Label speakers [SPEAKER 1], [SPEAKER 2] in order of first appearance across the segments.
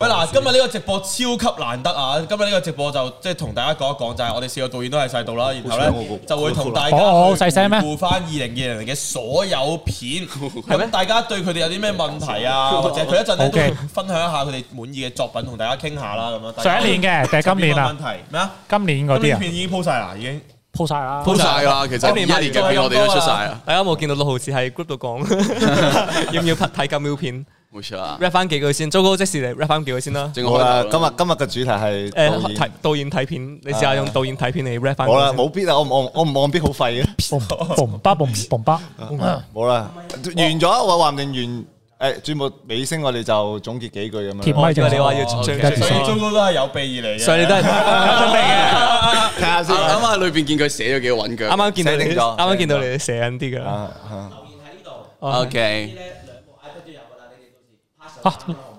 [SPEAKER 1] 喂嗱，今日呢個直播超級難得啊！今日呢個直播就即係同大家講一講，就係我哋四個導演都係細度啦，然後咧就會同大家
[SPEAKER 2] 好好細聲咩
[SPEAKER 1] 回顧翻二零二零年嘅所有片，咁大家對佢哋有啲咩問題啊，或者佢一陣咧都
[SPEAKER 2] OK
[SPEAKER 1] 分享一下佢哋滿意嘅作品，同大家傾下啦咁樣。
[SPEAKER 2] 上一年 嘅定係今年
[SPEAKER 1] 啊？
[SPEAKER 2] 啊
[SPEAKER 1] 問？題咩啊？
[SPEAKER 2] 今年
[SPEAKER 1] 今
[SPEAKER 2] 嗰啲
[SPEAKER 1] 年
[SPEAKER 2] 啊，
[SPEAKER 1] 片已經鋪晒啦，已經
[SPEAKER 2] 鋪晒啦。
[SPEAKER 3] 鋪晒㗎啦，其實一年嘅片我哋都出晒啊啦，
[SPEAKER 4] 大家有冇見到六毫子喺 group 度講，要唔要睇禁秒片
[SPEAKER 3] 冇錯啊，
[SPEAKER 4] ？rap 翻幾句先，糟糕即時嚟 rap 翻幾句先啦。
[SPEAKER 3] 正
[SPEAKER 5] 好
[SPEAKER 3] 好
[SPEAKER 5] 啦
[SPEAKER 3] 啦，，
[SPEAKER 5] 今日今日嘅主題係
[SPEAKER 4] 誒，
[SPEAKER 5] 導
[SPEAKER 4] 睇
[SPEAKER 5] 演。
[SPEAKER 4] 導演睇片，你試下用導演睇片嚟 rap 翻。
[SPEAKER 5] 好啦，冇必啊，我唔我唔我唔按必好廢嘅，
[SPEAKER 2] 嘣嘣巴嘣嘣 巴，
[SPEAKER 5] 冇啦，完咗我話唔定完誒，節目尾聲我哋就總結幾句咁
[SPEAKER 2] 貼
[SPEAKER 5] 樣。
[SPEAKER 2] 咪
[SPEAKER 4] 因
[SPEAKER 2] 就
[SPEAKER 4] 為你話要將
[SPEAKER 2] 跟
[SPEAKER 1] 所以
[SPEAKER 2] 住先
[SPEAKER 4] 所
[SPEAKER 1] 糟糕都係有備而嚟嘅。
[SPEAKER 4] 以你都係準備嘅。
[SPEAKER 5] 睇下先，
[SPEAKER 3] 啊啱啱喺裏邊見佢寫咗幾個韻腳，
[SPEAKER 4] 啱啱見到你，
[SPEAKER 5] 寫定咗
[SPEAKER 4] 啱啱見到你寫緊啲㗎啦。
[SPEAKER 5] 啊
[SPEAKER 3] ，OK，
[SPEAKER 2] 啊！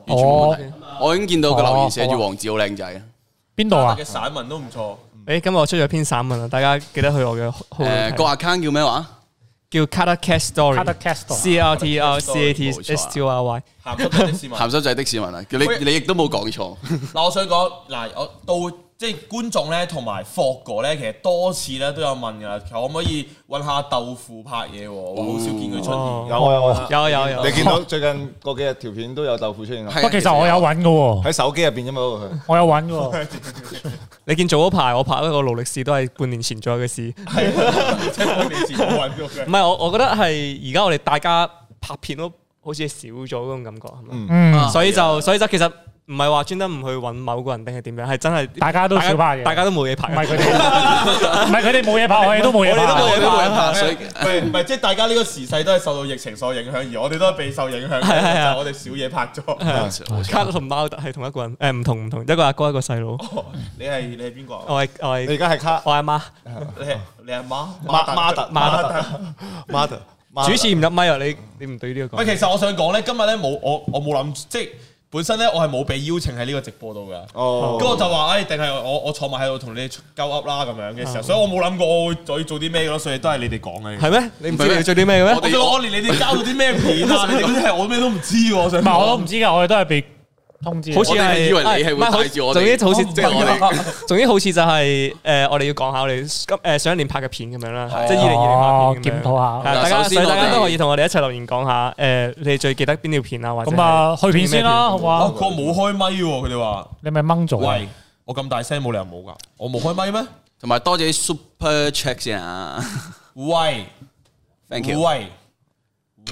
[SPEAKER 3] 完全冇
[SPEAKER 2] 我
[SPEAKER 3] 問題我已經見到個留言寫住王子好靚仔，
[SPEAKER 2] 邊度 啊
[SPEAKER 1] 嘅？散文都唔錯，
[SPEAKER 4] 誒，今日我出咗篇散文啊，大家記得去我嘅號
[SPEAKER 3] 誒個 account 叫咩話？
[SPEAKER 4] 叫 Cutter Cat
[SPEAKER 2] Cutter Cat
[SPEAKER 4] Story，C
[SPEAKER 2] Story
[SPEAKER 4] R T R C A T S T O R Y。
[SPEAKER 1] 鹹濕的市民。
[SPEAKER 3] 鹹濕仔的市民啊，你你亦都冇講錯，
[SPEAKER 1] 嗱，我想講嗱，我到即係觀眾咧，同埋霍哥咧，其實多次咧都有問㗎啦，可唔可以揾下豆腐拍嘢喎？我好少見佢出現。
[SPEAKER 4] 哦
[SPEAKER 5] 有啊有啊
[SPEAKER 4] 有有有
[SPEAKER 5] 你，見到最近嗰幾日條片都有豆腐出現啦，
[SPEAKER 3] 係
[SPEAKER 2] 不過其實我有揾嘅喎，
[SPEAKER 5] 喺手機入邊啫嘛，嗰個佢
[SPEAKER 2] 我有揾嘅喎。
[SPEAKER 4] 你見早嗰排我拍一個勞力士都係半年前左右嘅事。
[SPEAKER 1] 係 即係半年前冇揾過佢
[SPEAKER 4] 唔。係我，我覺得係而家我哋大家拍片都好似少咗嗰種感覺，係咪？
[SPEAKER 3] 啊
[SPEAKER 2] 嗯，
[SPEAKER 4] 所以就所以就其實唔係話專登唔去揾某個人定係點樣，係真係
[SPEAKER 2] 大家都少拍嘢
[SPEAKER 4] 大家都冇嘢拍。
[SPEAKER 2] 唔係 佢哋，唔係佢哋冇嘢拍，我哋都冇嘢
[SPEAKER 4] 我
[SPEAKER 2] 拍。
[SPEAKER 4] 哋都冇嘢拍
[SPEAKER 3] 所以
[SPEAKER 1] 唔係唔係，即係大家呢個時勢都係受到疫情所影響，而我哋都係被受影響嘅，
[SPEAKER 4] 係係係
[SPEAKER 1] 就我哋少嘢拍咗。
[SPEAKER 3] 冇錯
[SPEAKER 4] 卡同貓係同一個人，誒唔同唔同，一個阿哥一個細佬。
[SPEAKER 1] 哦你係你係邊個啊？
[SPEAKER 4] 我係我
[SPEAKER 5] 你而
[SPEAKER 4] 係
[SPEAKER 5] 家係卡
[SPEAKER 4] 我係媽，
[SPEAKER 1] 你係你阿媽
[SPEAKER 5] 馬馬特
[SPEAKER 4] 馬
[SPEAKER 5] 特馬特馬特
[SPEAKER 4] 主持唔入咪啊！你你唔對呢個
[SPEAKER 1] 喂，
[SPEAKER 4] 講。
[SPEAKER 1] 其實我想講咧，今日咧冇我我冇諗，即係本身咧我係冇被邀請喺呢個直播度㗎。
[SPEAKER 5] 哦
[SPEAKER 1] 跟住我就話，哎誒，定係我我坐埋喺度同你哋鳩噏啦咁樣
[SPEAKER 2] 啊
[SPEAKER 1] 嘅時候，所以我冇諗過我會再做啲咩咯，所以都係你哋講嘅。
[SPEAKER 4] 係咩？你唔
[SPEAKER 3] 唔係
[SPEAKER 4] 知
[SPEAKER 3] 咩
[SPEAKER 4] 你做啲咩嘅
[SPEAKER 3] 我
[SPEAKER 4] 咩？
[SPEAKER 3] 哋
[SPEAKER 1] 我我連你哋交到啲咩片啊，你 哋嗰啲係我咩都唔知喎，我想
[SPEAKER 2] 唔
[SPEAKER 1] 講。
[SPEAKER 2] 係我都唔知㗎，我哋都係被通知嘅。
[SPEAKER 4] 好似
[SPEAKER 3] 我哋係
[SPEAKER 4] 係
[SPEAKER 3] 以為你係會
[SPEAKER 4] 唔係好
[SPEAKER 3] 帶住我哋
[SPEAKER 4] 總之好似即
[SPEAKER 3] 即係我哋
[SPEAKER 4] 總之好似就係誒，我哋要講下我哋今誒上一年拍嘅片咁樣啦，即係啊二零
[SPEAKER 2] 哦
[SPEAKER 4] 二零拍嘅
[SPEAKER 2] 檢
[SPEAKER 4] 片咁樣。
[SPEAKER 2] 討下。
[SPEAKER 4] 係啊大家
[SPEAKER 3] 首
[SPEAKER 4] 所
[SPEAKER 3] 先
[SPEAKER 4] 以大
[SPEAKER 3] 我哋
[SPEAKER 4] 家都可以同我哋一齊留言講下誒，你最記得邊條片啊？或者
[SPEAKER 2] 咁啊，去片先啦，好唔好
[SPEAKER 1] 哦
[SPEAKER 2] 啊？
[SPEAKER 1] 佢冇開咪喎，佢哋話，
[SPEAKER 2] 你咪掹咗啊。
[SPEAKER 1] 喂，我咁大聲冇理由冇㗎，我冇開咪咩？
[SPEAKER 3] 同埋多謝啲 super check 先啊
[SPEAKER 1] 喂
[SPEAKER 3] ，thank you，
[SPEAKER 1] 喂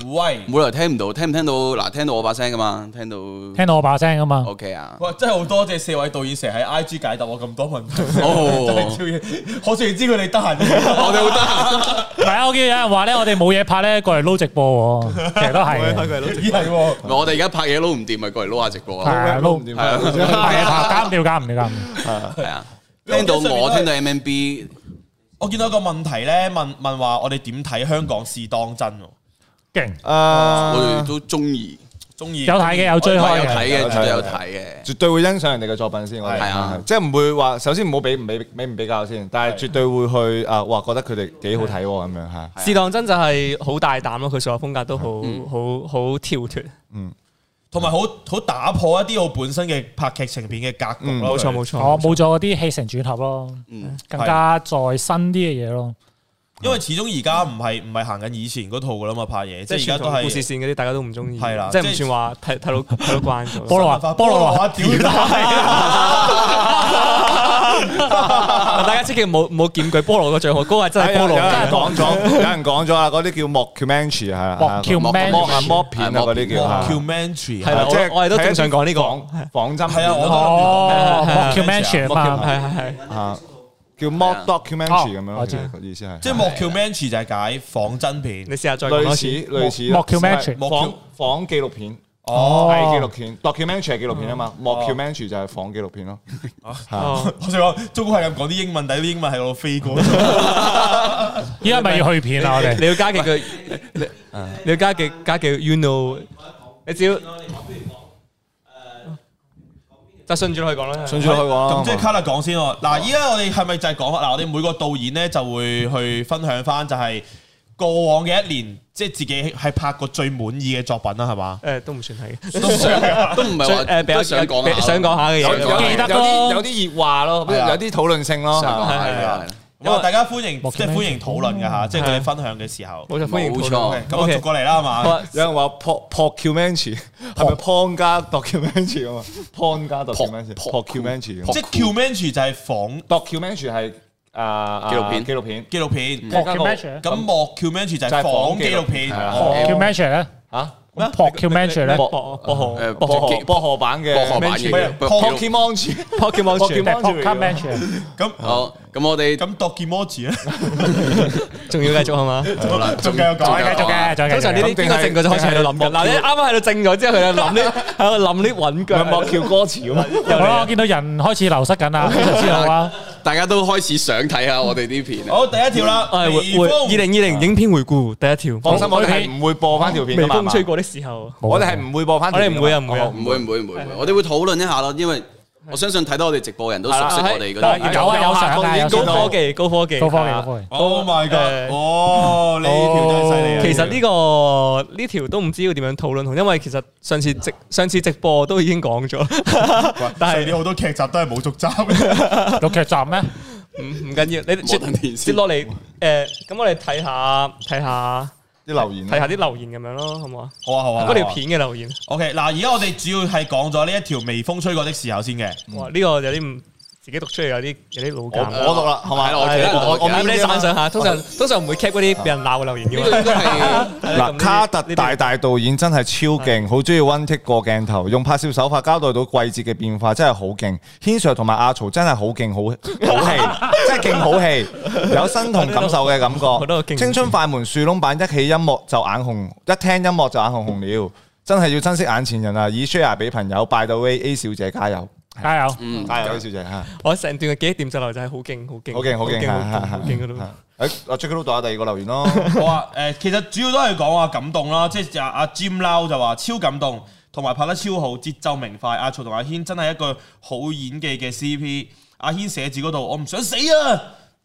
[SPEAKER 1] 喂，
[SPEAKER 3] 冇理由聽唔到，聽唔聽到嗱？聽到我把聲㗎嘛？聽到
[SPEAKER 2] 聽到我把聲啊嘛。
[SPEAKER 3] OK 啊？
[SPEAKER 1] 哇！真係好多謝四位導演成日喺 IG 解答我咁多問題， 真係
[SPEAKER 3] 哦，
[SPEAKER 1] 超嘢。可想而知佢哋得閒嘅，我哋好得閒。
[SPEAKER 2] 唔係啊，我見有人話咧，我哋冇嘢拍咧，過嚟撈直 播喎。其實都係嘅，
[SPEAKER 1] 咦係喎，
[SPEAKER 3] 唔係我哋而家拍嘢撈唔掂，咪過嚟撈下直播
[SPEAKER 2] 係
[SPEAKER 3] 啊！
[SPEAKER 2] 啊，撈唔掂，
[SPEAKER 5] 係
[SPEAKER 3] 係啊，
[SPEAKER 2] 係啊，搞唔掂，搞唔掂，搞唔掂。
[SPEAKER 3] 係啊，聽到我，聽到 MMB。
[SPEAKER 1] 我見到一個問題咧，問問話我哋點睇香港是當真喎？
[SPEAKER 2] 勁，
[SPEAKER 3] 我
[SPEAKER 5] 啊
[SPEAKER 3] 哋都中意，
[SPEAKER 1] 中意
[SPEAKER 2] 有睇嘅，有追
[SPEAKER 3] 有
[SPEAKER 2] 開
[SPEAKER 3] 睇
[SPEAKER 2] 嘅。
[SPEAKER 3] 嘅，
[SPEAKER 5] 有
[SPEAKER 3] 絕對有
[SPEAKER 5] 睇嘅
[SPEAKER 3] 睇嘅。
[SPEAKER 5] 絕對會欣賞人哋嘅作品先，我哋
[SPEAKER 3] 係啊
[SPEAKER 5] 即係唔會話首先唔好比唔比比唔比較先，但係絕對會去啊，哇覺得佢哋幾好睇喎咁樣嚇。
[SPEAKER 4] 是當真就係好大膽咯，佢所有風格都好好好跳脱，
[SPEAKER 1] 同埋好好打破一啲我本身嘅拍劇情片嘅格局咯。
[SPEAKER 4] 嗯冇錯冇錯。
[SPEAKER 2] 我冇咗嗰啲氣成轉合咯，
[SPEAKER 3] 嗯，
[SPEAKER 2] 更加再新啲嘅嘢咯。
[SPEAKER 1] 因為始終而家唔係唔係行緊以前嗰套噶啦嘛，拍嘢即
[SPEAKER 4] 即
[SPEAKER 1] 係而家
[SPEAKER 4] 係而家
[SPEAKER 1] 都
[SPEAKER 4] 都係故事
[SPEAKER 1] 係
[SPEAKER 4] 線嗰啲，大家都唔中意，
[SPEAKER 1] 係啦
[SPEAKER 4] 即係唔
[SPEAKER 1] 即係
[SPEAKER 4] 算話睇 睇到睇到慣咗。
[SPEAKER 2] 菠蘿啊
[SPEAKER 1] 法
[SPEAKER 2] 菠蘿
[SPEAKER 1] 話屌
[SPEAKER 4] 大家千祈冇冇檢舉菠蘿個最好，嗰個係真係啊菠
[SPEAKER 5] 有
[SPEAKER 4] 蘿嚟
[SPEAKER 5] 人
[SPEAKER 4] 嘅。
[SPEAKER 5] 講咗，有人講咗啦，嗰啲叫 mockumentary 係啦，
[SPEAKER 2] 莫喬
[SPEAKER 3] 莫
[SPEAKER 2] 咩？
[SPEAKER 5] 剝啊剝片啊嗰啲叫啊
[SPEAKER 1] documentary
[SPEAKER 4] 係啊
[SPEAKER 1] 係
[SPEAKER 4] 啦，
[SPEAKER 5] 即係
[SPEAKER 4] 我我哋都正想講呢個，
[SPEAKER 5] 仿真
[SPEAKER 1] 係啊，我
[SPEAKER 2] 哦，莫喬
[SPEAKER 1] documentary
[SPEAKER 2] mention 啊嘛。
[SPEAKER 4] 係係係。
[SPEAKER 5] 啊叫 mock documentary 咁樣
[SPEAKER 2] 哦我
[SPEAKER 5] 咯，
[SPEAKER 2] 知
[SPEAKER 5] 其實個意思係
[SPEAKER 1] 即係 documentary 就係解仿真
[SPEAKER 4] 你
[SPEAKER 1] 片，
[SPEAKER 4] 試下再講
[SPEAKER 5] 類
[SPEAKER 4] 多次。
[SPEAKER 5] 似類似
[SPEAKER 2] mockumentary
[SPEAKER 5] 仿仿紀錄片。
[SPEAKER 2] 哦
[SPEAKER 5] 係紀錄片，documentary 係紀錄片啊嘛，mockumentary 就係仿紀錄片咯。
[SPEAKER 4] 哦，
[SPEAKER 1] 我想講中國係咁講啲英文，但係啲英文喺度飛過。
[SPEAKER 2] 依家咪要去片啦，我 哋。
[SPEAKER 4] 你要加幾句，你你要加幾加幾 you know，你只要就順住落去講啦。
[SPEAKER 5] 順住落去講啦
[SPEAKER 1] 咁即係卡特講先喎。嗱，依家我哋係咪就係講嗱，我哋每個導演咧就會去分享翻就係過往嘅一年，即係自己係拍過最滿意嘅作品啦，係嘛？
[SPEAKER 4] 誒都唔算係，
[SPEAKER 3] 都唔想都唔係話
[SPEAKER 4] 誒比較
[SPEAKER 3] 都想講下，
[SPEAKER 4] 想講下嘅
[SPEAKER 5] 有
[SPEAKER 4] 嘢
[SPEAKER 5] 有
[SPEAKER 4] 咯。
[SPEAKER 5] 啲
[SPEAKER 2] 記得
[SPEAKER 5] 有
[SPEAKER 2] 咯
[SPEAKER 5] 啲有啲熱話咯，
[SPEAKER 3] 係啊
[SPEAKER 5] 有啲討論性咯。
[SPEAKER 3] 想講下係啊，
[SPEAKER 1] 咁啊，大家歡迎，
[SPEAKER 2] 莫
[SPEAKER 1] 即係
[SPEAKER 2] 名
[SPEAKER 1] 歡迎討論嘅
[SPEAKER 4] 嗯
[SPEAKER 1] 嚇，即係佢哋分享嘅時候。
[SPEAKER 4] 冇錯，歡迎
[SPEAKER 3] 冇錯
[SPEAKER 4] 討論。
[SPEAKER 1] OK，咁啊，逐過嚟啦，係
[SPEAKER 4] 嗯好
[SPEAKER 1] 嘛？
[SPEAKER 4] 啊
[SPEAKER 5] 有人話 po documentary 係咪 pon 加 documentary 啊嘛？pon 加 documentary
[SPEAKER 3] po-
[SPEAKER 5] documentary
[SPEAKER 1] 即係 documentary 就係仿
[SPEAKER 5] documentary 係啊
[SPEAKER 3] 紀錄片
[SPEAKER 5] 紀錄片
[SPEAKER 1] 紀錄片，
[SPEAKER 2] p o c u m e n t a r
[SPEAKER 1] 咁莫 documentary 就係
[SPEAKER 5] 就係
[SPEAKER 1] 仿紀錄
[SPEAKER 5] 仿
[SPEAKER 1] 片。
[SPEAKER 5] 紀錄片係啊
[SPEAKER 1] 哦
[SPEAKER 2] y p o c u m e n t a r 咧
[SPEAKER 5] 嚇
[SPEAKER 2] p o c u m e n t a r 咧
[SPEAKER 5] 博
[SPEAKER 4] 博博河
[SPEAKER 3] 誒
[SPEAKER 5] 薄荷薄荷版嘅
[SPEAKER 3] 薄荷版嘅
[SPEAKER 5] 咩？Pokemon
[SPEAKER 4] Pokemon
[SPEAKER 5] 博
[SPEAKER 2] p o c u m e n
[SPEAKER 5] Pokemon
[SPEAKER 2] t a r
[SPEAKER 1] 咁
[SPEAKER 3] 好，咁我哋
[SPEAKER 1] 咁 documentary 咧，
[SPEAKER 4] 仲要繼續係嘛？
[SPEAKER 3] 好啦，
[SPEAKER 1] 仲繼續
[SPEAKER 3] 仲
[SPEAKER 1] 講
[SPEAKER 3] 有。
[SPEAKER 2] 繼續嘅，再繼
[SPEAKER 4] 通常呢
[SPEAKER 2] 續。
[SPEAKER 4] 啲邊個靜咗就開始喺度諗嘅。嗱，你啱啱喺度靜咗之後，佢就諗啲喺度諗啲揾腳。
[SPEAKER 5] 莫橋歌詞啊嘛，
[SPEAKER 2] 好啦，我見到人開始流失緊啦，非常之好啊！
[SPEAKER 3] 大家都開始想睇下我哋啲片啊，
[SPEAKER 1] 好，第一條啦，
[SPEAKER 4] 我係
[SPEAKER 1] 微
[SPEAKER 4] 哎會會二
[SPEAKER 1] 風。
[SPEAKER 4] 零二零影片回顧第一條。
[SPEAKER 5] 放心，我哋係唔會播翻條片
[SPEAKER 4] 微
[SPEAKER 5] 噶嘛係
[SPEAKER 4] 風
[SPEAKER 5] 嘛。
[SPEAKER 4] 吹過的時候，
[SPEAKER 5] 我哋係唔會播翻，
[SPEAKER 4] 我哋唔會啊，唔會啊。
[SPEAKER 3] 唔會唔會唔會唔會，我哋會討論一下咯，因為我相信睇到我哋直播嘅人哦都熟悉我哋嗰
[SPEAKER 2] 係
[SPEAKER 3] 啲
[SPEAKER 2] 啦。有啊有相啊有相
[SPEAKER 4] 高科技，高科技，
[SPEAKER 2] 高科技，高科技。
[SPEAKER 1] Oh my god！
[SPEAKER 4] 誒
[SPEAKER 1] 哦，呢條真係犀利啊。
[SPEAKER 4] 哎其實呢個呢條都唔知要點樣討論，因為其實上次直上次直播都已經講咗，但
[SPEAKER 1] 但係
[SPEAKER 4] 係
[SPEAKER 1] 你好多劇集都係冇續集 嘅。
[SPEAKER 2] 六劇集咩？
[SPEAKER 4] 唔唔緊要，你
[SPEAKER 3] 摩登電視
[SPEAKER 4] 接接落嚟誒，咁我哋睇下睇下
[SPEAKER 5] 啲留言
[SPEAKER 4] 睇下啲留言咁樣咯，好唔好啊？
[SPEAKER 1] 好啊好啊。
[SPEAKER 4] 嗰條片嘅留言，
[SPEAKER 1] OK，嗱，而家我哋主要係講咗呢一條微風吹過的時候先嘅。
[SPEAKER 4] 哇！呢個有啲唔自己讀出嚟有啲有啲老尷。
[SPEAKER 5] 我讀啦，係咪？
[SPEAKER 3] 我其他人讀
[SPEAKER 5] 我我
[SPEAKER 4] 咁你
[SPEAKER 5] 呢啲啊嘛
[SPEAKER 4] 散上下，通常通常唔會 cap 嗰啲俾人鬧嘅留言
[SPEAKER 3] 呢個
[SPEAKER 4] 嘅
[SPEAKER 3] 應該係
[SPEAKER 4] 嘛。
[SPEAKER 5] 嗱，卡特大大導演真係超勁，好中意 one take 過鏡頭，用拍攝手法交代到季節嘅變化，真係好勁。軒 Sir 同埋阿曹真係好勁，好好戲， 真係勁好戲，有身同感受嘅感
[SPEAKER 4] 我都有
[SPEAKER 5] 覺。
[SPEAKER 4] 勁
[SPEAKER 5] 青春快門樹窿版一起音樂就眼紅，一聽音樂就眼紅紅了，真係要珍惜眼前人啊！以 share 俾朋友，by the way，A 小姐加油，
[SPEAKER 2] 加油！
[SPEAKER 3] 嗯
[SPEAKER 5] 加油，A 小姐啊嚇，
[SPEAKER 4] 我成段嘅記憶點就留就係好勁，好勁，
[SPEAKER 5] 好勁好勁
[SPEAKER 4] 好勁，好勁嗰度。
[SPEAKER 5] 誒，阿 Jacky 都讀下第二個留言咯。
[SPEAKER 1] 我話啊誒，其實主要都係講話感動啦，即係阿阿 Jim Lau 就話超感動，同埋拍得超好，節奏明快。阿曹同阿軒真係一個好演技嘅 CP。阿軒寫字嗰度，我唔想死啊！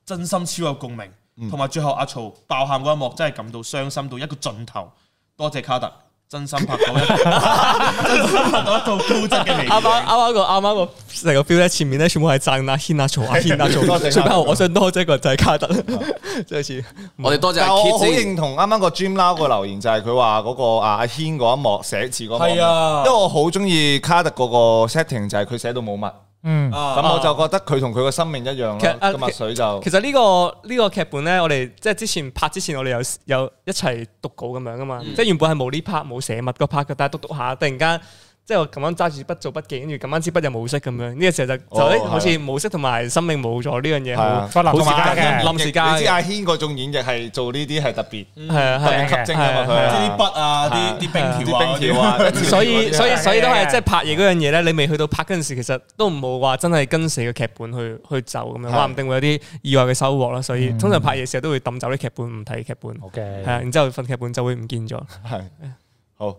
[SPEAKER 1] 真心超有共鳴，同埋最後阿曹爆喊嗰一幕，真係感到傷心到一個盡頭。多謝卡特，真心拍到一 真心拍到一套高質嘅微電
[SPEAKER 4] 啱啱
[SPEAKER 1] 影。
[SPEAKER 4] 啱啱個啱啱個成個 feel 咧，前面咧全部係讚啊阿軒阿曹阿軒阿
[SPEAKER 5] 多謝啊
[SPEAKER 4] 曹，最後我想多謝一個就係卡 特，即係好似
[SPEAKER 3] 我哋多謝
[SPEAKER 5] 但
[SPEAKER 3] 阿
[SPEAKER 5] 係我
[SPEAKER 3] Kit
[SPEAKER 5] 好
[SPEAKER 3] 先，
[SPEAKER 5] 認同啱啱個 Jim Lau 個留言，就係佢話嗰個啊阿軒嗰一幕寫字嗰幕，
[SPEAKER 1] 係啊
[SPEAKER 5] 因為我好中意卡特嗰個 setting 就係佢寫到冇乜，
[SPEAKER 2] 嗯，
[SPEAKER 5] 咁我就覺得佢同佢個生命一樣
[SPEAKER 4] 啊其實啊
[SPEAKER 5] 咯，個墨水就
[SPEAKER 4] 其實呢個呢個劇本咧，我哋即係之前拍之前，我哋有有一齊讀稿咁樣噶嘛，
[SPEAKER 5] 嗯
[SPEAKER 4] 即係原本係冇呢 part 冇寫物個 part 嘅，但係讀讀下突然間。即係我咁啱揸住筆做筆記，跟住咁啱支筆又冇色咁樣，呢個時候就就咧
[SPEAKER 5] 哦
[SPEAKER 4] 好似冇色同埋生命冇咗呢樣嘢，
[SPEAKER 5] 係啊
[SPEAKER 4] 好
[SPEAKER 2] 個臨
[SPEAKER 4] 好
[SPEAKER 2] 時
[SPEAKER 4] 時
[SPEAKER 2] 加
[SPEAKER 4] 間
[SPEAKER 2] 嘅，
[SPEAKER 4] 臨時加
[SPEAKER 5] 你知啊
[SPEAKER 4] 嘅，
[SPEAKER 5] 阿軒嗰種演繹係做呢啲係特別
[SPEAKER 4] 係啊係
[SPEAKER 5] 特
[SPEAKER 4] 啊
[SPEAKER 5] 別吸睛啊嘛，
[SPEAKER 4] 係
[SPEAKER 5] 佢
[SPEAKER 1] 即係
[SPEAKER 5] 係
[SPEAKER 1] 啲筆啊，啲啲冰條啊，
[SPEAKER 5] 啲冰條啊，
[SPEAKER 4] 所以所以
[SPEAKER 2] 係
[SPEAKER 4] 所以都
[SPEAKER 2] 係
[SPEAKER 4] 係
[SPEAKER 2] 係
[SPEAKER 4] 即係拍嘢嗰樣嘢咧，你未去到拍嗰陣時，其實都唔冇話真係跟死個劇本去去走咁樣，話唔定會有啲意外嘅收穫啦。所
[SPEAKER 5] 嗯
[SPEAKER 4] 以通常拍嘢時候都會抌走啲劇本，唔睇劇本，
[SPEAKER 2] 好
[SPEAKER 4] 係
[SPEAKER 2] 嘅。
[SPEAKER 4] 啊，然之後份劇本就會唔見咗。
[SPEAKER 5] 係啊好。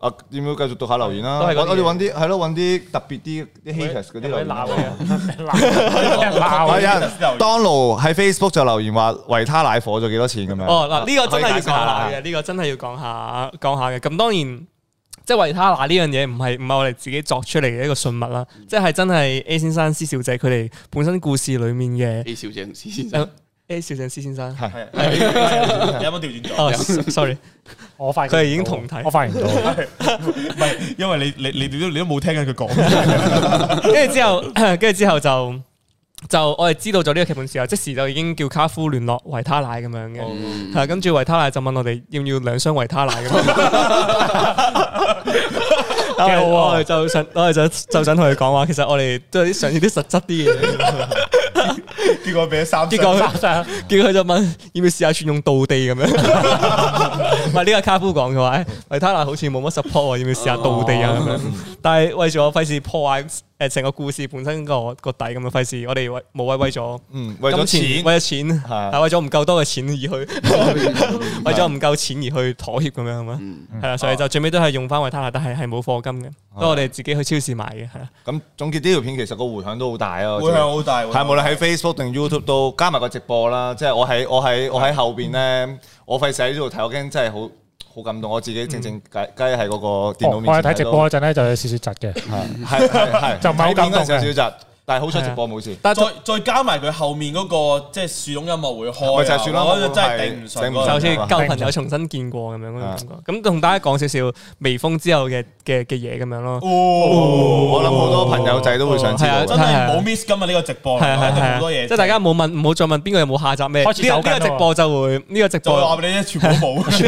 [SPEAKER 5] 啊，要唔要繼續讀下留言啦？
[SPEAKER 4] 都係嗰啲
[SPEAKER 5] 我我哋揾啲係咯，揾啲特別啲啲 haters 嗰啲留言啦。
[SPEAKER 2] 鬧
[SPEAKER 5] 有人 Donald 喺 Facebook 就留言話維他奶火咗幾多錢咁樣。
[SPEAKER 4] 哦，嗱，呢個真係要講下
[SPEAKER 5] 可以解釋下
[SPEAKER 4] 嘅，呢個真係要講下講下嘅。咁當然。即係維他奶呢樣嘢唔係唔係我哋自己作出嚟嘅一個信物啦，即係真係 A 先生、C 小姐佢哋本身故事裡面
[SPEAKER 3] A 小姐同 C 先生
[SPEAKER 4] 嘅 A 小姐、C 先生，
[SPEAKER 5] 係
[SPEAKER 1] 你有冇調轉咗？
[SPEAKER 4] 哦，sorry，
[SPEAKER 2] 我發現
[SPEAKER 4] 佢哋已經同體
[SPEAKER 2] 我發現到
[SPEAKER 1] 唔係，因為你你你你都你都冇聽緊佢講。
[SPEAKER 4] 跟住之後， 跟住之後就就我哋知道咗呢個劇本時候，即時就已經叫卡夫聯絡維他奶咁樣嘅，
[SPEAKER 3] 哦嗯
[SPEAKER 4] 係跟住維他奶就問我哋要唔要兩箱維他奶咁樣。
[SPEAKER 2] 幾好
[SPEAKER 4] 我哋
[SPEAKER 2] 喎
[SPEAKER 4] 我哋就想，我哋就就想同佢講話，其實我哋都係啲想要啲實質啲嘢。
[SPEAKER 1] 結果俾咗三張，
[SPEAKER 4] 結果佢結果佢就問要唔要試下轉用道地咁樣。 唔係呢個卡夫講嘅哎話，誒維他奶好似冇乜 support 喎，要唔要試下道地啊咁樣？但係為咗我費事破壞誒成個故事本身個個底咁樣，費事我哋為無謂為咗
[SPEAKER 5] 嗯，為咗
[SPEAKER 4] 金
[SPEAKER 5] 錢，
[SPEAKER 4] 為咗錢
[SPEAKER 5] 係
[SPEAKER 4] 係為咗唔夠多嘅錢而 去，為咗唔夠錢而去妥協咁樣係嘛？
[SPEAKER 5] 嗯
[SPEAKER 4] 係啦，所以就最尾都係用翻維他奶，但係係冇貨金嘅，都係我哋自己去超市買嘅，係啊啦，
[SPEAKER 5] 咁總結呢條片其實個迴響都好大啊！我
[SPEAKER 1] 會
[SPEAKER 5] 知
[SPEAKER 1] 向好大喎。
[SPEAKER 5] 係無論喺 Facebook 定 YouTube 都加埋個直播啦，即係我喺我喺我喺後邊咧，我費事喺呢度睇，我驚真係好好感動，我自己靜靜雞雞喺嗰個電腦
[SPEAKER 2] 我
[SPEAKER 5] 面
[SPEAKER 2] 哦我係
[SPEAKER 5] 前
[SPEAKER 2] 睇直
[SPEAKER 5] 到
[SPEAKER 2] 播嗰陣咧就有少少窒嘅，
[SPEAKER 5] 係係係係
[SPEAKER 2] 就唔係好感動嘅
[SPEAKER 5] 睇片嗰陣有少少窒，但係好彩直播冇事。
[SPEAKER 4] 但係
[SPEAKER 1] 再再加埋佢後面嗰個即係樹窿音樂會
[SPEAKER 5] 咪就係樹
[SPEAKER 1] 開啊，
[SPEAKER 5] 窿音樂會
[SPEAKER 1] 我真係頂唔順
[SPEAKER 5] 頂
[SPEAKER 1] 嗰
[SPEAKER 5] 唔
[SPEAKER 1] 個。
[SPEAKER 4] 就
[SPEAKER 5] 順
[SPEAKER 4] 好似舊朋
[SPEAKER 2] 明白
[SPEAKER 4] 友重新見過咁樣嗰種感覺。咁同大家講少少微風之後嘅嘅嘅嘢咁樣
[SPEAKER 1] 哦
[SPEAKER 4] 咯。
[SPEAKER 5] 我諗好多朋友仔都會想知
[SPEAKER 4] 係
[SPEAKER 5] 道
[SPEAKER 4] 啊
[SPEAKER 1] 真
[SPEAKER 5] 嘅。
[SPEAKER 1] 係冇 miss 今日呢個直播，
[SPEAKER 4] 係啊
[SPEAKER 1] 一
[SPEAKER 4] 係
[SPEAKER 1] 定
[SPEAKER 4] 啊
[SPEAKER 1] 哦好多
[SPEAKER 4] 係
[SPEAKER 1] 嘢
[SPEAKER 4] 啊，
[SPEAKER 1] 整。
[SPEAKER 4] 即係大家冇問，唔好再問邊個有冇下集咩？
[SPEAKER 2] 開始
[SPEAKER 4] 呢
[SPEAKER 2] 走緊
[SPEAKER 4] 個呢個
[SPEAKER 2] 喎
[SPEAKER 4] 直播就會呢個直
[SPEAKER 1] 就會話
[SPEAKER 4] 播，
[SPEAKER 1] 俾你知，全部都冇。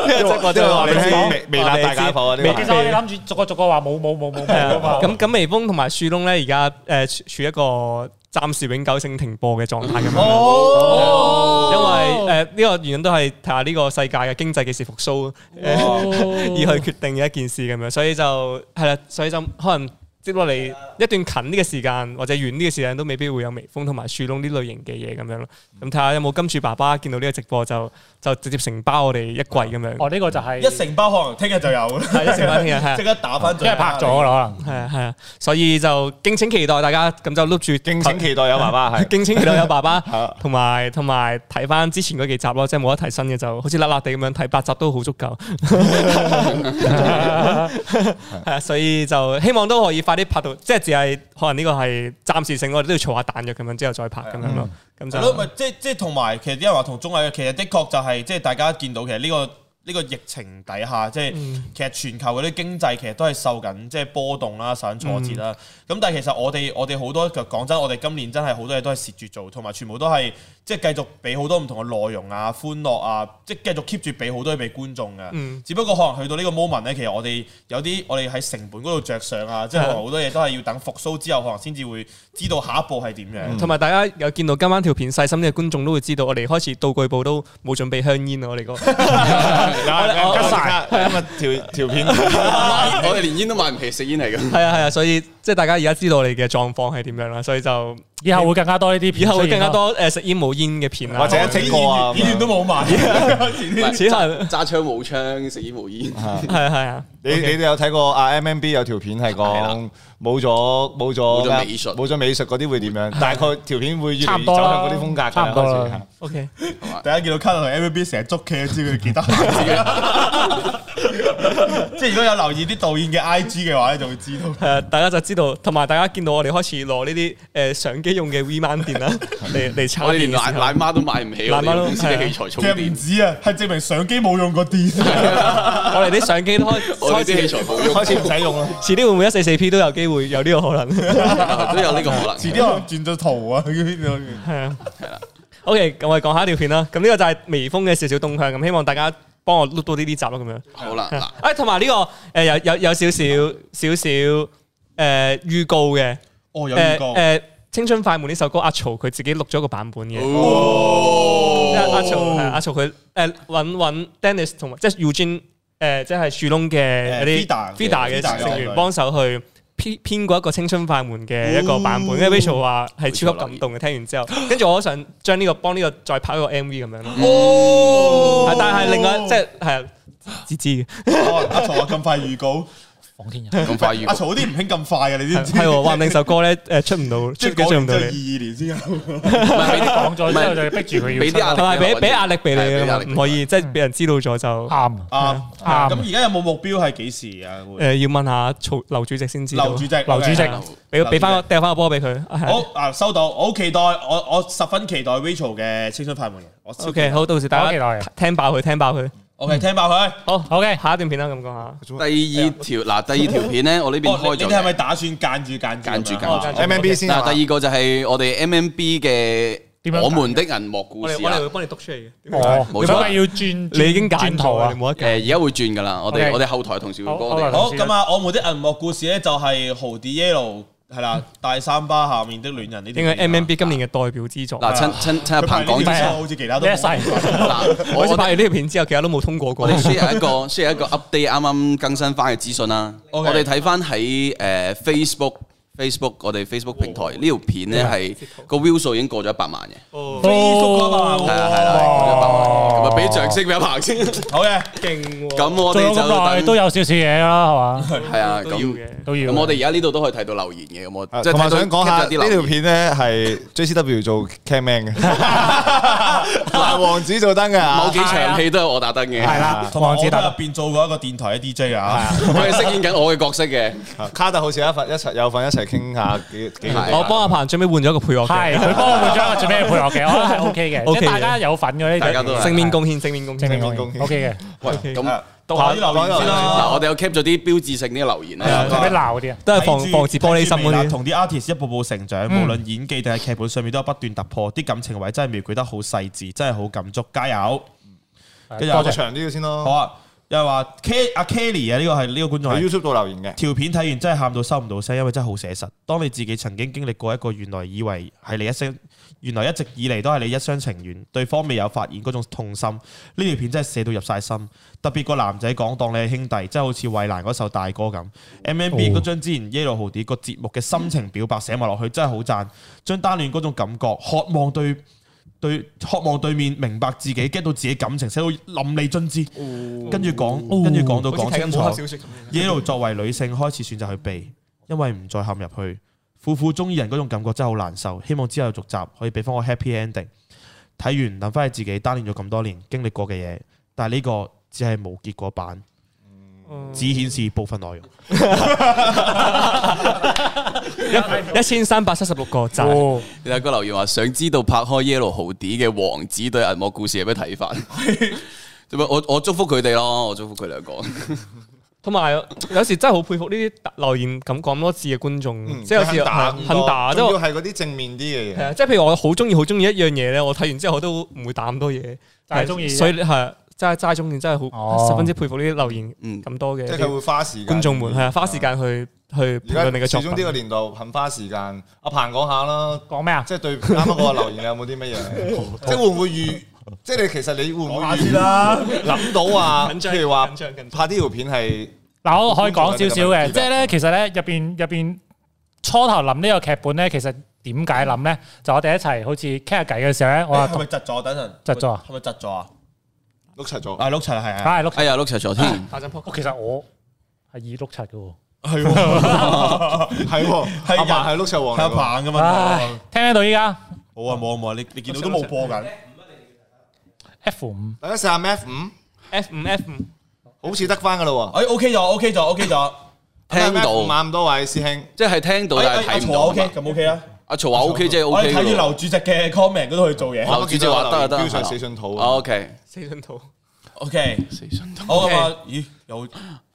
[SPEAKER 4] 呢個直播
[SPEAKER 5] 因
[SPEAKER 4] 就
[SPEAKER 5] 為
[SPEAKER 4] 會話
[SPEAKER 5] 我
[SPEAKER 4] 俾你知
[SPEAKER 5] 哋微微辣大解剖啊，呢
[SPEAKER 2] 其
[SPEAKER 5] 個
[SPEAKER 2] 實我哋諗住逐個逐個話冇冇冇冇冇
[SPEAKER 4] 係
[SPEAKER 2] 㗎
[SPEAKER 4] 啊
[SPEAKER 2] 嘛。
[SPEAKER 4] 咁咁微風同埋樹窿咧，而家誒處一個暫時永久性停播嘅狀態咁樣啦。
[SPEAKER 1] 哦
[SPEAKER 2] 哦
[SPEAKER 4] 因為誒呃呢個原因都係睇下呢個世界嘅經濟幾時復甦，呃誒而去決定嘅一件事咁樣，所以就係啦，所以就可能接落嚟一段近啲嘅時間或者遠啲嘅時間都未必會有微風同埋樹窿呢類型嘅嘢咁樣咯。咁睇下有冇金主爸爸見到呢個直播就就直接承包我哋一季咁樣，
[SPEAKER 2] 哦，呢個就係
[SPEAKER 1] 一成包可能聽日就有，
[SPEAKER 4] 係一成班聽日係
[SPEAKER 1] 即刻打翻。
[SPEAKER 2] 因為拍咗啦，
[SPEAKER 5] 嗯
[SPEAKER 4] 係啊係啊，所以就敬請期待大家咁就碌住
[SPEAKER 5] 敬請期待有 爸爸係。
[SPEAKER 4] 敬請期待有 爸爸
[SPEAKER 5] 啊，
[SPEAKER 4] 同埋同埋睇翻之前嗰幾集咯，即係冇得睇新嘅就好似甩甩地咁樣睇八集都好足 夠。係啊，所以就希望都可以快啲拍到，即係只係可能呢個係暫時性，我哋都要嘈下彈藥咁樣之後再拍咁樣咯。咁
[SPEAKER 1] 嗯係咯，
[SPEAKER 5] 嗯
[SPEAKER 4] 就
[SPEAKER 1] 咪即即同埋其實啲人話同綜藝，其實的確就係即係大家見到其實呢個呢個疫情底下，即係
[SPEAKER 4] 嗯
[SPEAKER 1] 其實全球嗰啲經濟其實都係受緊即係波動啦、受緊挫折啦。
[SPEAKER 4] 嗯
[SPEAKER 1] 咁但係其實我哋我哋好多講真，我哋今年真係好多嘢都係蝕住做，同埋全部都係即係繼續俾好多唔同嘅內容啊、歡樂啊，即係繼續 keep 住俾好多嘢俾觀眾嘅。
[SPEAKER 4] 嗯
[SPEAKER 1] 只不過可能去到呢個 moment 咧，其實我哋有啲我哋喺成本嗰度着想啊，即係可能好多嘢都係要等復甦之後，可能先至會知道下一步係點樣。
[SPEAKER 4] 同埋大家有見到今晚條片細心嘅觀眾都會知道，我哋開始道具部都冇準備香煙啊！我 哋個
[SPEAKER 5] 嗱，吉曬今日啊條條片
[SPEAKER 4] 啊
[SPEAKER 3] 我哋連煙都買唔起，食煙嚟㗎。
[SPEAKER 4] 係啊係啊，所以即係大家而家知道我哋嘅狀況係點樣啦，所以就
[SPEAKER 2] 以後會更加多呢啲片，
[SPEAKER 4] 以後會更加。多誒食煙冇煙嘅片啦，
[SPEAKER 5] 或者整個啊，
[SPEAKER 1] 演員都冇埋。
[SPEAKER 4] 此係。
[SPEAKER 3] 揸槍冇槍，食煙冇煙。
[SPEAKER 4] 係啊係啊，
[SPEAKER 5] 你你哋有睇過啊 MMB 有條片係
[SPEAKER 3] 係啦
[SPEAKER 5] 講冇咗冇
[SPEAKER 3] 冇
[SPEAKER 5] 咗
[SPEAKER 3] 咗美術
[SPEAKER 5] 冇咗美術嗰啲會 點樣？大概條片會越
[SPEAKER 2] 差
[SPEAKER 5] 嚟越
[SPEAKER 2] 唔
[SPEAKER 5] 走
[SPEAKER 2] 多
[SPEAKER 5] 向
[SPEAKER 2] 啦
[SPEAKER 5] 嗰啲風格㗎
[SPEAKER 2] 差唔多啦
[SPEAKER 5] 開始
[SPEAKER 4] OK，
[SPEAKER 1] 大家見到卡特同 MVB 成日捉棋，都知佢幾得閒。 即係如果有留意啲導演嘅 IG 嘅話咧，就會知道。
[SPEAKER 4] 係啊，大家就知道，同埋大家見到我哋開始攞呢啲誒相機用嘅 V mount 電啦，嚟嚟插
[SPEAKER 3] 我哋
[SPEAKER 4] 電
[SPEAKER 3] 連
[SPEAKER 4] 嘅
[SPEAKER 3] 奶
[SPEAKER 4] 時候
[SPEAKER 3] 奶媽都買唔起，我
[SPEAKER 4] 奶媽
[SPEAKER 3] 哋
[SPEAKER 4] 都啊
[SPEAKER 3] 公司嘅器材
[SPEAKER 1] 其
[SPEAKER 3] 充
[SPEAKER 1] 實唔
[SPEAKER 3] 電，
[SPEAKER 1] 止啊，係證明相機冇用過電。
[SPEAKER 4] 我哋啲相機都開
[SPEAKER 3] 我哋啲
[SPEAKER 4] 開
[SPEAKER 3] 器
[SPEAKER 4] 始，
[SPEAKER 3] 材冇用，
[SPEAKER 5] 開始唔使用啦。
[SPEAKER 4] 遲啲會唔會一四四 P 都有機會有呢個可能？
[SPEAKER 3] 都有呢個可能。
[SPEAKER 1] 遲啲可能轉咗圖啊，邊度？
[SPEAKER 4] 係啊，OK，咁我哋講下一條片啦。咁呢個就係微風嘅少少動向，咁希望大家幫我碌到呢啲集咯，咁樣。
[SPEAKER 3] 好啦，嗱，
[SPEAKER 4] 啊，同埋呢個誒有有有少少少少誒預告嘅，
[SPEAKER 1] 哦，有
[SPEAKER 4] 誒
[SPEAKER 1] 預告。
[SPEAKER 4] 誒《青春快門》呢首歌，阿曹佢自己錄咗個版本嘅。
[SPEAKER 3] 哦
[SPEAKER 1] 哦
[SPEAKER 4] 阿阿曹係阿曹佢誒揾揾 Dennis 同埋即係 Eugene 誒即係樹窿嘅
[SPEAKER 1] 誒
[SPEAKER 4] 嗰啲
[SPEAKER 1] Fida 嘅
[SPEAKER 4] Fida
[SPEAKER 1] 嘅
[SPEAKER 4] 嘅成
[SPEAKER 1] 樂隊
[SPEAKER 4] 員幫手去編編過一個青春快門嘅一個版
[SPEAKER 1] 哦
[SPEAKER 4] 本，跟住 Rachel 話係超級感動嘅，聽完之後，跟住我想將呢個幫呢個再拍一個 MV 咁樣咯。係但係另外即係係啊知知嘅
[SPEAKER 1] 哦阿曹話咁快預告，
[SPEAKER 2] 黃天仁
[SPEAKER 3] 咁快預
[SPEAKER 1] 阿
[SPEAKER 3] 告
[SPEAKER 1] 曹啲唔興咁快嘅，啊你 知唔知？
[SPEAKER 4] 係喎，話唔定首歌咧誒出 唔到，
[SPEAKER 1] 即係
[SPEAKER 4] 出嘅
[SPEAKER 1] 講
[SPEAKER 4] 出唔
[SPEAKER 1] 完之
[SPEAKER 4] 到
[SPEAKER 1] 後二
[SPEAKER 4] 嚟，
[SPEAKER 1] 二年先有。
[SPEAKER 2] 講咗之後就逼住佢要
[SPEAKER 3] 俾啲壓力
[SPEAKER 4] 同埋俾俾壓力俾你
[SPEAKER 3] 係俾
[SPEAKER 4] 㗎
[SPEAKER 3] 壓
[SPEAKER 4] 嘛，
[SPEAKER 3] 力
[SPEAKER 4] 唔可以即係俾人知道咗就。
[SPEAKER 2] 啱
[SPEAKER 1] 啊，
[SPEAKER 2] 啱
[SPEAKER 1] 咁而家有冇目標係幾時啊？會
[SPEAKER 4] 誒要問下曹劉主席先知道。
[SPEAKER 1] 劉主席，
[SPEAKER 2] 劉主席
[SPEAKER 1] 好
[SPEAKER 4] 俾俾翻個掉翻個波俾佢。
[SPEAKER 1] 好啊，收到，我好期待，我我十分期待 Rachel 嘅《青春快門》嘅，我超
[SPEAKER 4] O K，好，到嗯時大
[SPEAKER 2] 我期待
[SPEAKER 4] 家
[SPEAKER 2] 啊
[SPEAKER 4] 聽爆佢，聽爆佢。
[SPEAKER 1] OK，聽爆佢。
[SPEAKER 4] 好
[SPEAKER 2] ，OK，
[SPEAKER 4] 下一段片啦，咁講
[SPEAKER 3] 第
[SPEAKER 4] 下。
[SPEAKER 3] 二條嗱，第二條片咧，我呢邊
[SPEAKER 1] 哦，
[SPEAKER 3] 開
[SPEAKER 1] 你你係咪
[SPEAKER 3] 咗。
[SPEAKER 1] 打算間住間住咁樣？
[SPEAKER 3] 間住間住
[SPEAKER 1] 哦
[SPEAKER 5] MMB 先啊嘛
[SPEAKER 3] 嗱，第二個就係我哋 MMB 嘅
[SPEAKER 2] 點樣揀
[SPEAKER 3] 《我們的銀幕故
[SPEAKER 4] 我
[SPEAKER 3] 事啊
[SPEAKER 4] 哋》我
[SPEAKER 3] 啦
[SPEAKER 4] 哋。會幫你讀出嚟嘅。
[SPEAKER 2] 哦，
[SPEAKER 3] 冇錯
[SPEAKER 2] 咁咪要轉，
[SPEAKER 4] 你已經揀
[SPEAKER 2] 轉圖
[SPEAKER 4] 咗
[SPEAKER 2] 啊
[SPEAKER 4] 你！冇得
[SPEAKER 3] 誒，而家會轉噶啦，我哋
[SPEAKER 2] OK
[SPEAKER 3] 我哋後台同事會幫我
[SPEAKER 2] 好
[SPEAKER 3] 哋
[SPEAKER 4] 哦
[SPEAKER 2] 好。
[SPEAKER 1] 好咁啊！我們的銀幕故事咧就係豪迪 yellow 係啦，大三巴下面的戀人呢啲。
[SPEAKER 4] 嗯
[SPEAKER 1] 啊
[SPEAKER 4] 應該 M 啊 M B 今年嘅代表之作。
[SPEAKER 3] 嗱，趁趁趁阿
[SPEAKER 1] 佢拍
[SPEAKER 3] 彭講
[SPEAKER 1] 呢
[SPEAKER 3] 之
[SPEAKER 1] 啲
[SPEAKER 3] 前，
[SPEAKER 1] 好似其他都
[SPEAKER 2] 呢一
[SPEAKER 1] 冇
[SPEAKER 2] 世
[SPEAKER 3] 嗱，
[SPEAKER 4] 我
[SPEAKER 3] 我
[SPEAKER 4] 先
[SPEAKER 3] 我
[SPEAKER 4] 拍完呢條片之後，其他都冇通過過
[SPEAKER 3] 我。哋 share 一個 share 一個 update 啱啱更新翻嘅資訊啦。
[SPEAKER 1] OK
[SPEAKER 3] 我哋睇翻喺誒 Facebook Facebook 呃我哋 Facebook 平台呢條片咧係個 view 數已經過咗一百萬嘅，
[SPEAKER 4] 哦
[SPEAKER 3] 係
[SPEAKER 6] Facebook 啊
[SPEAKER 3] 啊
[SPEAKER 6] 嘛
[SPEAKER 3] 係啦，過咗一百萬，咁啊俾掌聲俾阿彭先。
[SPEAKER 6] 好嘅，
[SPEAKER 4] 勁喎，
[SPEAKER 3] 咁我
[SPEAKER 2] 做
[SPEAKER 3] 哋
[SPEAKER 2] 咗
[SPEAKER 3] 就
[SPEAKER 2] 咁耐
[SPEAKER 3] 等
[SPEAKER 2] 都有少少嘢啦，係嘛？
[SPEAKER 3] 係啊，
[SPEAKER 4] 都要
[SPEAKER 3] 咁
[SPEAKER 4] 嘅。
[SPEAKER 2] 都要。
[SPEAKER 3] 咁我哋而家呢度都可以睇到留言嘅，咁我
[SPEAKER 5] 啊
[SPEAKER 3] 即係
[SPEAKER 5] 同埋
[SPEAKER 3] 睇到
[SPEAKER 5] 想講下
[SPEAKER 3] keep 咗啲留
[SPEAKER 5] 呢條
[SPEAKER 3] 言
[SPEAKER 5] 片咧係 JCW 做 camman 嘅， 嗱王子做燈嘅啊
[SPEAKER 3] 某幾場戲都係我打燈嘅，
[SPEAKER 2] 係啦，
[SPEAKER 6] 同埋
[SPEAKER 2] 王
[SPEAKER 6] 我
[SPEAKER 2] 子
[SPEAKER 6] 喺入
[SPEAKER 2] 達
[SPEAKER 6] 邊做過一個電台嘅 DJ 啊，
[SPEAKER 3] 我係飾演緊我嘅角色嘅，
[SPEAKER 5] 卡特好似有一份一齊有份一齊傾下幾幾
[SPEAKER 3] 啊係
[SPEAKER 4] 我幫阿彭最尾換咗個配樂嘅，
[SPEAKER 2] 係佢幫我換咗一個最尾嘅配樂嘅，我覺得係 OK 嘅，即
[SPEAKER 4] OK
[SPEAKER 2] 係大
[SPEAKER 4] 嘅
[SPEAKER 2] 家有份嘅呢
[SPEAKER 3] 大家都
[SPEAKER 2] 對
[SPEAKER 3] 係
[SPEAKER 4] 正面貢獻，正面貢獻，
[SPEAKER 2] 正面
[SPEAKER 5] 面
[SPEAKER 2] 貢獻
[SPEAKER 5] 貢獻
[SPEAKER 2] OK 嘅，
[SPEAKER 5] 喂
[SPEAKER 3] 咁
[SPEAKER 1] 啊
[SPEAKER 6] 讀下啲留言先
[SPEAKER 3] 嗱，
[SPEAKER 6] 啦。
[SPEAKER 3] 我哋有 keep 咗啲標誌性啲嘅留言咧，
[SPEAKER 2] 有啲鬧啲啊，
[SPEAKER 4] 都係防防止玻璃心嗰
[SPEAKER 6] 睇住微辣
[SPEAKER 4] 啲。嗯
[SPEAKER 6] 同啲 artist 一步步成長，無論演技定係劇本上面都有不斷突破，啲感情位真係描繪得好細緻，真係好感觸，加油！跟住
[SPEAKER 5] 多
[SPEAKER 6] 有
[SPEAKER 5] 謝長啲嘅先
[SPEAKER 6] 好
[SPEAKER 5] 咯。
[SPEAKER 6] 啊，又係話 K 阿 Kelly 啊，呢個係呢個觀眾
[SPEAKER 5] 喺
[SPEAKER 6] 係
[SPEAKER 5] YouTube 度留言嘅，
[SPEAKER 6] 條片睇完真係喊到收唔到聲，因為真係好寫實。當你自己曾經經歷過一個原來以為係你一生，原來一直以嚟都係你一廂情願，對方未有發現嗰種痛心，呢條片真係寫到入晒心。特別個男仔講當你係兄弟，真係好似衞蘭嗰首大歌咁。M M B 嗰張之前 Yellow 豪啲個節目嘅心情表白寫埋落去，真係好讚。將單戀嗰種感覺，渴望對。對渴望對面明白自己，get 到自己感情，寫到淋漓盡致，跟住講，跟住講到講清楚。
[SPEAKER 4] 說咁。
[SPEAKER 6] Yellow 作為女性開始選擇去避，因為唔再陷入去苦苦中意人嗰種感覺真係好難受。希望之後有續集可以俾翻個 happy ending。睇完諗翻起自己單戀咗咁多年經歷過嘅嘢，但係呢個只係無結果版，只顯示部分內容。
[SPEAKER 4] 一千三百七十六個讚，
[SPEAKER 2] 哦
[SPEAKER 3] 有一個留言話想知道拍開 Yellow 豪啲嘅王子對銀幕故事有咩睇法？我我祝福佢哋咯，我祝福佢兩個。
[SPEAKER 4] 同埋有時真係好佩服呢啲留言咁講咁多字嘅觀眾，嗯即係有時
[SPEAKER 5] 嗯肯打
[SPEAKER 4] 肯打，即
[SPEAKER 5] 仲
[SPEAKER 4] 係
[SPEAKER 5] 要
[SPEAKER 4] 我
[SPEAKER 5] 係嗰啲正面啲嘅
[SPEAKER 4] 係
[SPEAKER 5] 嘢。
[SPEAKER 4] 啊，即係譬如我好中意好中意一樣嘢咧，我睇完之後我都唔會打咁多嘢，
[SPEAKER 2] 但係鍾意啫
[SPEAKER 4] 所以係啊真係齋中意，真係
[SPEAKER 2] 哦
[SPEAKER 4] 好十分之佩服呢啲留言
[SPEAKER 3] 嗯
[SPEAKER 4] 咁多嘅
[SPEAKER 5] 即係佢會花時間。
[SPEAKER 4] 觀眾們係啊，花時。間去去評論
[SPEAKER 5] 而
[SPEAKER 4] 你
[SPEAKER 5] 家
[SPEAKER 4] 嘅
[SPEAKER 5] 始
[SPEAKER 4] 作
[SPEAKER 5] 終呢個
[SPEAKER 4] 品。啊
[SPEAKER 5] 年代肯花時間。阿彭講下啦，
[SPEAKER 2] 講咩啊？
[SPEAKER 5] 即係對啱啱嗰個留言有冇啲乜嘢？即係會唔會預？即係你其實你會唔會預
[SPEAKER 6] 啦，
[SPEAKER 5] 諗到啊？
[SPEAKER 4] 緊張
[SPEAKER 5] 譬如話
[SPEAKER 4] 緊張緊張
[SPEAKER 5] 拍呢條片係
[SPEAKER 2] 嗱，我可以講少少
[SPEAKER 5] 觀眾有啲
[SPEAKER 2] 嘅，
[SPEAKER 5] 咁嘅 feedback
[SPEAKER 2] 即係咧，其實咧入邊入邊初頭諗呢個劇本咧，其實點解諗咧？就我哋一齊好似傾下偈嘅時候咧，我話
[SPEAKER 6] 係咪窒咗？等陣
[SPEAKER 2] 窒咗啊
[SPEAKER 6] 係咪窒咗啊？
[SPEAKER 5] 碌柒咗。
[SPEAKER 6] 啊，碌柒係啊，
[SPEAKER 2] 啊碌柒，
[SPEAKER 3] 哎呀，碌柒咗添，
[SPEAKER 4] 下陣 p
[SPEAKER 2] 其實我係二碌柒嘅喎。
[SPEAKER 6] 係喎，
[SPEAKER 5] 係喎，阿
[SPEAKER 6] 係
[SPEAKER 5] 彭
[SPEAKER 6] 人
[SPEAKER 5] 係碌柒王
[SPEAKER 6] 係
[SPEAKER 5] 嚟
[SPEAKER 6] 阿
[SPEAKER 5] 喎。
[SPEAKER 6] 棒噶啊嘛？
[SPEAKER 2] 啊唉，聽唔聽到依家
[SPEAKER 6] 冇啊冇啊冇啊！你你見到都冇播緊，
[SPEAKER 2] F 五
[SPEAKER 5] 大家試下 Math 五，
[SPEAKER 4] F 五 F 五。
[SPEAKER 5] 好似得翻噶啦喎。
[SPEAKER 6] 哎 OK 咗 OK 咗 OK 咗，
[SPEAKER 3] 聽到
[SPEAKER 5] 五萬咁多位師兄，
[SPEAKER 3] 即係聽到
[SPEAKER 6] 哎
[SPEAKER 3] 但
[SPEAKER 6] 哎阿
[SPEAKER 3] 係睇
[SPEAKER 6] 曹
[SPEAKER 3] 唔
[SPEAKER 6] 話
[SPEAKER 3] 到
[SPEAKER 6] OK
[SPEAKER 3] 啊嘛。
[SPEAKER 6] 咁 OK 啦。
[SPEAKER 3] 阿曹話 OK 即係
[SPEAKER 6] 我哋
[SPEAKER 3] OK
[SPEAKER 6] 睇住
[SPEAKER 3] 嘅
[SPEAKER 6] 劉
[SPEAKER 3] 喎。
[SPEAKER 6] 主席嘅 comment 嗰度去做嘢。
[SPEAKER 3] 劉主席話得啊得啊
[SPEAKER 5] 標上死信土
[SPEAKER 3] 哦 OK，
[SPEAKER 4] 四張圖，
[SPEAKER 6] OK，
[SPEAKER 3] 死信徒。
[SPEAKER 6] 好咁啊！咦， 又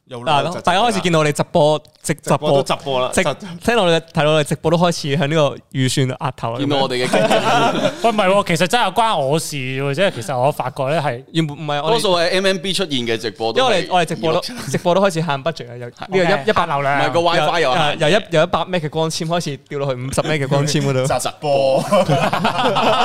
[SPEAKER 6] 又
[SPEAKER 4] 嗱，
[SPEAKER 6] 啦，
[SPEAKER 4] 大家開始見到我哋直播直直
[SPEAKER 5] 我
[SPEAKER 4] 播
[SPEAKER 5] 都直播啦，
[SPEAKER 4] 直聽到我哋睇到我哋直播都開始向呢個預算額頭啦。
[SPEAKER 3] 見到我哋嘅觀眾
[SPEAKER 2] 喂，唔係喎，其實真係關我事喎，即係其實我發覺咧係
[SPEAKER 4] 原本唔係我
[SPEAKER 3] 多
[SPEAKER 4] 哋，
[SPEAKER 3] 數係 MMB 出現嘅直播都
[SPEAKER 4] 因為我
[SPEAKER 3] 係，
[SPEAKER 4] 哋我哋直播都
[SPEAKER 3] 唔
[SPEAKER 4] 直播都開始限 budget 啊，由呢
[SPEAKER 5] 哦
[SPEAKER 4] 個
[SPEAKER 2] 呢個
[SPEAKER 4] 一一
[SPEAKER 2] 一百
[SPEAKER 4] 百
[SPEAKER 2] 流
[SPEAKER 3] 係
[SPEAKER 2] 量
[SPEAKER 3] 個 WiFi 又係
[SPEAKER 4] 由由一由一百 m 嘅光纖開始掉落去五十 m 嘅光纖嗰 度。
[SPEAKER 6] 窒窒波，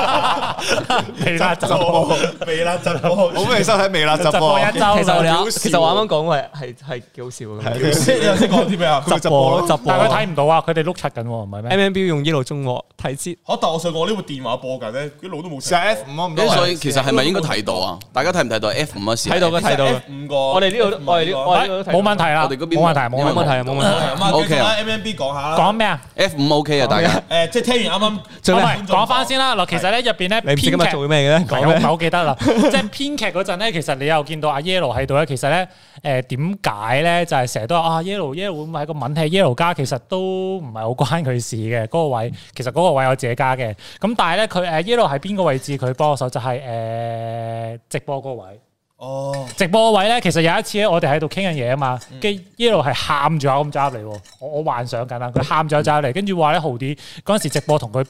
[SPEAKER 2] 未啦，
[SPEAKER 6] 窒波，未啦，窒波。
[SPEAKER 5] 好未收睇未啦，直
[SPEAKER 2] 直
[SPEAKER 5] 播
[SPEAKER 2] 播一周
[SPEAKER 4] 其實我哋
[SPEAKER 5] 好
[SPEAKER 4] 啱
[SPEAKER 5] 笑
[SPEAKER 4] 其實我啱啱講嘅係係幾好笑嘅。
[SPEAKER 6] 你識講啲咩啊？
[SPEAKER 5] 咪直播咯
[SPEAKER 4] 直播
[SPEAKER 2] 但係佢睇唔到啊，佢哋碌柒緊喎，唔係咩？
[SPEAKER 4] M M B 用 yellow 中和睇知
[SPEAKER 6] 我但我想講呢部電話播緊咧，一路都冇
[SPEAKER 5] 成
[SPEAKER 6] 聲。
[SPEAKER 5] F 五咁多
[SPEAKER 3] 咁所
[SPEAKER 5] 位，
[SPEAKER 3] 以其實係咪應該睇到啊？大家睇唔睇到 F 五啊？
[SPEAKER 4] 睇到嘅睇到嘅。
[SPEAKER 6] 五個，
[SPEAKER 4] 我哋呢度我哋呢我
[SPEAKER 2] 喂
[SPEAKER 4] 哋呢度
[SPEAKER 2] 哎冇問題啦，
[SPEAKER 3] 我哋嗰
[SPEAKER 2] 冇問題
[SPEAKER 3] 邊
[SPEAKER 2] 冇
[SPEAKER 4] 冇
[SPEAKER 2] 問
[SPEAKER 4] 問題
[SPEAKER 2] 題。
[SPEAKER 4] 冇問題。
[SPEAKER 6] O K
[SPEAKER 3] OK
[SPEAKER 6] 啦
[SPEAKER 3] 啊
[SPEAKER 6] ，M M B 講下啦。
[SPEAKER 2] 講咩啊？
[SPEAKER 3] F 五 OK 啊，大家
[SPEAKER 6] 誒，即係聽完啱啱
[SPEAKER 2] 唔
[SPEAKER 6] 最
[SPEAKER 2] 係講翻先啦。嗱，其實咧入邊咧
[SPEAKER 4] 你唔知今
[SPEAKER 2] 編
[SPEAKER 4] 日
[SPEAKER 2] 劇
[SPEAKER 4] 做咩嘅咧？
[SPEAKER 2] 係
[SPEAKER 4] 講
[SPEAKER 2] 我唔
[SPEAKER 4] 咩
[SPEAKER 2] 係？好記得啦。 即係編劇嗰陣咧，其實你又見到阿 Yellow 喺度咧，其實咧誒點解咧就係成日都話啊 Yellow Yellow 會唔會係個文戲 Yellow 加，其實都唔係好關佢事嘅嗰個
[SPEAKER 4] 嗯
[SPEAKER 2] 位。其實嗰個位我自己加嘅。咁但係咧佢誒 Yellow 喺邊個位置佢幫我手就係、誒、直播嗰個位。
[SPEAKER 6] 哦，
[SPEAKER 2] 直播位咧，其實有一次咧，我哋喺度傾緊嘢啊嘛，跟住一路係喊住口咁走入嚟喎，我我幻想緊啦，佢喊住口走入嚟，跟住話咧豪啲嗰陣時直播同佢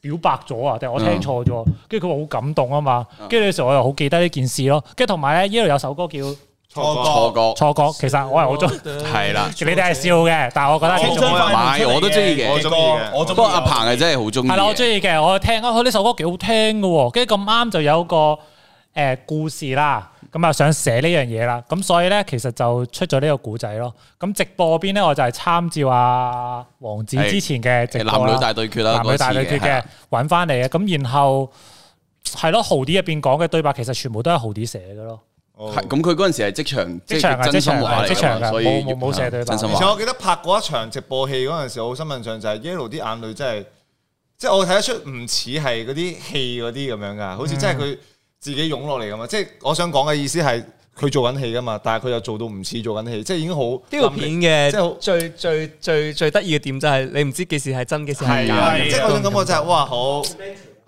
[SPEAKER 2] 表白咗啊，定係我聽錯咗，跟住佢話好感動啊嘛，跟住嗰時我又好記得呢件事咯，跟住同埋咧一路有首歌叫《
[SPEAKER 5] 錯過
[SPEAKER 3] 錯過
[SPEAKER 2] 錯覺》，其實我係好中，
[SPEAKER 3] 係啦。
[SPEAKER 2] 你哋係笑嘅，但係哦我覺得係
[SPEAKER 6] 青
[SPEAKER 2] 中
[SPEAKER 6] 春
[SPEAKER 2] 意嘅。
[SPEAKER 6] 快門出嚟
[SPEAKER 3] 我都中意嘅
[SPEAKER 5] 我中意嘅
[SPEAKER 6] 我
[SPEAKER 3] 不
[SPEAKER 6] 中意
[SPEAKER 3] 過阿彭係真係好中意嘅，
[SPEAKER 2] 係啦，我中意嘅，我聽啊，佢呢首歌幾好聽嘅喎，跟住咁啱就有個誒、呃故事啦，咁啊想寫呢樣嘢啦，咁所以咧其實就出咗呢個古仔咯。咁直播邊咧我就係參照阿王子之前嘅直播
[SPEAKER 3] 男
[SPEAKER 2] 啦
[SPEAKER 3] 女大對決啦，
[SPEAKER 2] 男女大對
[SPEAKER 3] 嗰
[SPEAKER 2] 決
[SPEAKER 3] 次係
[SPEAKER 2] 嘅
[SPEAKER 3] 啊
[SPEAKER 2] 揾翻嚟嘅，咁然後係咯，豪啲入邊講嘅對白其實全部都係豪啲寫嘅咯，
[SPEAKER 5] 哦
[SPEAKER 3] 係咁佢嗰陣時係即場，即
[SPEAKER 2] 即場
[SPEAKER 3] 係
[SPEAKER 2] 嘅，即
[SPEAKER 3] 真心
[SPEAKER 2] 場
[SPEAKER 3] 話
[SPEAKER 2] 嘅，
[SPEAKER 3] 嚟
[SPEAKER 2] 即
[SPEAKER 3] 㗎
[SPEAKER 2] 場
[SPEAKER 3] 嘛，
[SPEAKER 2] 嘅，
[SPEAKER 3] 所以
[SPEAKER 2] 冇冇冇寫
[SPEAKER 3] 寫
[SPEAKER 2] 對白
[SPEAKER 3] 真。心
[SPEAKER 5] 而且
[SPEAKER 3] 話
[SPEAKER 5] 我記得拍嗰一場直播戲嗰陣時，我好深印象就係 Yellow 啲眼淚真係，即係我睇得出唔似係嗰啲戲嗰啲咁樣噶，好似真係佢自己湧落嚟咁啊嘛。即係我想講嘅意思係佢做緊戲噶嘛，但係佢又做到唔似做緊戲，即係已經好呢
[SPEAKER 4] 呢個片嘅
[SPEAKER 5] 即係好
[SPEAKER 4] 最最最最得意嘅點就係你唔知幾時係真，幾時係
[SPEAKER 5] 係啊
[SPEAKER 4] 假。
[SPEAKER 5] 即係嗰種感覺就係哇好啊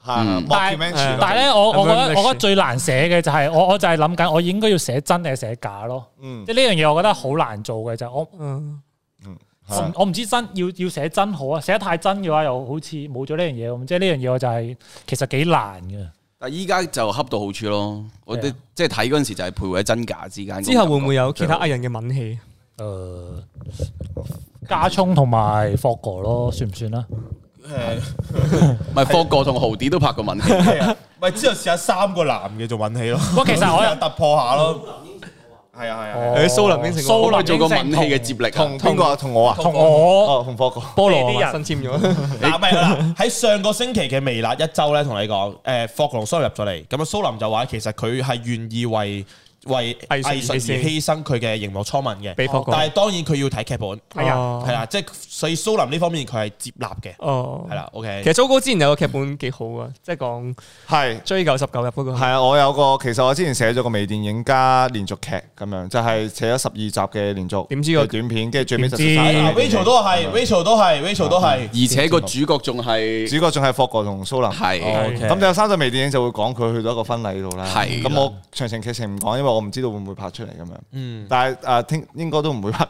[SPEAKER 5] 係
[SPEAKER 3] 嗯
[SPEAKER 2] 但
[SPEAKER 5] documentary
[SPEAKER 2] 係但係咧，我我覺得
[SPEAKER 4] Documentary
[SPEAKER 2] 我覺得最難寫嘅就係我我就係諗緊，我應該要寫真定係寫假咯。
[SPEAKER 5] 嗯
[SPEAKER 2] 即係呢樣嘢，我覺得好難做嘅就係我
[SPEAKER 4] 嗯，
[SPEAKER 2] 我
[SPEAKER 5] 嗯
[SPEAKER 2] 唔我唔知真要要寫真好啊，寫得太真嘅話又好似冇咗呢樣嘢咁。即係呢樣嘢我就係其實幾難嘅。
[SPEAKER 3] 但依家就恰到好處咯。我
[SPEAKER 2] 係
[SPEAKER 3] 哋
[SPEAKER 2] 啊
[SPEAKER 3] 即係睇嗰陣時就係徘徊喺真假之間。
[SPEAKER 4] 之後會唔會有其他藝人嘅吻戲？
[SPEAKER 2] 誒，加聰同埋霍哥咯，算唔算啊？
[SPEAKER 3] 唔係霍哥同豪啲都拍過 文戲，
[SPEAKER 6] 咪之後試下三個男嘅做運氣咯，
[SPEAKER 2] 不過其實我又
[SPEAKER 6] 突破下咯。係啊係啊，
[SPEAKER 2] 哦
[SPEAKER 4] 誒蘇林應承
[SPEAKER 2] 蘇
[SPEAKER 4] 我
[SPEAKER 2] 林
[SPEAKER 3] 做過文
[SPEAKER 2] 應
[SPEAKER 3] 戲嘅
[SPEAKER 2] 承
[SPEAKER 3] 接力啊
[SPEAKER 5] 同。邊個啊？同我啊？
[SPEAKER 2] 同我
[SPEAKER 5] 哦，同科哥。
[SPEAKER 2] 菠
[SPEAKER 4] 呢
[SPEAKER 2] 蘿
[SPEAKER 4] 啲
[SPEAKER 2] 啊
[SPEAKER 4] 人新簽咗，
[SPEAKER 6] 嗱咪啦，喺上個星期嘅微辣一周咧，同你講，誒霍龍蘇入咗嚟，咁啊蘇林就話其實佢係願意為為
[SPEAKER 4] 藝術而
[SPEAKER 6] 藝術而
[SPEAKER 4] 犧牲
[SPEAKER 6] 犧牲佢嘅熒幕初吻嘅，哦
[SPEAKER 4] 俾霍哥
[SPEAKER 6] 但係當然佢要睇劇本，
[SPEAKER 2] 係啊
[SPEAKER 4] 哦
[SPEAKER 6] 係啦，即係所以蘇林呢方面佢係接納嘅，
[SPEAKER 4] 哦
[SPEAKER 6] 係，啦，OK
[SPEAKER 4] 其。實糟糕之前有個劇本幾好啊，即係講
[SPEAKER 5] 係
[SPEAKER 4] 追究十九日嗰個
[SPEAKER 5] 係啊，我有個其實我之前寫咗個微電影加連續劇咁樣，就係寫咗十二集嘅連續
[SPEAKER 4] 點知個
[SPEAKER 5] 嘅短片，跟住最尾就
[SPEAKER 2] 點知
[SPEAKER 1] 哎
[SPEAKER 5] 出晒
[SPEAKER 6] 啊 Rachel 都係，Rachel 都係，Rachel 都係。
[SPEAKER 4] 哦
[SPEAKER 3] 而且個主角仲係
[SPEAKER 5] 主角仲係霍哥同蘇林。
[SPEAKER 3] 係
[SPEAKER 6] 哦，OK
[SPEAKER 5] 咁就有三對微電影就會講佢去到一個婚禮度啦。
[SPEAKER 3] 係啦
[SPEAKER 5] 咁我詳情劇情唔講，因為我唔知道會唔會拍出嚟咁樣。
[SPEAKER 6] 嗯，
[SPEAKER 5] 但係誒，聽應該都唔會拍。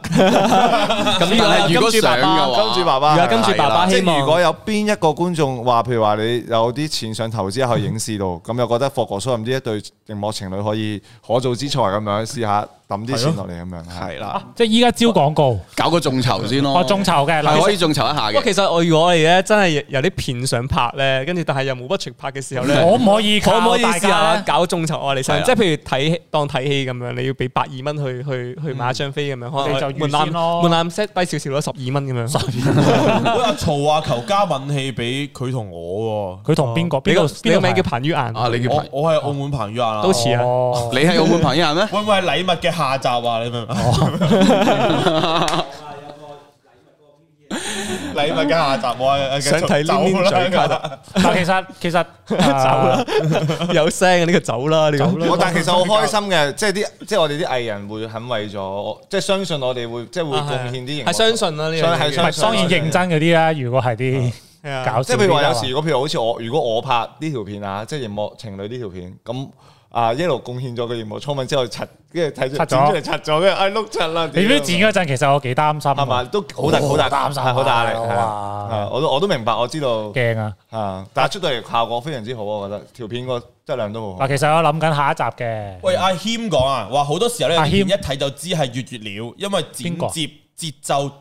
[SPEAKER 3] 咁呢
[SPEAKER 4] 但係
[SPEAKER 3] 如果
[SPEAKER 4] 金
[SPEAKER 3] 想
[SPEAKER 4] 主爸爸
[SPEAKER 3] 嘅話，
[SPEAKER 5] 金
[SPEAKER 4] 如果金
[SPEAKER 5] 主爸爸
[SPEAKER 4] 主爸爸
[SPEAKER 5] 即
[SPEAKER 4] 希
[SPEAKER 5] 係
[SPEAKER 4] 望
[SPEAKER 5] 如果有邊一個觀眾話，譬如話你有啲錢想投資去影視度，咁又覺得霍哥蘇林呢一對熒幕情侶可以可造之材咁樣，試下抌啲錢落嚟咁樣。
[SPEAKER 3] 係啦，
[SPEAKER 2] 即係依家招廣告，
[SPEAKER 3] 搞個眾籌先咯。
[SPEAKER 2] 我哦眾籌嘅，
[SPEAKER 3] 係
[SPEAKER 2] 嗱
[SPEAKER 3] 可以眾籌一下
[SPEAKER 4] 不過
[SPEAKER 3] 嘅。
[SPEAKER 4] 其實我如果我哋咧真係有啲片想拍咧，跟住但係又冇 budget 拍嘅時候咧，
[SPEAKER 2] 可唔可以
[SPEAKER 4] 可唔可以
[SPEAKER 2] 靠大
[SPEAKER 4] 試
[SPEAKER 2] 家
[SPEAKER 4] 下
[SPEAKER 2] 呢？
[SPEAKER 4] 搞眾籌啊？你
[SPEAKER 3] 係
[SPEAKER 4] 想
[SPEAKER 3] 啊
[SPEAKER 4] 即係譬如睇戲當睇戲咁樣，你要俾百二蚊去去去買一張飛咁樣，可
[SPEAKER 2] 你
[SPEAKER 4] 能
[SPEAKER 2] 就
[SPEAKER 4] 門
[SPEAKER 2] 預先咯
[SPEAKER 4] 檻門檻 set 低少少咯，十二蚊咁樣。
[SPEAKER 6] 喂阿曹話求加吻氣俾佢同我
[SPEAKER 2] 佢同邊個？邊個？
[SPEAKER 4] 哦你
[SPEAKER 2] 邊
[SPEAKER 4] 個
[SPEAKER 2] 個
[SPEAKER 4] 名叫
[SPEAKER 2] 朋
[SPEAKER 4] 彭于晏
[SPEAKER 3] 啊，你
[SPEAKER 6] 喎，
[SPEAKER 3] 叫
[SPEAKER 6] 我
[SPEAKER 3] 朋
[SPEAKER 6] 我係澳門彭于晏啊
[SPEAKER 4] 都。似啊。
[SPEAKER 2] 哦
[SPEAKER 3] 你係澳門朋友咩？
[SPEAKER 6] 會唔會係禮物嘅下集啊？你明唔明？ 禮物嘅下集，我係
[SPEAKER 4] 想睇呢邊嘴卡特
[SPEAKER 2] 嗱，其實其實呃走啦，
[SPEAKER 4] 有聲嘅呢個走啦，呢個
[SPEAKER 5] 我但係其實好開心嘅，即係啲即係我哋啲藝人會肯為咗，即係相信我哋會即係會貢獻啲型。
[SPEAKER 4] 係相信啦呢樣
[SPEAKER 5] 相係
[SPEAKER 4] 嘢
[SPEAKER 2] 唔
[SPEAKER 5] 相
[SPEAKER 2] 係當然認真嗰啲啦。如果係啲
[SPEAKER 4] 係啊
[SPEAKER 2] 搞笑啲啦，
[SPEAKER 5] 即係譬如話有時，如果譬如好似我，如果我拍呢條片啊，即係熒幕情侶呢條片，咁啊一路貢獻咗個熒幕初吻之後，拆跟住睇
[SPEAKER 2] 拆咗
[SPEAKER 5] 咗剪出嚟拆咗，跟住哎碌柒啦，
[SPEAKER 2] 你都剪嗰陣，其實我幾擔心，啊
[SPEAKER 5] 係嘛？都好大好大
[SPEAKER 2] 擔心啊
[SPEAKER 5] 係好大壓力，
[SPEAKER 2] 哇
[SPEAKER 5] 係啊係啊我都我都明白，我知道
[SPEAKER 2] 驚啊！
[SPEAKER 5] 啊，但係出到嚟效果非常之好，我覺得條片個質量都好好
[SPEAKER 2] 嗱，。其實我諗緊下一集嘅，
[SPEAKER 6] 喂，阿謙講啊，話好多時候咧，
[SPEAKER 2] 阿謙
[SPEAKER 6] 一睇就知係粵語料，因為剪
[SPEAKER 2] 邊個
[SPEAKER 6] 接、節奏、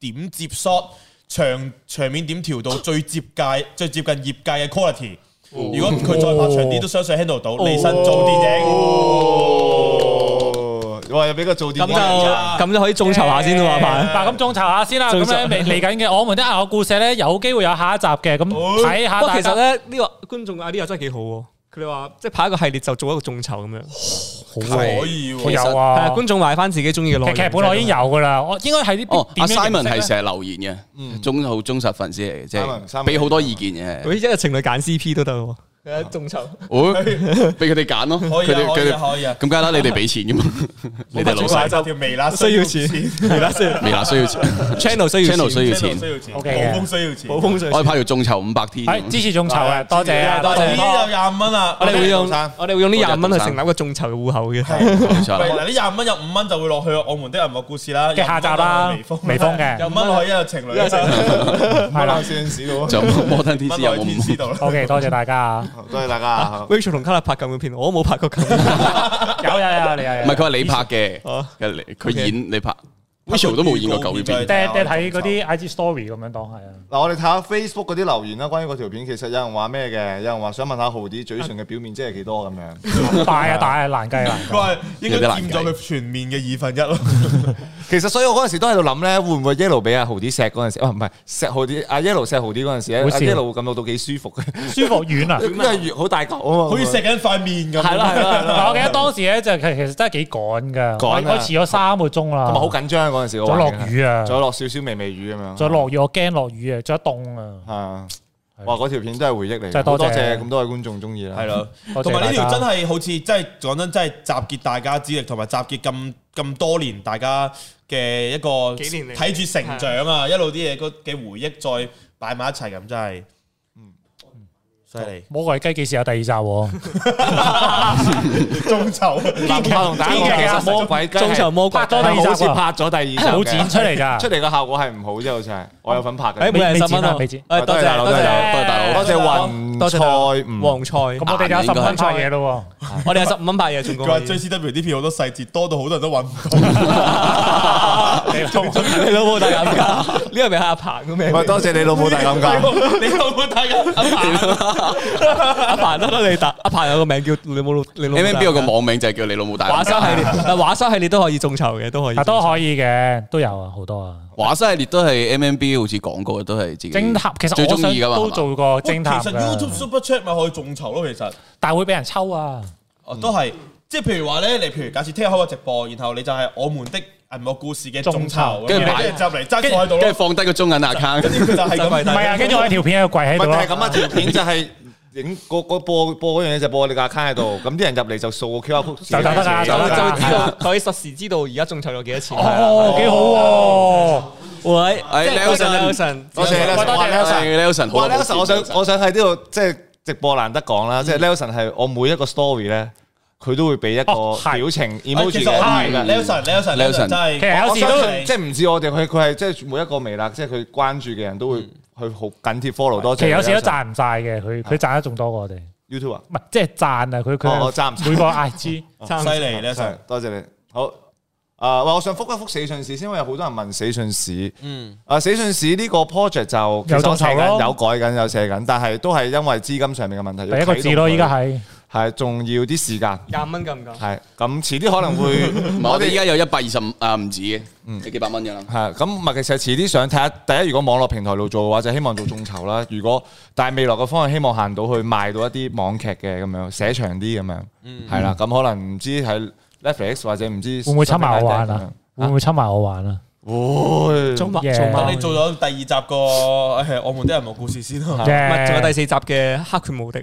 [SPEAKER 6] 點接 shot、場場面點調到最接近、最接近業界嘅 quality。如果佢再拍長啲，都相信 handle 到。
[SPEAKER 4] 哦
[SPEAKER 1] 哦
[SPEAKER 6] 李新做電影，
[SPEAKER 5] 哦，哇！又俾個做電
[SPEAKER 4] 咁
[SPEAKER 5] 影
[SPEAKER 4] 就咁就可以眾籌下先啦嘛，
[SPEAKER 2] 嗱，咁眾籌下先啦。咁
[SPEAKER 4] 眾籌
[SPEAKER 2] 咧嚟嚟緊嘅，我們的牙學故事咧有機會有下一集嘅，咁睇下
[SPEAKER 4] 不過
[SPEAKER 2] 大
[SPEAKER 4] 其
[SPEAKER 2] 家
[SPEAKER 4] 實咧呢個觀眾嘅 idea 真係幾好喎。佢哋話即係拍一個系列就做一個眾籌咁樣，係
[SPEAKER 2] 好啊
[SPEAKER 6] 可以
[SPEAKER 2] 我
[SPEAKER 6] 喎。
[SPEAKER 2] 有
[SPEAKER 4] 啊，
[SPEAKER 2] 啊。
[SPEAKER 4] 觀眾買翻自己中意嘅內
[SPEAKER 2] 嘅
[SPEAKER 4] 容。
[SPEAKER 2] 劇本我已經有噶啦，我應該係啲
[SPEAKER 3] 哦，
[SPEAKER 2] 邊
[SPEAKER 3] 阿
[SPEAKER 2] 點樣形
[SPEAKER 3] Simon
[SPEAKER 2] 式呢
[SPEAKER 3] 係成日留言嘅，忠好忠實粉絲嚟嘅，即
[SPEAKER 5] Simon- Simon-
[SPEAKER 3] 係俾好多意見嘅
[SPEAKER 4] 佢，一日情侶揀 CP 都得喎，係啊眾籌。
[SPEAKER 3] 哦俾佢哋揀咯，
[SPEAKER 6] 可
[SPEAKER 3] 佢
[SPEAKER 6] 以啊
[SPEAKER 3] 哋
[SPEAKER 6] 可
[SPEAKER 3] 佢
[SPEAKER 6] 以
[SPEAKER 3] 哋
[SPEAKER 6] 啊可以啊！
[SPEAKER 3] 咁梗係啦，你哋俾錢噶嘛，你哋老細
[SPEAKER 6] 就條微辣
[SPEAKER 4] 需要錢，係啦，需要
[SPEAKER 3] 微辣需要錢
[SPEAKER 4] channel 需要
[SPEAKER 3] ，channel
[SPEAKER 4] 錢，
[SPEAKER 3] 需要
[SPEAKER 6] 需
[SPEAKER 3] 錢，
[SPEAKER 6] 要錢，
[SPEAKER 2] OK 嘅
[SPEAKER 6] 冇風需要錢。
[SPEAKER 4] 補風水
[SPEAKER 3] 我。哋拍條眾籌五百天，
[SPEAKER 2] 係支持眾籌嘅，
[SPEAKER 6] 係
[SPEAKER 2] 多謝啊，多
[SPEAKER 6] 呢度
[SPEAKER 2] 謝。
[SPEAKER 6] 廿五蚊啦。
[SPEAKER 4] 我哋會用
[SPEAKER 5] 杜生
[SPEAKER 4] 我哋會用呢
[SPEAKER 3] 多謝
[SPEAKER 4] 廿蚊
[SPEAKER 3] 杜
[SPEAKER 4] 去
[SPEAKER 3] 生
[SPEAKER 4] 成立一個眾籌嘅户口嘅。
[SPEAKER 3] 冇錯
[SPEAKER 6] 喂，
[SPEAKER 3] 啦。
[SPEAKER 6] 嗱，呢廿五蚊有五蚊就會落去我們的人物故事啦，
[SPEAKER 2] 嘅下集啦
[SPEAKER 6] 有五蚊落去
[SPEAKER 2] 微風嘅
[SPEAKER 6] 有五蚊落去一個情侶，
[SPEAKER 5] 係啦，攝影師到，
[SPEAKER 3] 就摩登天
[SPEAKER 6] 蚊
[SPEAKER 3] 師
[SPEAKER 6] 落
[SPEAKER 3] 有
[SPEAKER 6] 去
[SPEAKER 3] 冇
[SPEAKER 6] 天師
[SPEAKER 3] 五？
[SPEAKER 6] 度 啦。
[SPEAKER 2] OK，多謝大家啊！
[SPEAKER 5] 多謝大家。
[SPEAKER 4] Rachel 同卡拉拍咁嘅片，我都冇拍過咁。
[SPEAKER 2] 有有有，你有有
[SPEAKER 3] 唔係佢話你拍嘅，
[SPEAKER 4] 哦
[SPEAKER 3] 佢佢演你拍， Rachel 都冇演過九月
[SPEAKER 6] 片
[SPEAKER 3] 片，
[SPEAKER 2] 掟掟睇嗰啲 IG story 咁樣當係啊。
[SPEAKER 5] 嗱，我哋睇下 Facebook 嗰啲留言啦，關於嗰條片，其實有人話咩嘅，有人話想問下豪啲嘴唇嘅表面積係幾多咁樣。
[SPEAKER 2] 大啊大啊難計難
[SPEAKER 6] 佢話應該
[SPEAKER 3] 有啲難
[SPEAKER 6] 佔咗佢全面嘅二分 一咯。
[SPEAKER 2] 啊
[SPEAKER 5] 其實所以我嗰陣時都喺度諗咧，會唔會 Yellow 俾阿豪啲錫嗰陣時，啊唔係錫豪啲，阿 Yellow 錫豪啲嗰陣時咧，
[SPEAKER 2] 好
[SPEAKER 5] 阿
[SPEAKER 2] 笑
[SPEAKER 5] Yellow 會感覺到幾舒服嘅，
[SPEAKER 2] 計，舒服 遠啊！
[SPEAKER 5] 因為越好大嚿啊嘛，
[SPEAKER 6] 好似食緊塊面咁。
[SPEAKER 5] 係啦係啦係
[SPEAKER 2] 嗱，
[SPEAKER 5] 啦，
[SPEAKER 2] 我記得當時咧就其其實真係幾趕㗎，
[SPEAKER 5] 趕
[SPEAKER 2] 我
[SPEAKER 5] 啊
[SPEAKER 2] 我遲咗三個鐘啦，
[SPEAKER 5] 同埋好緊張嗰陣時，
[SPEAKER 2] 仲有落雨啊
[SPEAKER 5] 仲有落少少微微雨咁樣，
[SPEAKER 2] 再落雨，我驚落雨啊，再凍啊，
[SPEAKER 5] 係啊，哇嗰條片真係回憶嚟，
[SPEAKER 2] 真係
[SPEAKER 5] 好
[SPEAKER 2] 多謝
[SPEAKER 5] 多謝咁多位觀眾中意啦，
[SPEAKER 6] 係咯，
[SPEAKER 2] 多謝
[SPEAKER 6] 同埋呢條
[SPEAKER 2] 大家
[SPEAKER 6] 真係好似真係講真，真係集結大家之力，同埋集結咁咁多年大家嘅一個
[SPEAKER 4] 幾年嚟
[SPEAKER 6] 睇住成長啊，一路啲嘢嗰嘅回憶再擺埋一齊咁，真係，嗯
[SPEAKER 4] 嗯
[SPEAKER 6] 犀利。
[SPEAKER 2] 魔鬼雞幾時有第二集喎？
[SPEAKER 6] 眾籌
[SPEAKER 5] 嗱，我同大家
[SPEAKER 2] 編劇
[SPEAKER 5] 講，
[SPEAKER 2] 啊
[SPEAKER 5] 其實魔鬼雞係
[SPEAKER 4] 中場魔鬼
[SPEAKER 5] 拍咗第二集，好似拍咗第二集嘅，
[SPEAKER 2] 冇剪出嚟㗎
[SPEAKER 5] 出嚟嘅效果係唔好啫，好似係我有份拍嘅
[SPEAKER 4] 誒，。每人十蚊
[SPEAKER 2] 未剪啊
[SPEAKER 4] 啊！
[SPEAKER 2] 未剪
[SPEAKER 4] 誒多謝
[SPEAKER 5] 多謝
[SPEAKER 4] 多
[SPEAKER 3] 多
[SPEAKER 4] 謝
[SPEAKER 3] 謝大佬
[SPEAKER 5] 多謝雲
[SPEAKER 4] 多謝
[SPEAKER 5] 菜吳
[SPEAKER 4] 黃菜，
[SPEAKER 2] 咁我哋有
[SPEAKER 3] 硬
[SPEAKER 2] 十
[SPEAKER 3] 應該係
[SPEAKER 2] 蚊派嘢咯喎，
[SPEAKER 4] 啊我哋有十五蚊八嘢，仲
[SPEAKER 6] 佢話
[SPEAKER 4] 講
[SPEAKER 6] JCW 啲片好多細節，多到好多人都揾唔到。
[SPEAKER 4] 你老母大減價，呢個咪係阿彭嘅
[SPEAKER 5] 喂，
[SPEAKER 4] 名。
[SPEAKER 5] 多謝你老母大減價。
[SPEAKER 4] 你老母大減 阿彭，阿彭得啦你答，阿彭有個名叫你老母你老母
[SPEAKER 3] M M B 有個網名就係叫你老母大眼
[SPEAKER 4] 畫室系列，但畫室系列都可以眾籌嘅，都可以。
[SPEAKER 2] 啊都可以嘅，都有啊，好多啊。
[SPEAKER 3] 華西系列都係 M M B 好似講過，都係自己
[SPEAKER 2] 偵探其
[SPEAKER 3] 嗯最
[SPEAKER 2] 實我
[SPEAKER 3] 中
[SPEAKER 2] 想
[SPEAKER 3] 意噶嘛，
[SPEAKER 2] 都
[SPEAKER 3] 係嘛
[SPEAKER 2] 做過偵探
[SPEAKER 6] 其實 YouTube
[SPEAKER 2] 㗎，
[SPEAKER 6] Super Chat 咪可以眾籌咯，其實。
[SPEAKER 2] 但係會俾人抽啊。
[SPEAKER 6] 哦，都係，即係譬如話咧，你譬如假設聽日開個直播，然後你就係我們的銀幕故事嘅眾
[SPEAKER 2] 眾籌
[SPEAKER 6] 籌，
[SPEAKER 3] 跟住
[SPEAKER 6] 然後
[SPEAKER 3] 買
[SPEAKER 6] 你就入嚟揸坐喺度
[SPEAKER 3] 跟住，
[SPEAKER 6] 咯
[SPEAKER 3] 放低個中銀 account，
[SPEAKER 6] 跟住佢就係
[SPEAKER 4] 就
[SPEAKER 6] 咁
[SPEAKER 4] 跪
[SPEAKER 2] 唔
[SPEAKER 4] 低
[SPEAKER 2] 係啊，跟住我喺條片喺度跪喺度
[SPEAKER 5] 問
[SPEAKER 2] 咯
[SPEAKER 5] 題係。咁啊，條片就係影嗰嗰播播嗰樣嘢就播你架卡喺度，咁啲人入嚟就掃個 QR code 自己
[SPEAKER 2] 就得㗎啦
[SPEAKER 5] 自己
[SPEAKER 4] 就
[SPEAKER 2] 得
[SPEAKER 4] 就
[SPEAKER 2] 㗎啦
[SPEAKER 4] 知道，佢可以實時知道而家眾籌咗幾多錢。啊
[SPEAKER 2] 哦，幾好
[SPEAKER 4] 喂，
[SPEAKER 3] 哎
[SPEAKER 4] 即係
[SPEAKER 3] Nelson
[SPEAKER 4] Nelson，
[SPEAKER 5] 多謝
[SPEAKER 2] 喂多謝
[SPEAKER 3] Nelson
[SPEAKER 2] 多謝
[SPEAKER 5] Nelson 哇
[SPEAKER 3] 好
[SPEAKER 5] 哇
[SPEAKER 3] 耐冇
[SPEAKER 5] ，Nelson，我想
[SPEAKER 3] 見
[SPEAKER 5] 我想喺呢度即係直播難得講啦，即係 Nelson 係我每一個 story 咧，佢都會俾一個
[SPEAKER 2] 哦係
[SPEAKER 5] 表情
[SPEAKER 6] 哎
[SPEAKER 5] emoji
[SPEAKER 6] 其實我
[SPEAKER 5] 嘅
[SPEAKER 6] 係
[SPEAKER 5] 意見㗎。
[SPEAKER 6] Nelson Nelson
[SPEAKER 3] Nelson
[SPEAKER 6] Nelson 真係，
[SPEAKER 2] 其實有
[SPEAKER 5] 我
[SPEAKER 2] 時
[SPEAKER 5] 相
[SPEAKER 2] 都
[SPEAKER 5] 信即係唔止我哋，佢佢係即係每一個微辣，即係佢關注嘅人都會去好緊貼 follow
[SPEAKER 2] 喎！
[SPEAKER 5] 多謝。啊
[SPEAKER 2] 其實有時都賺唔晒嘅，佢佢賺得仲多過我哋，唔
[SPEAKER 5] YouTube 啊，
[SPEAKER 2] 係即係賺啊！佢
[SPEAKER 5] 哦我賺唔
[SPEAKER 2] 佢
[SPEAKER 5] 晒
[SPEAKER 2] 每個 IG
[SPEAKER 6] 犀利 Nelson
[SPEAKER 5] 係。多謝你。好。啊！喂我想覆一覆死信史先，因為有好多人問死信史。嗯。啊，死信史呢個 project 就其實我寫
[SPEAKER 2] 眾籌
[SPEAKER 5] 緊，
[SPEAKER 2] 咯
[SPEAKER 5] 有改緊，有寫緊，但係都係因為資金上面嘅問題。
[SPEAKER 2] 第一個字咯，依家係
[SPEAKER 5] 係仲要啲時間。
[SPEAKER 4] 廿蚊夠唔夠？
[SPEAKER 5] 係咁，遲啲可能
[SPEAKER 3] 唔
[SPEAKER 5] 會
[SPEAKER 3] 係我哋依家有一百二十五啊唔止嘅，有幾百蚊㗎啦。
[SPEAKER 5] 係咁，唔係其實遲啲想睇下。第一，如果網絡平台度做嘅話，就希望做眾籌啦。如果但係未來嘅方向，希望行到去賣到一啲網劇嘅咁樣，寫長啲咁樣。嗯。係啦，咁可能唔知喺 Netflix 或者唔知
[SPEAKER 2] 會唔會侵埋我玩啊？
[SPEAKER 5] 咁樣
[SPEAKER 2] 會唔會侵埋我玩啊？
[SPEAKER 5] 會。
[SPEAKER 4] 中
[SPEAKER 2] 耶
[SPEAKER 6] 等
[SPEAKER 4] 仲
[SPEAKER 6] 你做咗第二集個誒我們的人物故事先咯。
[SPEAKER 2] 耶
[SPEAKER 4] 仲有第四集嘅黑拳無敵，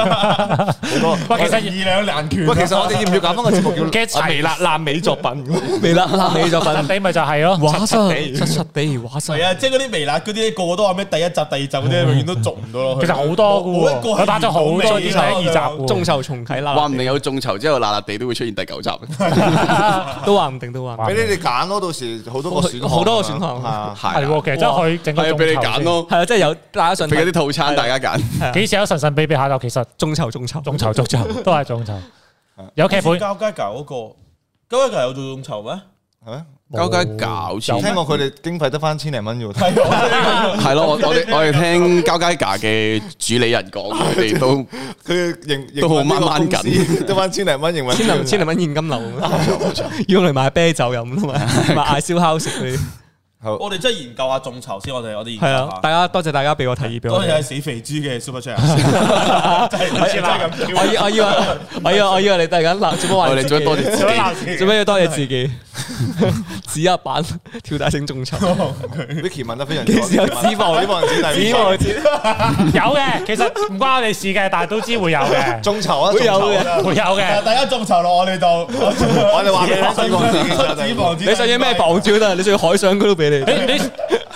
[SPEAKER 2] 喂，其實
[SPEAKER 6] 二兩難拳啊。
[SPEAKER 5] 喂，其實我哋要唔要搞翻個節目叫
[SPEAKER 2] 嘅齊
[SPEAKER 5] 微辣爛尾作品？
[SPEAKER 4] 未啦，爛尾作
[SPEAKER 2] 實
[SPEAKER 4] 品。
[SPEAKER 2] 地咪就係咯，
[SPEAKER 4] 畫室，七七地畫室
[SPEAKER 6] 係。啊，即係嗰啲微辣嗰啲，個個都話咩第一集、第二集嗰啲，永遠都做唔到落
[SPEAKER 2] 嗯
[SPEAKER 6] 去。
[SPEAKER 2] 其實好多
[SPEAKER 6] 冇冇
[SPEAKER 2] 嘅
[SPEAKER 6] 一個
[SPEAKER 2] 喎，
[SPEAKER 6] 係
[SPEAKER 2] 佢打咗好多啲第一二集
[SPEAKER 6] 啊
[SPEAKER 2] 嘅喎
[SPEAKER 4] 眾籌重啟
[SPEAKER 3] 話
[SPEAKER 4] 啦
[SPEAKER 3] 唔，定有眾籌之後，辣辣地都會出現第九集。係
[SPEAKER 4] 都話唔定，都話唔定。
[SPEAKER 5] 俾你哋揀咯，到時好多個選項，
[SPEAKER 4] 好多個選項
[SPEAKER 5] 係啊
[SPEAKER 2] 係喎，其實真係可以整個
[SPEAKER 3] 係
[SPEAKER 2] 眾籌
[SPEAKER 3] 俾你揀咯，
[SPEAKER 4] 係啊，即係有大家想
[SPEAKER 3] 俾嗰啲套餐大家揀。
[SPEAKER 2] 先。幾時有神神秘秘下就其 實
[SPEAKER 4] 眾籌眾籌
[SPEAKER 2] 眾籌眾籌都係眾籌，有劇本
[SPEAKER 6] 交街搞嗰個，交街搞有做眾籌咩？
[SPEAKER 5] 係咩？
[SPEAKER 3] 交街搞錢
[SPEAKER 5] 聽講佢哋經費得翻千零蚊啫喎。
[SPEAKER 6] 係啊
[SPEAKER 3] 係咯，我我哋我哋聽交街架嘅主理人講，佢哋都
[SPEAKER 5] 佢營營
[SPEAKER 3] 都好
[SPEAKER 5] 運呢個
[SPEAKER 3] 掹掹
[SPEAKER 5] 公司
[SPEAKER 3] 緊
[SPEAKER 5] 得 翻千零蚊營運。
[SPEAKER 4] 千零千零蚊現金流咁樣，用嚟買啤酒飲同埋買燒烤食嗰啲。
[SPEAKER 5] 好，
[SPEAKER 6] 我哋真係研究下眾籌先，我哋我哋研究
[SPEAKER 4] 係啊，
[SPEAKER 6] 下
[SPEAKER 4] 大。家多謝大家俾我提議俾我
[SPEAKER 6] 多謝
[SPEAKER 4] 哋。
[SPEAKER 6] 死肥豬嘅 Super Chat，啊 真係真係咁
[SPEAKER 4] 我以
[SPEAKER 6] 叫。
[SPEAKER 4] 我以為我以為我以為你突然間鬧，做乜話
[SPEAKER 3] 我
[SPEAKER 4] 你
[SPEAKER 3] 哋
[SPEAKER 4] 自
[SPEAKER 3] 做得
[SPEAKER 4] 己
[SPEAKER 3] 多啲自己。
[SPEAKER 4] 做咩要多謝自己？ 指壓板跳大聲眾籌，
[SPEAKER 5] Vicky 問得非常
[SPEAKER 4] 幾時有脂肪
[SPEAKER 5] 脂肪子弟
[SPEAKER 4] 指我指
[SPEAKER 2] 有嘅，其實唔關我哋事嘅，但係都知會有嘅，
[SPEAKER 5] 眾籌啊，
[SPEAKER 4] 會有
[SPEAKER 5] 眾籌
[SPEAKER 4] 嘅。
[SPEAKER 2] 會有嘅。
[SPEAKER 6] 大家眾籌落我哋度，
[SPEAKER 5] 我
[SPEAKER 6] 我
[SPEAKER 5] 哋話俾你聽脂肪子弟弟
[SPEAKER 6] 脂肪子弟
[SPEAKER 4] 你想要咩房照都得，你想要海上嗰都俾你。
[SPEAKER 2] 你你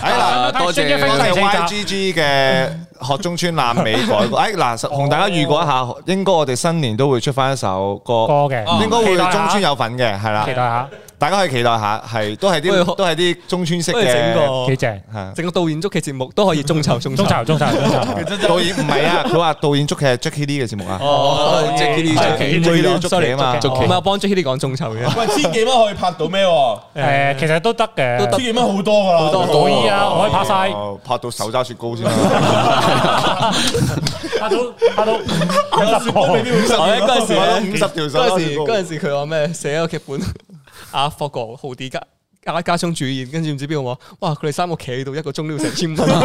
[SPEAKER 3] 啊多謝
[SPEAKER 2] 一分
[SPEAKER 5] 我哋
[SPEAKER 2] 第四集
[SPEAKER 5] YGG 嘅學中村爛尾改過，哎嗱，實同大家預告一下，應該我哋新年都會出翻一首歌
[SPEAKER 2] 歌嘅
[SPEAKER 5] 應該會
[SPEAKER 2] 期待下
[SPEAKER 5] 中村有份嘅，係啦
[SPEAKER 2] 期待。下。
[SPEAKER 5] 大家可以期待下，係都係
[SPEAKER 4] 喂
[SPEAKER 5] 啲
[SPEAKER 4] 可
[SPEAKER 5] 都係啲中村式
[SPEAKER 4] 不如整
[SPEAKER 5] 嘅，
[SPEAKER 2] 幾
[SPEAKER 4] 個
[SPEAKER 2] 正，
[SPEAKER 5] 係
[SPEAKER 4] 整個導演捉棋節目都可以眾籌眾
[SPEAKER 2] 中
[SPEAKER 4] 籌。
[SPEAKER 2] 巢中巢中巢，
[SPEAKER 5] 導演唔係啊，佢話導演捉嘅係 Jackie Lee 嘅節目啊，
[SPEAKER 3] 哦，Jackie Lee，
[SPEAKER 2] Jackie
[SPEAKER 5] Jackie Lee
[SPEAKER 2] Lee，
[SPEAKER 5] 捉棋啊嘛，
[SPEAKER 4] 唔係我幫 Jackie 講眾籌嘅，
[SPEAKER 6] 喂，千幾蚊可以拍到咩喎？
[SPEAKER 2] 誒其實都得嘅，
[SPEAKER 6] 千幾蚊好多㗎啦，好
[SPEAKER 3] 多
[SPEAKER 2] 可以啊，我可以拍晒，
[SPEAKER 5] 哦拍到手揸雪糕先啦，
[SPEAKER 2] 拍到拍到五十個
[SPEAKER 6] 未必會
[SPEAKER 4] 我咧哦嗰陣時
[SPEAKER 5] 拍到
[SPEAKER 4] 咧
[SPEAKER 5] 五十條手
[SPEAKER 4] 嗰陣
[SPEAKER 5] 揸
[SPEAKER 4] 時
[SPEAKER 5] 雪糕
[SPEAKER 4] 嗰。陣時佢話咩寫咗個劇本， 阿霍哥、豪迪加加加聰主演，跟住唔知邊個話，哇！佢哋三個企喺度一個鐘都要成千蚊，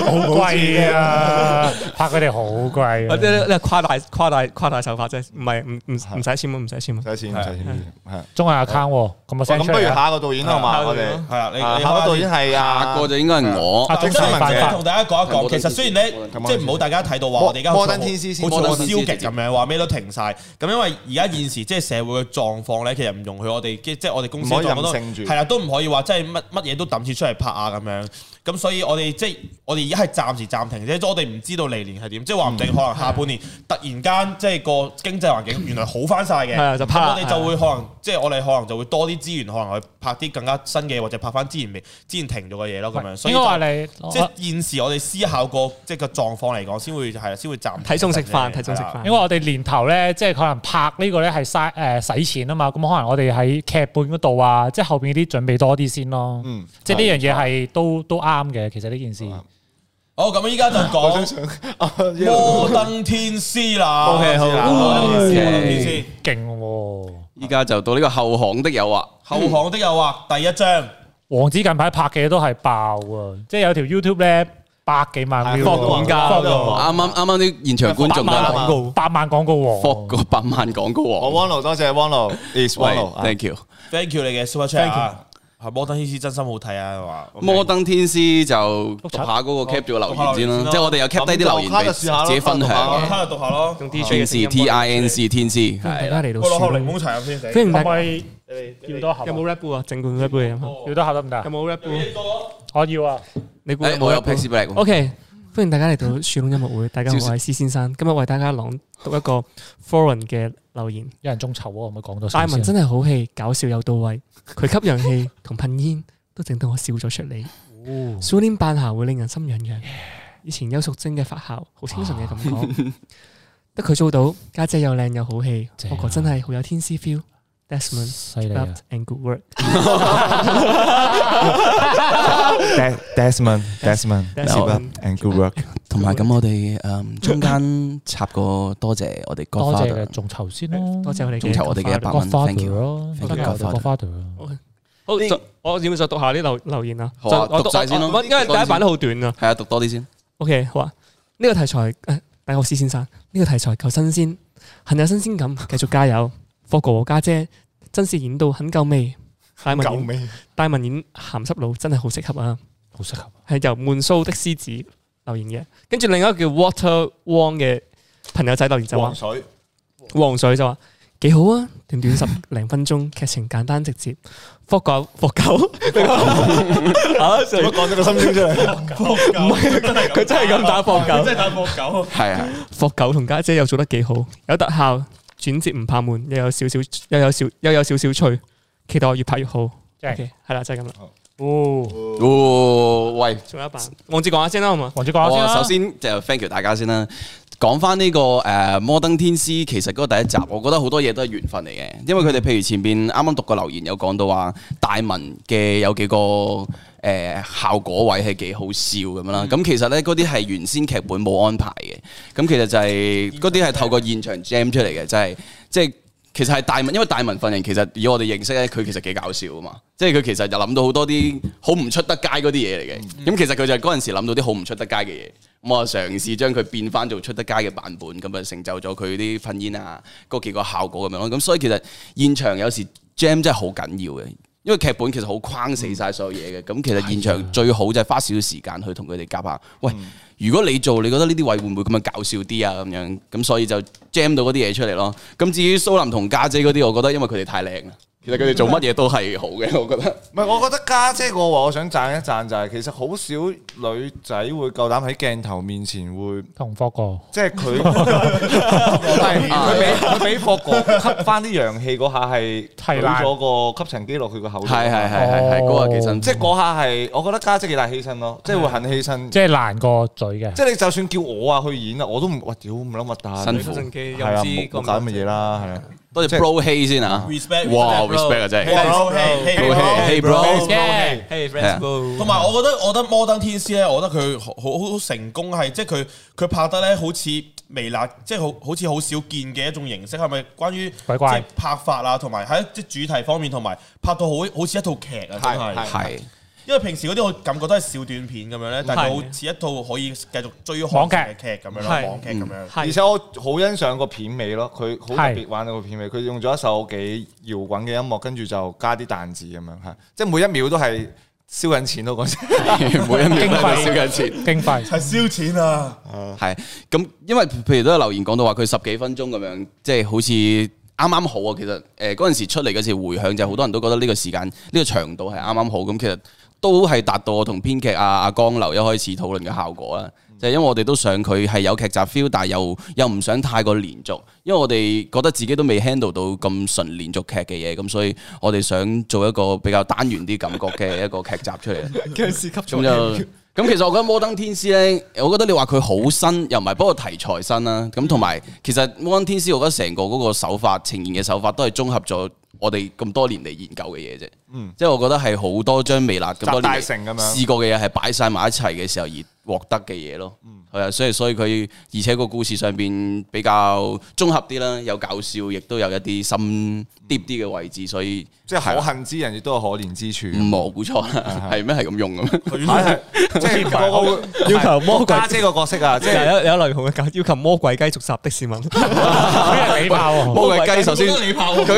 [SPEAKER 2] 好貴啊！ 拍佢哋好貴
[SPEAKER 4] 或
[SPEAKER 2] 啊，
[SPEAKER 4] 者你誇大誇大誇大手法啫，唔係唔唔唔使千啊蚊，唔使千蚊
[SPEAKER 5] 唔。使錢，唔使錢，係。
[SPEAKER 2] 中下 account 喎，咁我
[SPEAKER 5] 哦咁
[SPEAKER 2] send 出
[SPEAKER 5] 不如
[SPEAKER 2] 嚟啊。
[SPEAKER 5] 下一個導演啦，好嘛？
[SPEAKER 4] 下
[SPEAKER 5] 我
[SPEAKER 4] 一個導
[SPEAKER 5] 哋
[SPEAKER 4] 演
[SPEAKER 6] 係啦，你
[SPEAKER 5] 啊
[SPEAKER 6] 你
[SPEAKER 5] 下一個導演係
[SPEAKER 3] 下
[SPEAKER 5] 啊
[SPEAKER 3] 個就應該係我
[SPEAKER 2] 啊，。中
[SPEAKER 6] 真
[SPEAKER 2] 山文
[SPEAKER 6] 係
[SPEAKER 2] 者
[SPEAKER 6] 同大家講一講，其實雖然咧，即係唔好大家睇到話我哋而家好似好
[SPEAKER 5] Modern 天師先
[SPEAKER 6] 好似好消極咁樣，話咩都停晒。咁因為而家現時即係社會嘅狀況咧，其實唔容許我哋即即係我哋公司
[SPEAKER 5] 唔可以
[SPEAKER 6] 狀況都
[SPEAKER 5] 任性住
[SPEAKER 6] 係啦，都唔可以話即係乜乜嘢都抌錢出嚟拍啊咁樣。咁所以我哋即係我哋而家係暫時暫停啫，即係我哋唔知道嚟年係點，即係話唔定可能下半年突然間即係個經濟環境原來好翻晒嘅
[SPEAKER 4] 係啊，就拍
[SPEAKER 6] 咁
[SPEAKER 4] 啦
[SPEAKER 6] 我哋就會可能即係我哋可能就會多啲資源，可能去拍啲更加新嘅或者拍翻之前未之前停咗嘅嘢咯，咁樣。所以
[SPEAKER 2] 應該
[SPEAKER 6] 就
[SPEAKER 2] 話你
[SPEAKER 6] 即係現時我哋思考過即係個狀況嚟講，先會係啦啊先會暫停
[SPEAKER 4] 睇餸食飯，
[SPEAKER 6] 咁樣
[SPEAKER 4] 睇餸食飯
[SPEAKER 2] 因。為我哋年頭咧，即係可能拍呢個咧係嘥誒使錢啊嘛，咁可能我哋喺劇本嗰度啊，即係後邊啲準備多啲先咯。
[SPEAKER 5] 嗯
[SPEAKER 2] 即係呢樣嘢係都都啱嘅，其實呢件事。
[SPEAKER 6] 好，咁依家就講摩登天師啦。
[SPEAKER 5] OK，好
[SPEAKER 6] 摩登天師，
[SPEAKER 2] 勁喎！
[SPEAKER 3] 依家就到呢個後巷的誘惑，
[SPEAKER 6] 後巷的誘惑第一章，
[SPEAKER 2] 王子近排拍嘅都係爆啊！即係有條 YouTube 咧百幾萬 view，
[SPEAKER 4] 放廣告
[SPEAKER 2] 放廣告
[SPEAKER 3] 啱啱啱啱啲現場觀眾
[SPEAKER 2] 百萬
[SPEAKER 3] 都
[SPEAKER 2] 廣告，百萬廣告
[SPEAKER 3] 霍
[SPEAKER 2] 王。
[SPEAKER 3] 個百萬廣告
[SPEAKER 5] 我
[SPEAKER 3] 王，
[SPEAKER 5] 汪路多謝汪路，is 汪
[SPEAKER 3] 喂
[SPEAKER 5] 路啊。
[SPEAKER 3] ，thank you。
[SPEAKER 6] thank you 你嘅 super chat 啊，係摩登天師真心好睇啊，話
[SPEAKER 3] 摩登天師就讀
[SPEAKER 2] 讀
[SPEAKER 3] 下嗰個 cap 咗個留言先
[SPEAKER 6] 讀下留言先
[SPEAKER 3] 啦
[SPEAKER 6] 啦，
[SPEAKER 3] 即係我哋有 cap 低啲留言俾自己分享嘅。
[SPEAKER 6] 卡就讀下咯，
[SPEAKER 4] 用 DJ
[SPEAKER 3] 天
[SPEAKER 4] 嘅聲音
[SPEAKER 3] 師 T I N C 天師
[SPEAKER 2] 大
[SPEAKER 3] 啊
[SPEAKER 4] 嗯
[SPEAKER 3] 係
[SPEAKER 2] 家
[SPEAKER 3] 啦，
[SPEAKER 2] 嚟
[SPEAKER 6] 我落學
[SPEAKER 2] 到
[SPEAKER 6] 檸檬茶飲先
[SPEAKER 4] 歡
[SPEAKER 6] 死。
[SPEAKER 2] 可
[SPEAKER 4] 迎大
[SPEAKER 2] 唔可
[SPEAKER 4] 家。
[SPEAKER 2] 以要多盒啊？
[SPEAKER 4] 有冇 rap 啊？整罐 rap 嚟飲下。
[SPEAKER 2] 要多盒得啊唔
[SPEAKER 4] 有
[SPEAKER 2] 得？
[SPEAKER 4] 冇 rap
[SPEAKER 2] 我要啊！
[SPEAKER 4] 你估有
[SPEAKER 3] 誒，我
[SPEAKER 4] 冇
[SPEAKER 3] 有
[SPEAKER 4] rap
[SPEAKER 3] Pax Black 喎。
[SPEAKER 4] O K，歡迎大家嚟到樹窿音樂會。大家好，
[SPEAKER 3] 照
[SPEAKER 4] 我係施先生，今日為大家朗讀一個 foreign 嘅留言。
[SPEAKER 2] 有人眾籌喎，可唔可以講多
[SPEAKER 4] 大
[SPEAKER 2] 少
[SPEAKER 4] 文
[SPEAKER 2] 先？
[SPEAKER 4] 真係好戲，搞笑又到位，佢 吸氧氣同噴煙都整到我笑咗出嚟。蘇聯扮校會令人心癢癢，以前邱淑貞嘅發校好清純嘅 感覺，得佢做到，家姐又靚又好戲，
[SPEAKER 2] 正啊
[SPEAKER 4] 我哥真係好有天師 feel。Desmond
[SPEAKER 2] 犀利啊
[SPEAKER 4] loved！and good work。
[SPEAKER 5] De- Desmond Desmond
[SPEAKER 4] Desmond
[SPEAKER 5] and good work。
[SPEAKER 3] 同埋咁，我哋誒中間插個多謝我哋
[SPEAKER 2] 多謝
[SPEAKER 3] Godfather
[SPEAKER 2] 嘅眾籌先咯，
[SPEAKER 4] 多謝我哋
[SPEAKER 3] 眾籌我哋嘅一百
[SPEAKER 4] Godfather
[SPEAKER 3] 萬 thank
[SPEAKER 2] Godfather
[SPEAKER 3] you。
[SPEAKER 2] 咯，多
[SPEAKER 3] Thank you，
[SPEAKER 2] 謝我哋 Godfather 咯。
[SPEAKER 4] 好，就我要唔要再讀下啲留留言啊？
[SPEAKER 3] 好啊
[SPEAKER 4] 就我
[SPEAKER 3] 讀晒先咯
[SPEAKER 4] 我因為第一版都好短啊。
[SPEAKER 3] 係啊，讀多啲先。
[SPEAKER 4] OK，好啊。呢、個題材，誒、大家好，施先生，呢、個題材夠新鮮，很有新鮮 感，繼續加油。霍哥和家姐真是演到很夠味，大文演
[SPEAKER 5] 命！
[SPEAKER 4] 大文演鹹濕佬真係好適合啊！
[SPEAKER 2] 好適合。
[SPEAKER 4] 係由悶騷的獅子留言嘅，跟住另一個叫 Water Wong 嘅朋友仔留言就話
[SPEAKER 5] 黃。水
[SPEAKER 4] 黃水就話幾好啊，短短十零分鐘，劇情簡單直接。霍狗霍狗， 啊
[SPEAKER 5] 做乜講咗個心聲出嚟？
[SPEAKER 4] 唔係佢真係咁打霍狗，
[SPEAKER 6] 係打波狗，
[SPEAKER 3] 係啊，
[SPEAKER 4] 霍狗同家姐又做得幾好，有特效，轉折唔怕悶，又有少少，又有少，又有少少趣，期待越拍越好。
[SPEAKER 2] 正
[SPEAKER 4] OK，係啦，就係咁啦。
[SPEAKER 2] 哦，
[SPEAKER 3] 哦，喂，
[SPEAKER 4] 仲有一版，王志講下先啦，好嘛？
[SPEAKER 2] 黃子講
[SPEAKER 3] 我
[SPEAKER 2] 先
[SPEAKER 3] 啊
[SPEAKER 2] 啦。
[SPEAKER 3] 首先就 thank you 大家先啦。講翻呢個誒《摩登天師》，其實嗰個第一集，我覺得好多嘢都係緣分嚟嘅，因為佢哋譬如前邊啱啱讀個留言有講到話大文嘅有幾個誒、呃效果位係幾好笑咁樣啦。咁、其實呢，嗰啲係原先劇本冇安排嘅，咁其實就係嗰啲係透過現場 jam 出嚟嘅，就係即係。其實係大文，因為大文份人其實以我哋認識咧，佢其實幾搞笑啊嘛，即係佢其實就諗到好多啲好唔出得街嗰啲嘢嚟嘅。咁、其實佢就係嗰陣時諗到啲好唔出得街嘅嘢，咁我就嘗試將佢變翻做出得街嘅版本，咁啊成就咗佢啲噴煙啊，嗰幾個效果咁樣咯。咁所以其實現場有時 jam 真係好緊要嘅。因為劇本其實好框死晒所有嘢嘅，咁其實現場最好就係花少少時間去同佢哋夾下。喂，如果你做，你覺得呢啲位會唔會咁樣搞笑啲啊？咁樣咁所以就 jam 到嗰啲嘢出嚟咯。咁至於蘇林同家姐嗰啲，我覺得因為佢哋太靚啦，其實佢哋做乜嘢都係好嘅，我覺得。
[SPEAKER 5] 唔係，我覺得家姐個話，我想讚一讚就係、其實好少女仔會夠膽喺鏡頭面前會，
[SPEAKER 2] 同霍哥
[SPEAKER 5] 即係 佢係佢俾佢俾霍哥吸翻啲陽氣嗰下係
[SPEAKER 2] 係
[SPEAKER 5] 懟
[SPEAKER 2] 啦
[SPEAKER 5] 咗個吸塵機落佢個口度，
[SPEAKER 3] 係係係係係，嗰個其實
[SPEAKER 5] 即係嗰下係，我覺得家姐幾大犧牲咯，即係會肯犧牲。
[SPEAKER 2] 即係爛過嘴嘅，
[SPEAKER 5] 即係你就算叫我啊去演啊，我都唔哇屌唔諗核突，
[SPEAKER 3] 辛
[SPEAKER 4] 你
[SPEAKER 3] 苦
[SPEAKER 4] 出陣機又
[SPEAKER 5] 係啊，
[SPEAKER 4] 知
[SPEAKER 5] 冇
[SPEAKER 4] 個
[SPEAKER 5] 冇搞咁嘅嘢啦，係啊。
[SPEAKER 3] 多謝 Bro Hey 先啊
[SPEAKER 6] respect，
[SPEAKER 3] 哇 respect 啊真係
[SPEAKER 6] Hey，bro，hey，hey，
[SPEAKER 3] ，Bro Hey Hey Bro，
[SPEAKER 2] Yeah，
[SPEAKER 4] Hey
[SPEAKER 3] 係啊
[SPEAKER 4] friends go，
[SPEAKER 6] 同埋我覺得，我覺得摩登天師咧，我覺得佢好好好成功係，即係佢佢拍得咧好似微辣，即係好好似好少見嘅一種形式，係咪？關於
[SPEAKER 2] 鬼怪
[SPEAKER 6] 即係拍法啊，同埋喺即係主題方面，同埋拍到好好似一套劇啊，真係。
[SPEAKER 3] 係
[SPEAKER 6] 因為平時嗰啲我感覺都係小短片咁樣咧，但係佢好似一套可以繼續追看嘅劇嗯咁樣
[SPEAKER 4] 係
[SPEAKER 6] 咯，網劇咁樣。
[SPEAKER 5] 而
[SPEAKER 4] 係
[SPEAKER 5] 且我好欣賞個片尾咯，佢好特
[SPEAKER 2] 係
[SPEAKER 5] 別玩到個片尾，佢用咗一首幾搖滾嘅音樂，跟住就加啲彈字咁樣嚇，即係每一秒都係燒緊錢咯嗰陣。
[SPEAKER 3] 每一秒都係燒緊錢。
[SPEAKER 2] 經費
[SPEAKER 6] 係燒錢啊！
[SPEAKER 3] 係咁，因為譬如都有留言講到話佢十幾分鐘咁樣，即係好似啱啱好啊。其實誒嗰陣時出嚟嗰時迴響就係好多人都覺得呢個時間呢、個長度係啱啱好。咁其實都係達到我同編劇啊阿江流一開始討論嘅效果啦。就係因為我哋都想佢係有劇集 feel，但係又又唔想太過連續，因為我哋覺得自己都未 handle 到咁純連續劇嘅嘢，咁所以我哋想做一個比較單元啲感覺嘅一個劇集出嚟。
[SPEAKER 4] 僵屍級
[SPEAKER 3] 咁就咁，其實我覺得《摩登天師》咧，我覺得你話佢好新，又唔係，不過題材新啦。咁同埋，其實《摩登天師》我覺得成個嗰個手法呈現嘅手法都係綜合咗我哋咁多年嚟研究嘅嘢啫。即係我覺得係好多將微辣咁多
[SPEAKER 5] 嗯集大
[SPEAKER 3] 年
[SPEAKER 5] 成咁
[SPEAKER 3] 嚟
[SPEAKER 5] 樣
[SPEAKER 3] 試過嘅嘢係擺晒埋一齊嘅時候而獲得嘅嘢咯。
[SPEAKER 5] 嗯
[SPEAKER 3] 係啊，所以所以佢而且個故事上邊比較綜合啲啦，有搞笑，亦都有一啲深啲啲嘅位置，所以
[SPEAKER 5] 即係可恨之人亦都有可憐之處。
[SPEAKER 3] 冇錯 啦，係咩係咁用嘅咩？
[SPEAKER 5] 係係即係嗰個
[SPEAKER 4] 要求魔鬼
[SPEAKER 5] 家姐個角色啊，即
[SPEAKER 4] 即
[SPEAKER 5] 係
[SPEAKER 4] 係有有一類好嘅要求魔鬼雞續集的市民，
[SPEAKER 2] 俾人禮爆
[SPEAKER 4] 哦
[SPEAKER 2] 喎。
[SPEAKER 3] 魔鬼雞首先，佢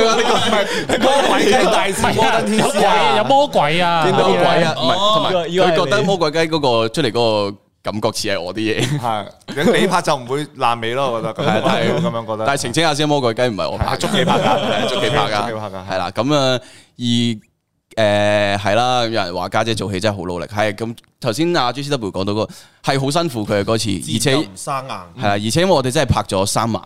[SPEAKER 3] 話呢 個唔係
[SPEAKER 5] 魔鬼雞大
[SPEAKER 2] 唔係
[SPEAKER 5] 戰摩
[SPEAKER 2] 啊
[SPEAKER 5] 登天
[SPEAKER 2] 有
[SPEAKER 5] 師
[SPEAKER 2] 鬼啊，有
[SPEAKER 5] 啊！
[SPEAKER 2] 魔鬼啊，
[SPEAKER 3] 見到鬼啊，唔係同埋
[SPEAKER 4] 呢個呢個係
[SPEAKER 3] 佢覺得
[SPEAKER 4] 你
[SPEAKER 3] 魔鬼雞嗰個出嚟嗰個感覺似係我啲 嘢，
[SPEAKER 5] 係，你你拍就唔會爛尾咯，我覺得咁樣
[SPEAKER 3] 係
[SPEAKER 5] 咁樣覺得。
[SPEAKER 3] 但係澄清下先，魔鬼雞唔係我拍，
[SPEAKER 5] 係捉棋拍㗎
[SPEAKER 3] 係捉棋拍
[SPEAKER 5] 捉棋拍
[SPEAKER 3] 㗎，
[SPEAKER 5] 㗎
[SPEAKER 3] 係啦，咁啊而。誒係啦，咁有人話家姐做戲真係好努力，係咁頭先阿 J C W 講到嗰個係好辛苦佢嘅嗰次，而且
[SPEAKER 6] 自由
[SPEAKER 3] 係
[SPEAKER 6] 唔生硬。
[SPEAKER 3] 啦，而且因為我哋真係拍咗三晚，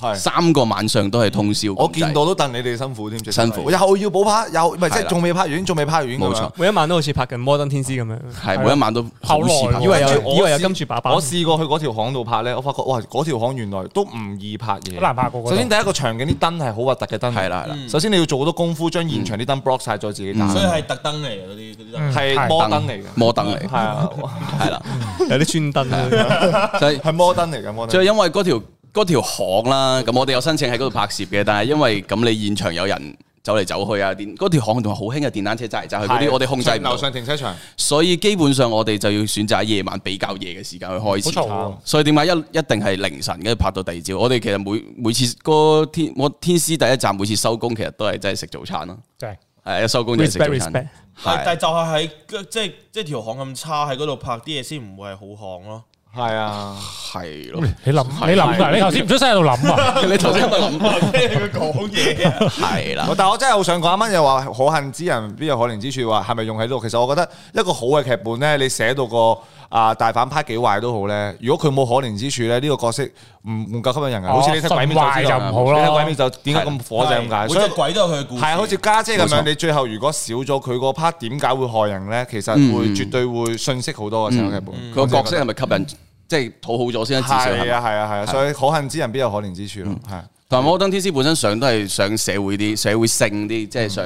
[SPEAKER 5] 係。
[SPEAKER 3] 三個晚上都係通宵咁滯。
[SPEAKER 5] 我見到都戥你哋辛苦添，最
[SPEAKER 3] 辛苦
[SPEAKER 5] 又要補拍，又唔係即
[SPEAKER 3] 係
[SPEAKER 5] 係
[SPEAKER 3] 啦
[SPEAKER 5] 仲未拍完，仲未拍完咁樣
[SPEAKER 3] 冇錯
[SPEAKER 4] 每一晚都好似拍緊摩登天師咁樣，
[SPEAKER 3] 係每一晚都好似
[SPEAKER 2] 後來
[SPEAKER 3] 拍
[SPEAKER 4] 以為
[SPEAKER 5] 跟住
[SPEAKER 4] 有
[SPEAKER 5] 我
[SPEAKER 4] 以為有
[SPEAKER 5] 試
[SPEAKER 4] 金主爸爸
[SPEAKER 5] 我，試過去嗰條巷度拍咧，我發覺哇，嗰條巷原來都唔易拍嘢。
[SPEAKER 2] 好難拍過嗰度
[SPEAKER 5] 首先第一個場景啲燈係好核突嘅燈。
[SPEAKER 3] 係啦係啦。
[SPEAKER 5] 首先你要做好多功夫，將現場啲燈 block 晒，再自己打。
[SPEAKER 2] 嗯
[SPEAKER 6] 所以係特登嚟嘅嗰啲嗰啲都
[SPEAKER 3] 嗯
[SPEAKER 6] 係。
[SPEAKER 5] 係摩登嚟嘅，
[SPEAKER 3] 摩登嚟
[SPEAKER 5] 係，啊，
[SPEAKER 3] 係啦，
[SPEAKER 4] 有啲專登啊，
[SPEAKER 3] 就係
[SPEAKER 5] 係摩登嚟嘅摩
[SPEAKER 3] 就
[SPEAKER 5] 登
[SPEAKER 3] 係。因為嗰條嗰條巷啦，咁我哋有申請喺嗰度拍攝嘅，但係因為咁你現場有人走嚟走去啊，電嗰條巷仲係好興嘅電單車揸嚟揸去嗰啲，我哋控制唔
[SPEAKER 5] 樓
[SPEAKER 3] 到，
[SPEAKER 5] 上停車場，
[SPEAKER 3] 所以基本上我哋就要選擇喺夜晚比較夜嘅時間去開始。
[SPEAKER 2] 好嘈喎
[SPEAKER 3] 所以點解一一定係凌晨跟住拍到第二朝？我哋其實每每次嗰天我天師第一站每次收工，其實都係真係食早餐咯，
[SPEAKER 2] 正
[SPEAKER 3] 係一收工就食早
[SPEAKER 4] Respect，respect
[SPEAKER 3] 餐。
[SPEAKER 6] 但但
[SPEAKER 3] 係
[SPEAKER 6] 就係喺即係即係條巷咁差，喺嗰度拍啲嘢先唔會係好巷咯。
[SPEAKER 5] 係啊，
[SPEAKER 3] 係咯，
[SPEAKER 2] 你諗你諗㗎，你頭先唔出聲喺度諗啊，
[SPEAKER 3] 你頭先喺度諗
[SPEAKER 6] 聽佢講嘢啊！
[SPEAKER 3] 係啦
[SPEAKER 5] 我，但我真係好想講，啱啱又話可恨之人必有可憐之處，話係咪用喺呢度？其實我覺得一個好嘅劇本咧，你寫到個啊大反派幾壞都好咧，如果佢冇可憐之處咧，呢個角色唔唔夠吸引人嘅。好似你睇
[SPEAKER 2] 哦
[SPEAKER 5] 鬼面就知
[SPEAKER 2] 順壞
[SPEAKER 5] 道
[SPEAKER 2] 就唔好
[SPEAKER 5] 你
[SPEAKER 2] 啦
[SPEAKER 5] 睇鬼面就點解咁火就係咁解，
[SPEAKER 6] 每
[SPEAKER 5] 所
[SPEAKER 6] 隻
[SPEAKER 5] 以。
[SPEAKER 6] 鬼都有佢嘅故事。
[SPEAKER 5] 係好似家姐咁
[SPEAKER 3] 冇錯
[SPEAKER 5] 樣，你最後如果少咗佢個 part，點解會害人咧？其實會
[SPEAKER 3] 嗯
[SPEAKER 5] 絕對會信息好多嘅成個劇本。
[SPEAKER 3] 佢個角色係咪吸引？即係討好咗先啦，至少係咪
[SPEAKER 5] 係啊係啊係啊，所以可恨之人必有可憐之處咯，係。
[SPEAKER 3] 同埋摩登天師本身上都係上社會啲、社會性啲，即係想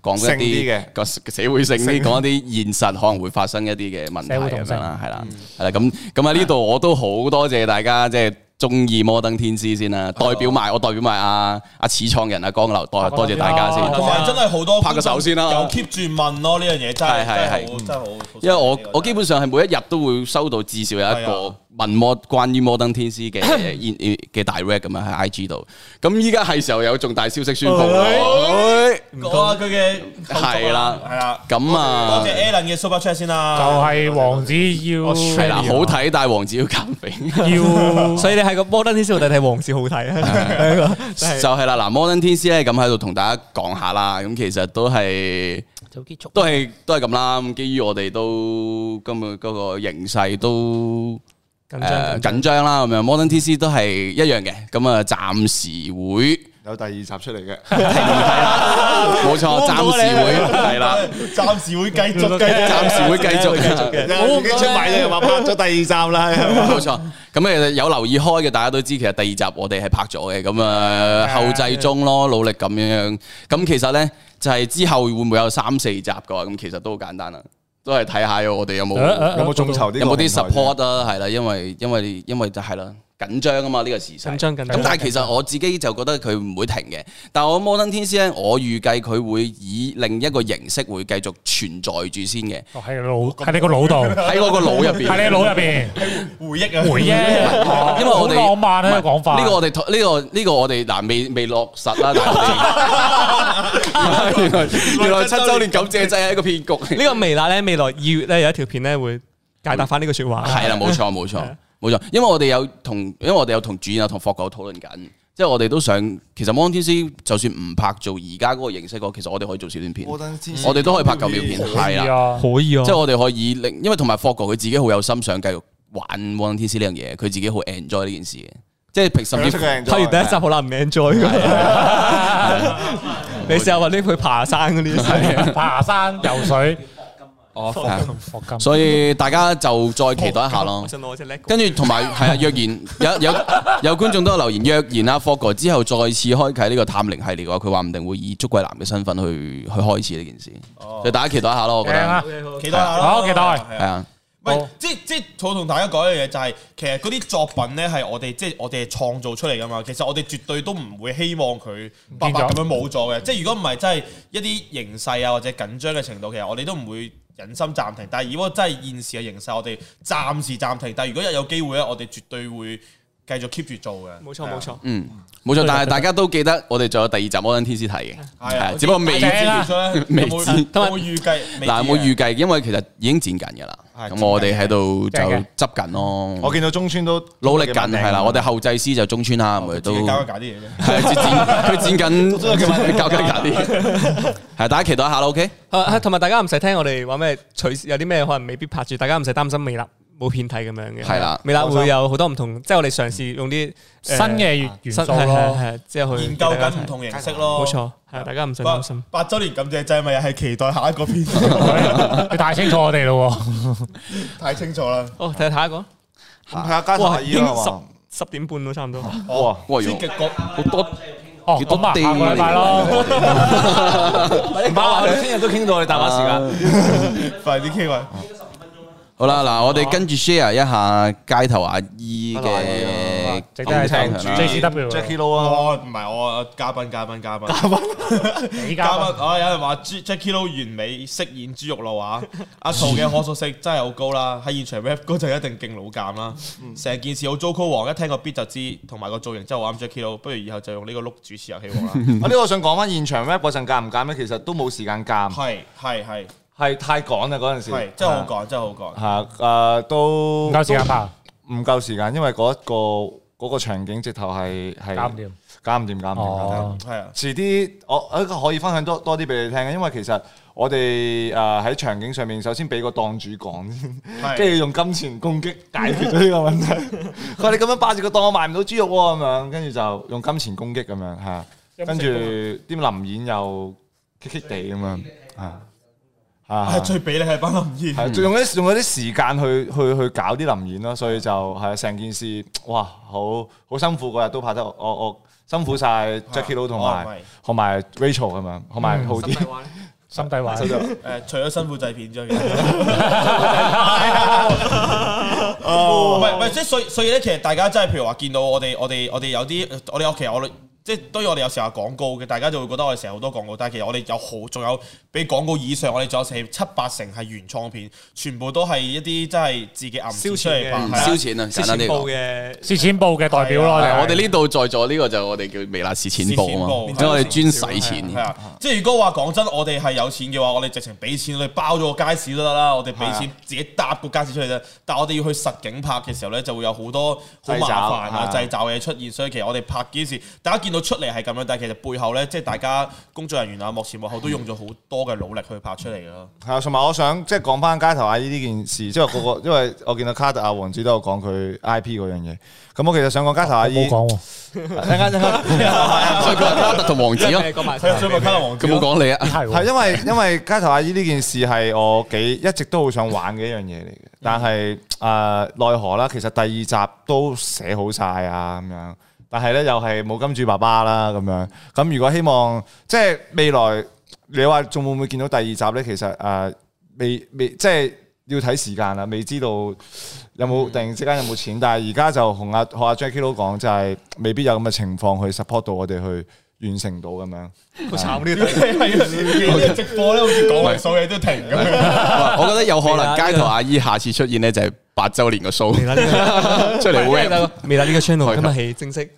[SPEAKER 3] 講
[SPEAKER 5] 嗯性
[SPEAKER 3] 一
[SPEAKER 5] 啲
[SPEAKER 3] 啲
[SPEAKER 5] 嘅
[SPEAKER 3] 個社會性啲，講一啲現實可能會發生一啲嘅問題
[SPEAKER 2] 社會
[SPEAKER 3] 咁
[SPEAKER 2] 動
[SPEAKER 3] 樣
[SPEAKER 2] 性
[SPEAKER 3] 啦，係
[SPEAKER 5] 嗯
[SPEAKER 3] 啦，係啦。咁咁喺呢度我都好多謝大家即係。中意摩登天師先啦，代表埋我代表埋阿阿始創人阿江流，多多謝大家先。
[SPEAKER 6] 同埋真係好多
[SPEAKER 3] 拍個手先啦
[SPEAKER 6] 有 keep 住問咯呢樣嘢，真
[SPEAKER 3] 係
[SPEAKER 6] 係
[SPEAKER 3] 係係
[SPEAKER 6] 真係好真係好。
[SPEAKER 3] 因為我我基本上係每一日都會收到至少有一
[SPEAKER 6] 係
[SPEAKER 3] 個
[SPEAKER 6] 啊
[SPEAKER 3] 問摩關於摩登天師 嘅
[SPEAKER 6] 哎
[SPEAKER 3] 嘅 direct 咁樣喺 IG 度。咁依家係時候有重大消息宣佈啦。
[SPEAKER 4] 唔
[SPEAKER 6] 講下
[SPEAKER 4] 同。
[SPEAKER 6] 佢嘅啊
[SPEAKER 3] 係啦
[SPEAKER 6] 係啦，
[SPEAKER 3] 哎咁
[SPEAKER 6] 多
[SPEAKER 3] 啊
[SPEAKER 6] 謝，Alan 嘅 Super Chat 先
[SPEAKER 2] 就
[SPEAKER 6] 啦。
[SPEAKER 2] 係王子要
[SPEAKER 3] 係啦，好睇，但係王子要減 肥。
[SPEAKER 2] 要
[SPEAKER 4] 所以你喺個摩登天師度睇黃氏好睇 啊！
[SPEAKER 3] 就係啦，嗱，摩登天師咧咁喺度同大家講下啦，咁其實都係
[SPEAKER 4] 就結束。
[SPEAKER 3] 都係都係咁啦，咁基於我哋都今日嗰個形勢都
[SPEAKER 4] 緊
[SPEAKER 3] 誒
[SPEAKER 4] 張
[SPEAKER 3] 緊張啦，咁樣摩登天師都係一樣嘅，咁啊暫時會
[SPEAKER 7] 有第二集出嚟 嘅，
[SPEAKER 3] 冇錯，暫時會係啦，
[SPEAKER 6] 暫時會繼 續嘅。
[SPEAKER 3] 暫時會繼續 嘅。
[SPEAKER 7] 已經出埋你又話拍咗第二集啦。
[SPEAKER 3] 冇錯，咁啊其實有留意開嘅，大家都知其實第二集我哋係拍咗嘅，咁啊後製中咯，努力咁樣。咁其實呢，就係之後會唔會有三四集嘅話，咁其實都好簡單啦，都係睇下我哋有冇
[SPEAKER 5] 有冇眾籌呢個
[SPEAKER 3] 有冇啲
[SPEAKER 5] 平台啫
[SPEAKER 3] support 啊，係啦，因為因為因為就係啦，緊張啊嘛呢個時勢。
[SPEAKER 4] 緊張緊張
[SPEAKER 3] 咁但係啊其實我自己就覺得佢唔會停嘅，但係我摩登天師咧，我預計佢會以另一個形式會繼續存在住先嘅，
[SPEAKER 2] 喺腦喺你個腦度，
[SPEAKER 3] 喺我個腦入邊。
[SPEAKER 2] 喺你腦入邊
[SPEAKER 6] 回憶啊，
[SPEAKER 2] 回啫。
[SPEAKER 3] 因為我哋
[SPEAKER 2] 好浪漫啊呢個講法，
[SPEAKER 3] 呢個我哋呢個呢個我哋嗱未未落實啦，但係我 哋原來原來七周年感謝祭係一個騙局
[SPEAKER 4] 呢。個微辣咧，未來二月咧有一條片咧會解答翻呢個説話。
[SPEAKER 2] 啊
[SPEAKER 3] 係啦，冇錯冇錯冇錯，因為我哋有同，因為我哋有同主演啊同霍狗討論緊，即係我哋都想，其實《摩天師》就算唔拍做而家嗰個形式嘅話，其實我哋可以做小短片，
[SPEAKER 7] 摩登
[SPEAKER 2] 嗯
[SPEAKER 7] 天師
[SPEAKER 3] 我哋都可以拍舊料片，係啦，
[SPEAKER 2] 啊，
[SPEAKER 4] 可以啊
[SPEAKER 3] 即係我哋可以令，因為同埋霍狗佢自己好有心想繼續玩《摩登天師》呢樣嘢，佢自己好 enjoy 呢件事嘅，即係平甚至
[SPEAKER 5] 出個
[SPEAKER 4] 睇完第一集好難唔 enjoy 㗎 你試下話呢去爬山嗰啲，
[SPEAKER 2] 爬山、游水、
[SPEAKER 3] 係
[SPEAKER 2] 哦
[SPEAKER 3] 啊
[SPEAKER 2] 霍金，
[SPEAKER 3] 所以大家就再期待一下咯
[SPEAKER 4] 我。想攞隻 lego。
[SPEAKER 3] 跟住同埋係啊，若然有有有觀眾都有留言，若然阿霍哥之後再次開啟呢個探靈系列嘅話，佢話唔定會以祝桂男嘅身份去去開始呢件事，所以大家期待一下咯，我覺
[SPEAKER 2] 哦正啊
[SPEAKER 3] 得！
[SPEAKER 6] 期待下啦
[SPEAKER 2] 好期待
[SPEAKER 3] 係啊，
[SPEAKER 6] 唔係
[SPEAKER 4] 哦
[SPEAKER 2] 好，
[SPEAKER 6] 即即我同大家講一樣嘢就係，其實嗰啲作品咧係我哋即係我哋係創造出嚟噶嘛。其實我哋絕對都唔會希望佢白白咁樣冇咗嘅。即係如果唔係真係一啲形勢啊或者緊張嘅程度，其實我哋都唔會忍心暫停。但係如果真係現時嘅形勢，我哋暫時暫停。但係如果一有機會咧，我哋絕對會繼續 keep 住做嘅。
[SPEAKER 4] 冇錯冇錯，
[SPEAKER 3] 嗯，冇錯。
[SPEAKER 2] 啊
[SPEAKER 3] 但係大家都記得我哋仲有第二集《摩登天師》睇嘅，係啊，只不過未
[SPEAKER 2] 知
[SPEAKER 6] 知
[SPEAKER 3] 未
[SPEAKER 6] 有冇
[SPEAKER 3] 知
[SPEAKER 6] 有冇預計？
[SPEAKER 3] 嗱
[SPEAKER 6] 未
[SPEAKER 3] 冇預
[SPEAKER 6] 知嘅
[SPEAKER 3] 計，因為其實已經剪緊㗎啦。
[SPEAKER 6] 係
[SPEAKER 3] 咁我哋喺度就
[SPEAKER 2] 正嘅
[SPEAKER 3] 執緊咯，
[SPEAKER 5] 我見到中村都
[SPEAKER 3] 努力緊係啦。我哋後製師就中村啦，咁佢
[SPEAKER 6] 自
[SPEAKER 3] 都
[SPEAKER 6] 己搞一搞啲嘢啫。
[SPEAKER 3] 係剪佢剪緊，教緊緊啲，係大家期待一下啦，OK。
[SPEAKER 4] 啊同埋大家唔使聽我哋話咩取有啲咩可能未必拍住，大家唔使擔心微辣冇片睇咁樣嘅。
[SPEAKER 3] 係啦
[SPEAKER 4] 微辣會有好多唔同，即係我哋嘗試用啲
[SPEAKER 2] 新嘅元元素咯。
[SPEAKER 4] 係即係去
[SPEAKER 6] 研究緊唔。同形式咯。
[SPEAKER 4] 冇錯，係大家唔使
[SPEAKER 6] 八
[SPEAKER 4] 擔心。
[SPEAKER 6] 八周年感謝祭咪又係期待下一個片，
[SPEAKER 2] 你太清楚我哋咯喎，
[SPEAKER 6] 太清楚啦。
[SPEAKER 4] 哦，睇下下一個，
[SPEAKER 5] 咁睇下加
[SPEAKER 4] 哇，
[SPEAKER 5] 藤
[SPEAKER 4] 已
[SPEAKER 5] 依
[SPEAKER 4] 經
[SPEAKER 5] 啦
[SPEAKER 4] 十
[SPEAKER 5] 啊嘛，哦
[SPEAKER 4] 十點半咯，差唔多。
[SPEAKER 5] 哇！
[SPEAKER 3] 哇！原
[SPEAKER 6] 先
[SPEAKER 3] 來
[SPEAKER 6] 極國
[SPEAKER 3] 好多
[SPEAKER 2] 哦
[SPEAKER 3] 好多
[SPEAKER 2] 咁啊，
[SPEAKER 3] 地
[SPEAKER 2] 下個 禮拜咯，
[SPEAKER 5] 唔好話，聽日都傾到你大把時間。
[SPEAKER 6] 快啲 K 位，
[SPEAKER 3] 好啦，嗱，我哋跟住 share 一下街頭阿姨嘅
[SPEAKER 2] 值得係
[SPEAKER 3] 感
[SPEAKER 2] 聽
[SPEAKER 3] 受
[SPEAKER 2] 主
[SPEAKER 3] 啦
[SPEAKER 2] JCW
[SPEAKER 5] Jackie Lou 啊，
[SPEAKER 6] 我唔係我呃嘉賓嘉賓哦嘉賓嘉賓
[SPEAKER 2] 你
[SPEAKER 6] 嘉
[SPEAKER 2] 嘉
[SPEAKER 6] 賓
[SPEAKER 2] 賓，
[SPEAKER 6] 啊！有人話 J- Jackie Lou 完美飾演豬肉佬啊，阿曹嘅可塑性真係好高啦，喺現場 rap 歌就一定勁老鑑啦，成件事好糟糕王，一聽個 beat 就知，同埋個造型真係好啱 Jackie Lou，不如以後就用呢個碌主持遊戲 王啦，
[SPEAKER 5] 啊我呢個我想講翻現場 rap 嗰陣夾唔夾咧，其實都冇時間夾，
[SPEAKER 6] 係係係
[SPEAKER 5] 係太趕啦嗰陣時，
[SPEAKER 6] 係，真係好講，真係好講，
[SPEAKER 5] 係誒都
[SPEAKER 2] 唔夠時間拍，
[SPEAKER 5] 唔夠時間，因為嗰一個嗰個場景直頭係係
[SPEAKER 2] 搞唔掂，
[SPEAKER 5] 搞唔掂，搞唔掂搞唔掂。
[SPEAKER 2] 哦，
[SPEAKER 6] 係啊，
[SPEAKER 5] 遲啲我我可以分享多多啲俾你聽嘅，因為其實我哋誒啊喺場景上面，首先俾個檔主講先，
[SPEAKER 6] 係啊
[SPEAKER 5] 跟住用金錢攻擊解決咗呢個問題。佢話你咁樣霸住個檔，我賣唔到豬肉喎咁樣，跟住就用金錢攻擊咁樣嚇，跟住啲林演又棘棘地咁樣嚇
[SPEAKER 6] 係
[SPEAKER 5] 嚇。
[SPEAKER 6] 最俾你係班林燕。
[SPEAKER 2] 嗯
[SPEAKER 5] 係用啲用咗啲時間去去去搞啲臨演咯，所以就
[SPEAKER 2] 嗯
[SPEAKER 5] 係成件事，哇，好好辛苦嗰日都拍得我我我辛苦晒 Jackie Lou 同
[SPEAKER 6] 哦係
[SPEAKER 5] 埋同埋 Rachel 咁樣，同埋
[SPEAKER 2] 啊嗯
[SPEAKER 5] 浩啲
[SPEAKER 2] 心底話，
[SPEAKER 6] 誒，呃除咗辛苦製片之外，哦唔係唔係，即係所以所以咧，其實大家真係譬如話見到我哋我哋我哋有啲我哋我其實我哋即係當然我哋有時候有廣告嘅，大家就會覺得我哋成日好多廣告，但係其實我哋有好，仲有比廣告以上，我哋仲有成七八成係原創片，全部都係一啲真係自己暗示出嚟拍
[SPEAKER 3] 燒
[SPEAKER 4] 燒錢嘅
[SPEAKER 6] 係啊
[SPEAKER 3] 錢啊，
[SPEAKER 4] 之
[SPEAKER 3] 簡單
[SPEAKER 4] 前
[SPEAKER 3] 啲
[SPEAKER 4] 報
[SPEAKER 3] 講。
[SPEAKER 4] 嘅
[SPEAKER 2] 蝕錢部嘅代表咯，
[SPEAKER 3] 係我
[SPEAKER 2] 哋
[SPEAKER 3] 哋呢度在座呢個就我哋叫微辣市錢部啊
[SPEAKER 6] 蝕錢
[SPEAKER 3] 嘛，
[SPEAKER 6] 部
[SPEAKER 3] 即係我哋專使錢
[SPEAKER 6] 係。啊，即係如果話講真，我哋係有錢嘅話，我哋直情俾錢，我哋包咗個街市都得啦，我哋俾錢自己搭個街市出嚟啫。但係我哋要去實景拍嘅時候咧，就會有好多好麻煩啊、
[SPEAKER 7] 掣肘係
[SPEAKER 6] 掣肘嘅嘢出現，所以其實我哋拍幾時，大家見到出嚟係咁樣，但係其實背後咧，即係大家工作人員啊、幕前幕後都用咗好多嘅努力去拍出嚟嘅咯。
[SPEAKER 5] 係啊，同埋我想即係講翻街頭阿姨呢件事，即係個個，因為我見到卡特阿王子都有講佢 I P 嗰樣嘢。咁我其實想講街頭阿姨，
[SPEAKER 2] 哦冇講喎，
[SPEAKER 5] 一陣間一陣間
[SPEAKER 3] 啊所以佢話卡特同王子咯，
[SPEAKER 4] 講埋
[SPEAKER 6] 係啊，所以咪卡特王
[SPEAKER 3] 佢冇講你啊。
[SPEAKER 2] 係
[SPEAKER 5] 係
[SPEAKER 2] 喎
[SPEAKER 5] 因為 因為街頭阿姨呢件事係我幾一直都好想玩嘅一樣嘢嚟嘅，
[SPEAKER 2] 嗯
[SPEAKER 5] 但係誒奈何啦，其實第二集都寫好晒啊咁樣，但係咧又係冇金主爸爸啦咁樣。咁如果希望即係未來，你話仲會唔會見到第二集咧？其實誒、呃未未即係要睇時間啦，未知道有
[SPEAKER 2] 嗯
[SPEAKER 5] 冇突然之間有冇錢。但係而家就同阿學阿 Jackie 都講，就係未必有咁嘅情況去 support 到我哋去完成到咁樣。
[SPEAKER 4] 好慘呢
[SPEAKER 6] 子係啊直播咧，好似講完數嘢都停咁 樣。
[SPEAKER 3] 我覺得有可能街頭阿姨下次出現咧，就係八週年個 show
[SPEAKER 4] 微辣呢
[SPEAKER 3] 出嚟 rap。
[SPEAKER 4] 個微辣呢個 channel 今日起正式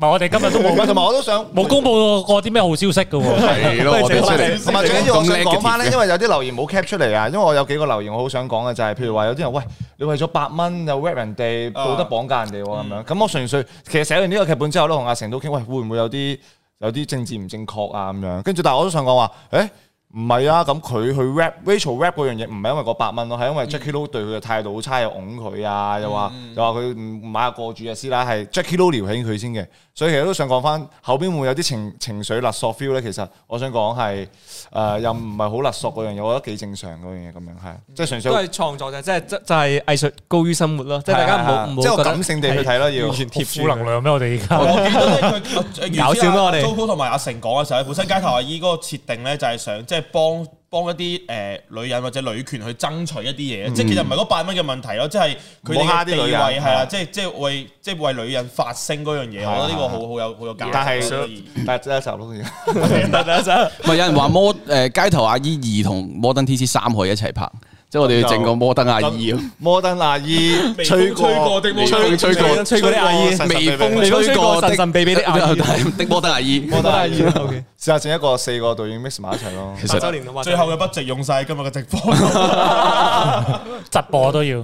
[SPEAKER 2] 唔係我哋今日都
[SPEAKER 5] 唔係，
[SPEAKER 2] 冇
[SPEAKER 5] 同埋我都想
[SPEAKER 2] 冇公佈過啲咩好消息嘅喎，
[SPEAKER 3] 係咯，我哋出嚟。
[SPEAKER 5] 同埋最緊要我想講翻咧，因
[SPEAKER 3] 為
[SPEAKER 5] 為有啲留言冇 cap 出嚟啊，因為我有幾個留言我好想講嘅就係，譬如話有啲人喂，你為咗八蚊就 rap 人哋，道德綁架人哋喎咁樣，咁我純粹其實寫完呢個劇本之後咧，同阿成都傾，喂會唔會有啲有啲政治唔正確啊咁樣，跟住但係我都想講話，誒。唔係啊，咁佢去 rap Rachel rap 嗰樣嘢，唔係因為嗰八蚊咯，係因為 Jackie Lou 對佢嘅態度好差，又㧬佢啊，又話又話佢唔買下過主嘅師奶，係 Jackie Lou 撩起佢先嘅，所以其實都想講翻後邊會唔會有啲情情緒勒索 feel 咧，其實我想講係誒又唔係好勒索嗰樣嘢，我覺得幾正常嗰樣嘢咁樣係，即係純粹
[SPEAKER 4] 都係創作啫，即係就係藝術高於生活咯，即係大家唔好唔
[SPEAKER 5] 即係
[SPEAKER 4] 好
[SPEAKER 5] 我
[SPEAKER 4] 覺得
[SPEAKER 5] 感性地去睇咯，要
[SPEAKER 4] 完全貼
[SPEAKER 2] 負
[SPEAKER 4] 住
[SPEAKER 2] 能量咩？我哋而家
[SPEAKER 6] 搞
[SPEAKER 4] 搞笑咩我哋
[SPEAKER 6] Coco 同埋阿成講嘅時候，本身街頭阿姨嗰個設定咧，就係想即係幫幫一啲誒女人或者女權去爭取一啲嘢，即係其實唔係嗰八蚊嘅問題咯，即係佢
[SPEAKER 5] 唔
[SPEAKER 6] 哋
[SPEAKER 5] 好嗯蝦啲
[SPEAKER 6] 嘅地
[SPEAKER 5] 女
[SPEAKER 6] 位
[SPEAKER 5] 人
[SPEAKER 6] 係
[SPEAKER 5] 係啊
[SPEAKER 6] 啊，即係即係為即係為女人發聲嗰樣嘢，我覺得呢個好好有好有價值。
[SPEAKER 5] 但係
[SPEAKER 6] 所以
[SPEAKER 5] 但係第一集咯，好似
[SPEAKER 3] 唔係有人話摩誒街頭阿姨二同摩登 T C 三可以一齊拍，即係我哋要整個摩登阿姨咯。
[SPEAKER 5] 摩登阿姨
[SPEAKER 6] 風
[SPEAKER 5] 吹過
[SPEAKER 6] 吹過的摩登
[SPEAKER 3] 吹吹過
[SPEAKER 4] 吹過啲阿姨
[SPEAKER 3] 微
[SPEAKER 4] 微風
[SPEAKER 3] 風
[SPEAKER 4] 吹
[SPEAKER 3] 吹
[SPEAKER 4] 過
[SPEAKER 3] 過
[SPEAKER 4] 神神秘秘的 阿姨
[SPEAKER 3] 的摩登阿姨。
[SPEAKER 5] 摩登阿姨， 試
[SPEAKER 4] OK
[SPEAKER 5] 下整一個四個導演 mix 埋一齊咯。
[SPEAKER 3] 其
[SPEAKER 4] 八周
[SPEAKER 3] 實
[SPEAKER 4] 年啦，
[SPEAKER 6] 最後嘅筆值用晒今日嘅直 播，
[SPEAKER 2] 直播都要，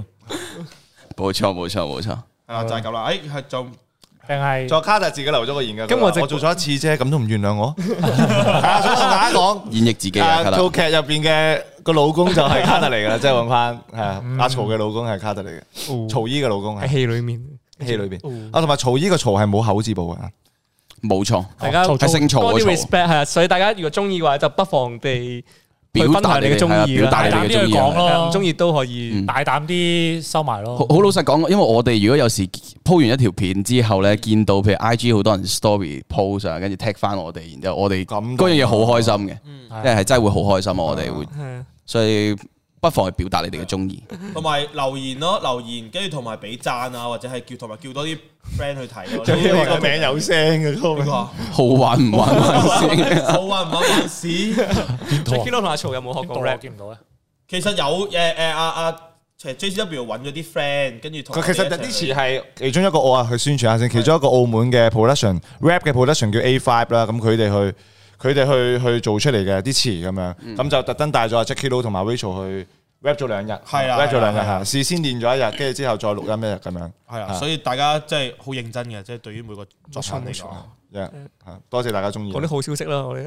[SPEAKER 3] 冇錯冇錯冇錯。
[SPEAKER 6] 係啦就係咁啦。誒係就
[SPEAKER 2] 定係
[SPEAKER 5] 再卡特自己留咗個言
[SPEAKER 4] 咁
[SPEAKER 5] 㗎，咁
[SPEAKER 4] 我
[SPEAKER 5] 我
[SPEAKER 4] 直
[SPEAKER 5] 我做咗一次啫，咁都唔原 諒我。係啊，想同大家講，
[SPEAKER 3] 演繹自己啊，
[SPEAKER 5] 啊
[SPEAKER 3] 卡
[SPEAKER 5] 套
[SPEAKER 3] 特
[SPEAKER 5] 劇入邊嘅個老公就係卡特嚟㗎啦，即係揾翻係啊阿曹嘅老公係卡特嚟嘅，曹姨嘅老公
[SPEAKER 4] 喺
[SPEAKER 5] 係
[SPEAKER 4] 戲裡面，哦
[SPEAKER 5] 戲裏邊啊，同埋曹姨個曹係冇口字部嘅。
[SPEAKER 3] 冇錯，
[SPEAKER 4] 大家
[SPEAKER 2] 哦
[SPEAKER 3] 係姓曹
[SPEAKER 4] 多
[SPEAKER 3] 嘅
[SPEAKER 4] 啲
[SPEAKER 3] 曹，
[SPEAKER 4] respect 係啊，所以大家如果中意嘅話，就不妨地
[SPEAKER 3] 表
[SPEAKER 4] 去分
[SPEAKER 3] 達
[SPEAKER 4] 享你
[SPEAKER 3] 你
[SPEAKER 4] 嘅
[SPEAKER 3] 嘅
[SPEAKER 4] 中
[SPEAKER 3] 中
[SPEAKER 4] 意
[SPEAKER 3] 意
[SPEAKER 4] 啦
[SPEAKER 3] 啦，表達你嘅中意啊
[SPEAKER 2] 大膽啲去講。咯
[SPEAKER 4] 唔中意都可以
[SPEAKER 3] 嗯
[SPEAKER 2] 大膽啲收埋咯
[SPEAKER 3] 好。好老實講，因為我哋如果有時鋪完一條片之後咧，見到譬如 I G 好多人 story post 上，跟住 tag 翻我哋，然之後我哋
[SPEAKER 5] 感動啊
[SPEAKER 3] 嗰樣嘢好開心嘅，即係係真係會好開心啊！我哋會，
[SPEAKER 4] 係啊
[SPEAKER 3] 所以不妨去表達你哋嘅中意。
[SPEAKER 6] 同埋留言咯，留言跟住同埋俾讚啊，或者係叫同埋叫多啲 friend 去睇咯。呢個
[SPEAKER 5] 名有聲 嘅，個
[SPEAKER 6] 邊個啊
[SPEAKER 3] 好玩唔 玩玩先？
[SPEAKER 6] 好啊，唔好玩屎。
[SPEAKER 4] Jackie Lou 同阿曹有冇學
[SPEAKER 2] 到
[SPEAKER 4] 過
[SPEAKER 2] 我
[SPEAKER 4] rap？
[SPEAKER 2] 見唔到咧，
[SPEAKER 6] 其實有誒誒阿阿其實 JCW 揾咗啲 friend，跟住同
[SPEAKER 5] 佢其實
[SPEAKER 6] 我
[SPEAKER 5] 有
[SPEAKER 6] 哋一齊
[SPEAKER 5] 啲
[SPEAKER 6] 去
[SPEAKER 5] 詞係其中一個我啊去宣傳下先，其中一個澳門嘅 production rap 嘅 production 叫 A Five 啦，咁佢哋去佢哋去去做出嚟嘅啲詞咁樣，咁就特登帶咗阿 Jackie Lou 同埋 Rachel 去 rap 咗兩日，
[SPEAKER 6] 係啦
[SPEAKER 5] ，rap 咗兩日
[SPEAKER 6] 係啦係
[SPEAKER 5] 嚇，事先練咗一日，跟住之後再錄音一日咁樣，
[SPEAKER 6] 係啊，所以大家真係好認真嘅，即係對於每個作品嚟講，
[SPEAKER 5] Yeah，嚇多謝大家中意。
[SPEAKER 4] 講啲好消息啦，我哋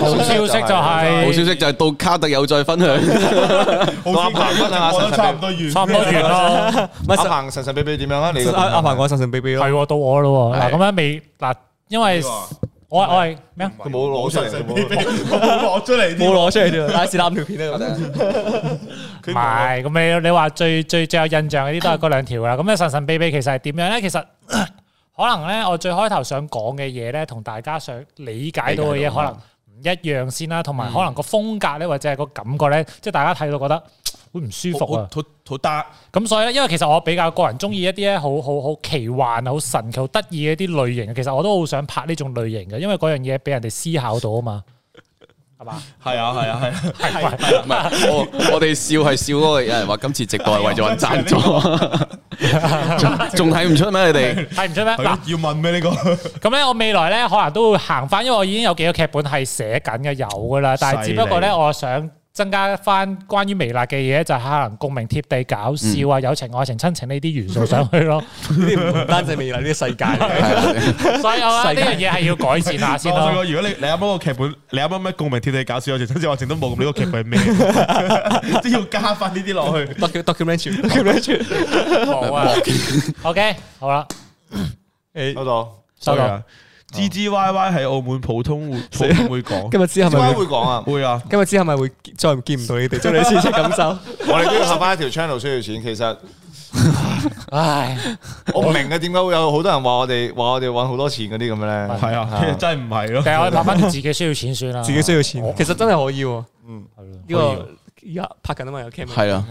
[SPEAKER 2] 好消息就
[SPEAKER 3] 好消
[SPEAKER 2] 係
[SPEAKER 3] 息就係到卡特有再分享，
[SPEAKER 5] 阿鵬啊，
[SPEAKER 6] 我
[SPEAKER 5] 神
[SPEAKER 6] 都差唔多完，
[SPEAKER 2] 差唔多完啦。
[SPEAKER 4] 唔
[SPEAKER 5] 阿
[SPEAKER 4] 係神
[SPEAKER 5] 鵬神神秘秘點樣啊？你個
[SPEAKER 4] 阿阿鵬講神神秘秘咯
[SPEAKER 2] 係。喎，到我咯喎。嗱，
[SPEAKER 3] 係
[SPEAKER 2] 咁樣未嗱，因為
[SPEAKER 6] 呢個啊
[SPEAKER 2] 我我係咩啊？
[SPEAKER 5] 佢冇攞出嚟
[SPEAKER 6] 神
[SPEAKER 5] 佢
[SPEAKER 6] 秘
[SPEAKER 5] 冇攞，
[SPEAKER 6] 我攞出嚟
[SPEAKER 4] 冇
[SPEAKER 6] 添，
[SPEAKER 4] 攞出嚟啫，拉屎攬條片
[SPEAKER 3] 啊
[SPEAKER 4] 咧，
[SPEAKER 2] 唔係，咁你你話最最最有印象嗰啲都係嗰兩條啦。咁咧神神秘秘其實係點樣咧？其實 可能咧，我最開頭想講嘅嘢咧，同大家想理解到嘅
[SPEAKER 3] 理解到
[SPEAKER 2] 嘢
[SPEAKER 6] 嗯
[SPEAKER 2] 可能唔一樣先啦，同埋可能個風格咧，或者係個感覺咧，即係大家睇到覺得會唔舒服
[SPEAKER 6] 好
[SPEAKER 2] 啊。
[SPEAKER 6] 好好得，
[SPEAKER 2] 咁所以咧，因為其實我比較個人中意一啲咧，好好好奇幻、啊好神奇、好得意嘅一啲類型嘅。其實我都好想拍呢種類型嘅，因為嗰樣嘢俾人哋思考到啊嘛，係嘛？
[SPEAKER 6] 係啊係啊係啊。
[SPEAKER 3] 唔係我我哋笑係笑嗰個有人話今次直播係為咗揾贊 助，仲仲睇唔出咩？你哋
[SPEAKER 2] 睇唔出咩？嗱，
[SPEAKER 6] 要問咩呢個？
[SPEAKER 2] 咁咧，我未來咧可能都會行翻，因為我已經有幾個劇本係寫緊嘅，有噶啦。但係
[SPEAKER 6] 犀
[SPEAKER 2] 只
[SPEAKER 6] 利
[SPEAKER 2] 不過咧，我想增加翻關於微辣嘅嘢，就係可能共鳴貼地、搞笑啊、友情、愛情、親情呢啲元素上去咯。
[SPEAKER 4] 啲唔單止未來呢個世界嚟嘅，
[SPEAKER 3] 啊
[SPEAKER 2] 所以我覺得呢樣嘢係要改善下先
[SPEAKER 6] 我想
[SPEAKER 2] 咯。
[SPEAKER 6] 講如果你你啱啱個劇本，你啱啱咩共鳴天地搞笑，我情親子愛情都冇，咁呢個劇本係咩？即係要加翻呢啲落去。
[SPEAKER 4] docu- documentary，documentary，
[SPEAKER 2] 冇啊。OK，好啦，
[SPEAKER 5] 收到。
[SPEAKER 2] 收
[SPEAKER 1] 啊
[SPEAKER 2] 到。
[SPEAKER 6] 啊 G G Y Y 喺澳門普通會普通會講，
[SPEAKER 4] 今日之後
[SPEAKER 5] 點
[SPEAKER 4] 咪
[SPEAKER 5] 解
[SPEAKER 4] 會
[SPEAKER 5] 會講啊？
[SPEAKER 6] 會啊，
[SPEAKER 4] 今日之後咪會再唔見唔到你哋，祝你先出感受。
[SPEAKER 5] 我哋都要拍翻一條 channel 需要錢。其實
[SPEAKER 2] 唉，
[SPEAKER 5] 我唔明嘅，點解會有好多人話我哋話我哋揾好多錢嗰啲咁嘅咧？
[SPEAKER 6] 係啊，其實 真係唔係
[SPEAKER 2] 但係我哋
[SPEAKER 6] 咯。
[SPEAKER 2] 拍翻條自己需要錢算啦。
[SPEAKER 4] 自己需要錢，哦其實真係可以喎。
[SPEAKER 6] 嗯
[SPEAKER 2] 呢
[SPEAKER 4] 呢個而家拍緊啊嘛，有 cam。
[SPEAKER 3] 係啊，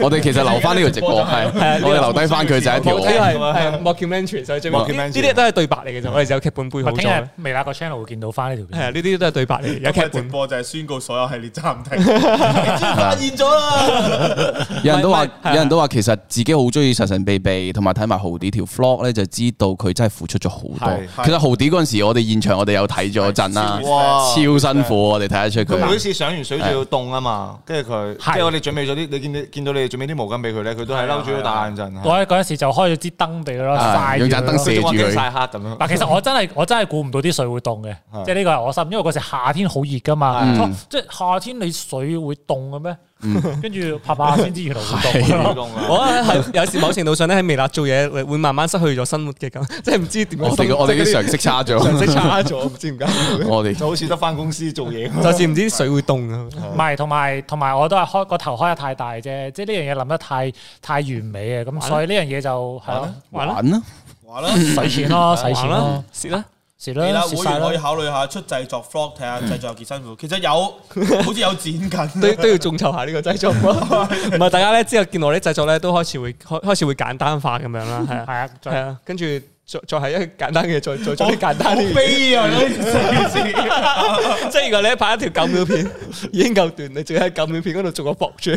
[SPEAKER 3] 我哋其實留翻呢個直播係，我哋留低翻佢就係一條
[SPEAKER 4] 冇呢個係嗯係 documentary，所以最尾呢
[SPEAKER 5] documentary
[SPEAKER 4] 呢啲都係對白嚟嘅啫。我哋就有劇本背好
[SPEAKER 2] 我
[SPEAKER 4] 咗
[SPEAKER 2] 聽日
[SPEAKER 4] 咧。
[SPEAKER 2] 微辣個 channel 會見到翻呢條
[SPEAKER 4] 係
[SPEAKER 2] 片。
[SPEAKER 4] 啊，呢啲都係對白嚟，嘅，有劇
[SPEAKER 6] 直
[SPEAKER 4] 本。
[SPEAKER 6] 播就係宣告所有系列暫 停，你知發現咗啦。
[SPEAKER 3] 有人都話
[SPEAKER 4] 唔係，
[SPEAKER 3] 有人都話其實自己好中意神神秘秘，同埋睇埋豪迪條 vlog 咧，就知道佢真係付出咗好多
[SPEAKER 5] 係。
[SPEAKER 6] 係
[SPEAKER 3] 其實豪迪嗰陣時，我哋現場我哋有睇咗陣啦，
[SPEAKER 5] 哇
[SPEAKER 3] 超辛苦，我哋睇得出
[SPEAKER 5] 佢每
[SPEAKER 3] 佢。
[SPEAKER 5] 次上完水就要凍啊嘛，跟住佢，即
[SPEAKER 2] 係
[SPEAKER 5] 係我哋準備咗啲，你見你見到你哋準備啲毛巾俾佢咧，佢都
[SPEAKER 4] 啊
[SPEAKER 5] 係嬲住都打冷震，
[SPEAKER 2] 我喺嗰陣時就開咗支燈俾佢咯，
[SPEAKER 3] 啊
[SPEAKER 2] 曬住
[SPEAKER 3] 用盞
[SPEAKER 2] 佢咯
[SPEAKER 3] 燈射
[SPEAKER 5] 即係
[SPEAKER 3] 住
[SPEAKER 5] 我驚
[SPEAKER 3] 佢，
[SPEAKER 5] 曬黑咁樣。
[SPEAKER 2] 嗱，其實我真係我真係估唔到啲水會凍嘅，即係呢個係我心，因為嗰時夏天好熱噶嘛，
[SPEAKER 3] 嗯
[SPEAKER 2] 初即係夏天你水會凍嘅咩？ 跟住拍拍下先知原來會凍
[SPEAKER 5] 好
[SPEAKER 2] 咯。
[SPEAKER 5] 凍啊！
[SPEAKER 4] 我覺得係有時某程度上咧喺微辣做嘢，會慢慢失去咗生活嘅感， 即係唔知點樣
[SPEAKER 3] 我
[SPEAKER 4] 生
[SPEAKER 3] 哋
[SPEAKER 4] 活。
[SPEAKER 3] 我哋
[SPEAKER 4] 即
[SPEAKER 3] 啲
[SPEAKER 4] 係嗰
[SPEAKER 3] 常識差咗，
[SPEAKER 4] 常識差 咗，唔知點解。
[SPEAKER 3] 我哋
[SPEAKER 5] 就好似得翻公司做嘢。
[SPEAKER 4] 就算唔知水會凍啊！
[SPEAKER 2] 唔係，同埋同埋我都係開個頭開得太大啫，即係呢樣嘢諗得太太完美啊，咁所以呢樣嘢就係咯，
[SPEAKER 4] 玩啦，
[SPEAKER 3] 玩啦。
[SPEAKER 6] 話啦，
[SPEAKER 2] 使錢咯，使
[SPEAKER 4] 玩
[SPEAKER 2] 錢
[SPEAKER 4] 啦
[SPEAKER 2] 咯，，
[SPEAKER 4] 蝕啦！
[SPEAKER 2] 蝕
[SPEAKER 6] 你
[SPEAKER 2] 啦，
[SPEAKER 6] 啦，會
[SPEAKER 2] 蝕晒
[SPEAKER 6] 員可以
[SPEAKER 2] 啦。
[SPEAKER 6] 考慮下出製作 vlog 睇下製作有幾辛苦。其實 有，好似有剪
[SPEAKER 4] 都
[SPEAKER 6] 緊。
[SPEAKER 4] 都要眾籌下呢個製作， 唔係大家咧之後見我啲製作咧都開始會開開始會簡單化咁樣 啦，係啊
[SPEAKER 2] 係啊，就
[SPEAKER 4] 係啊，跟住再再係一個簡單嘅，再再做啲簡單
[SPEAKER 6] 好
[SPEAKER 4] 啲嘅，
[SPEAKER 6] 悲啊！呢件事
[SPEAKER 4] 即係如果你拍一條九秒片已經夠短，你仲要喺九秒片嗰度做個博主，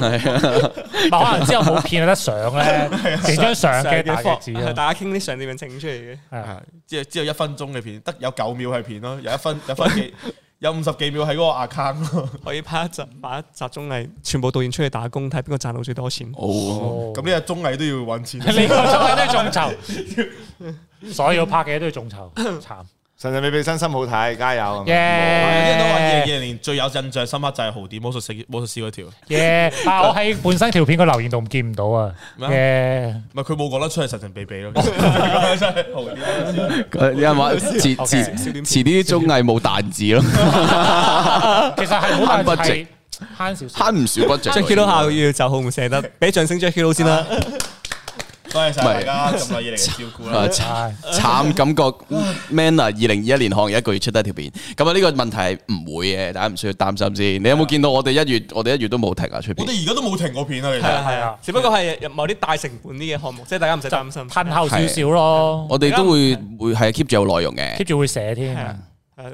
[SPEAKER 2] 唔係可能之後冇片有得上咧，整張相嘅大
[SPEAKER 4] 放
[SPEAKER 2] 嘅字啊。
[SPEAKER 4] 大家傾啲相點樣整出嚟嘅，
[SPEAKER 6] 只有只有一分鐘嘅片，得有九秒係片咯，有一分有分幾有五十幾秒喺嗰個 account 咯。
[SPEAKER 4] 可以拍一集拍一集綜藝，全部導演出去打工，睇邊個賺到最多錢。
[SPEAKER 3] 哦，
[SPEAKER 6] 咁呢個綜藝都要揾 錢。啊
[SPEAKER 2] 你個綜藝都係眾籌，所有拍嘅都係眾籌，慘。
[SPEAKER 5] 神神秘秘真心好睇，加油！
[SPEAKER 6] 有啲人都話二零二
[SPEAKER 2] 耶
[SPEAKER 6] 零年最有印象深刻就係豪啲魔術師魔術師 嗰條，唔
[SPEAKER 2] 耶！但係我喺本身條片個留言度唔見唔到啊。
[SPEAKER 6] 咩啊
[SPEAKER 2] 耶！
[SPEAKER 6] 係佢冇講得出係神神秘秘咯，真係豪啲。
[SPEAKER 3] 有人話遲
[SPEAKER 2] OK
[SPEAKER 3] 遲遲啲綜藝冇彈字咯，
[SPEAKER 2] 其實係好
[SPEAKER 3] 慳
[SPEAKER 2] 大問
[SPEAKER 3] budget
[SPEAKER 2] 題，慳少少。
[SPEAKER 3] 慳唔少 budget。
[SPEAKER 4] Jackie 都下個月就好唔捨得，俾掌聲 Jackie 都先啦。
[SPEAKER 6] 多謝晒大家咁耐以嚟嘅照顧啦
[SPEAKER 3] 啊。
[SPEAKER 2] 係
[SPEAKER 3] 慘感覺 Manner 二零二一年行業一個月出得一條片，咁啊呢個問題係唔會嘅，大家唔需要擔心先。你有冇見到我哋一月，我哋一月都冇停啊出
[SPEAKER 6] 我
[SPEAKER 3] 片，
[SPEAKER 6] 哋而家都冇停過片啊，
[SPEAKER 4] 係
[SPEAKER 6] 其實
[SPEAKER 4] 啊係啊，只不過係某啲大成本啲嘅項目，即係大啊家唔使擔心。
[SPEAKER 2] 褪後少少咯
[SPEAKER 3] 我哋都會會係 keep 住有內容嘅
[SPEAKER 2] ，keep，住會寫添。
[SPEAKER 5] 嗯
[SPEAKER 4] 係啊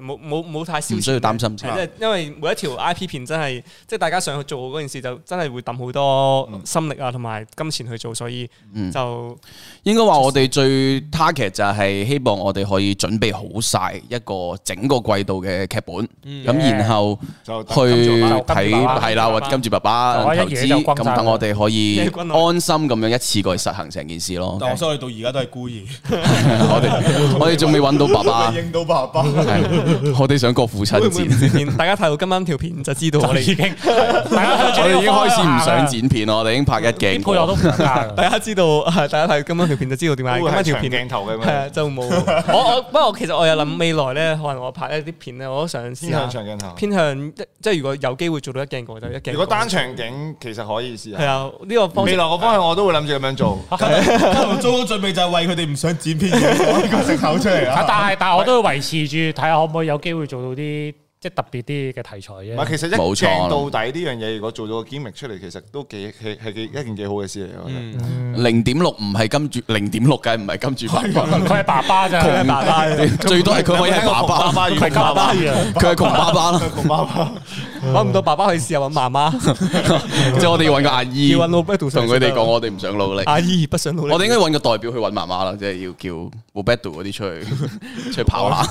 [SPEAKER 4] 冇冇冇太消
[SPEAKER 3] 唔需要擔心
[SPEAKER 4] 係即
[SPEAKER 3] 先。
[SPEAKER 4] 係因為每一條 I P 片真係，即係大家想去做嗰件事，就真係會抌好
[SPEAKER 3] 嗯
[SPEAKER 4] 多心力啊，同埋金錢去做，所以就
[SPEAKER 3] 應該話我哋最 target 就係希望我哋可以準備好晒一個整個季度嘅劇本，咁然後
[SPEAKER 5] 就等
[SPEAKER 3] 去
[SPEAKER 2] 主
[SPEAKER 5] 金
[SPEAKER 2] 爸爸
[SPEAKER 3] 睇係啦，或者金主爸爸
[SPEAKER 2] 就一
[SPEAKER 3] 投
[SPEAKER 2] 嘢就
[SPEAKER 3] 資，
[SPEAKER 2] 轟
[SPEAKER 3] 咁
[SPEAKER 2] 炸
[SPEAKER 3] 等我哋可以
[SPEAKER 4] 一嘢轟落
[SPEAKER 3] 安心咁樣一次過去實行成件事咯。
[SPEAKER 6] 但我所以到而家都係孤兒，
[SPEAKER 3] 我哋我哋仲未揾到爸 爸。
[SPEAKER 6] 應到爸爸。
[SPEAKER 3] 係我哋想過父親
[SPEAKER 4] 會唔會唔
[SPEAKER 3] 節，
[SPEAKER 4] 剪片？大家睇到今晚條片就知道我
[SPEAKER 2] 我哋已
[SPEAKER 4] 哋，
[SPEAKER 2] 經， 大家向住
[SPEAKER 3] 我
[SPEAKER 2] 呢個
[SPEAKER 3] 哋已經開始唔
[SPEAKER 2] 方向
[SPEAKER 3] 想
[SPEAKER 2] 啦
[SPEAKER 3] 剪片咯，我哋已經拍一
[SPEAKER 2] 啲
[SPEAKER 3] 鏡
[SPEAKER 2] 配樂都
[SPEAKER 3] 過。
[SPEAKER 2] 唔得啊 㗎。
[SPEAKER 4] 大家知道，係大家睇到今晚條片就知道點解
[SPEAKER 5] 都
[SPEAKER 4] 今
[SPEAKER 5] 會係
[SPEAKER 4] 晚
[SPEAKER 5] 長
[SPEAKER 4] 啊條
[SPEAKER 5] 鏡
[SPEAKER 4] 片。
[SPEAKER 5] 頭嘅
[SPEAKER 4] 係啊，
[SPEAKER 5] 咩？
[SPEAKER 4] 就冇 我我不過我其實我有諗未來咧，可能我拍一啲片咧，我都想試
[SPEAKER 5] 偏
[SPEAKER 4] 下
[SPEAKER 5] 向長鏡頭。
[SPEAKER 4] 偏向即係如果有機會做到一鏡過就一鏡過。
[SPEAKER 5] 如果單場景其實可以試
[SPEAKER 4] 係
[SPEAKER 5] 下。
[SPEAKER 4] 啊，呢個方
[SPEAKER 5] 未
[SPEAKER 4] 式
[SPEAKER 5] 來個方向我都會諗住咁樣做。
[SPEAKER 6] 做做好準備就係為佢哋唔想剪片而講呢個藉口出嚟
[SPEAKER 2] 啊
[SPEAKER 6] 啦。
[SPEAKER 2] 但係但係我都會維持住睇下可唔可以有機會做到啲即即係特別啲嘅題材啫。
[SPEAKER 5] 唔係，其實一
[SPEAKER 3] 冇錯
[SPEAKER 5] 鏡到底呢樣嘢，如果做到個 gimmick 出嚟，其實都幾係係幾一件幾好嘅事嚟，我覺得。
[SPEAKER 3] 零點六唔係金主，零點六嘅唔係金主爸爸，
[SPEAKER 2] 佢係爸爸咋，佢係 爸爸，
[SPEAKER 3] 最多係佢可以係爸爸，
[SPEAKER 2] 佢係爸爸啊。
[SPEAKER 3] 佢係窮爸爸咯，
[SPEAKER 4] 揾唔到爸爸去試下揾媽媽，
[SPEAKER 3] 即係我哋要揾個阿姨，
[SPEAKER 4] 要揾
[SPEAKER 3] 同
[SPEAKER 4] Roberto 上
[SPEAKER 3] 佢哋
[SPEAKER 4] 先得
[SPEAKER 3] 講我哋唔想努力。
[SPEAKER 4] 阿姨不想努力。
[SPEAKER 3] 我哋應該揾個代表去揾媽媽啦，即係要叫 Roberto 嗰啲出去出去跑下。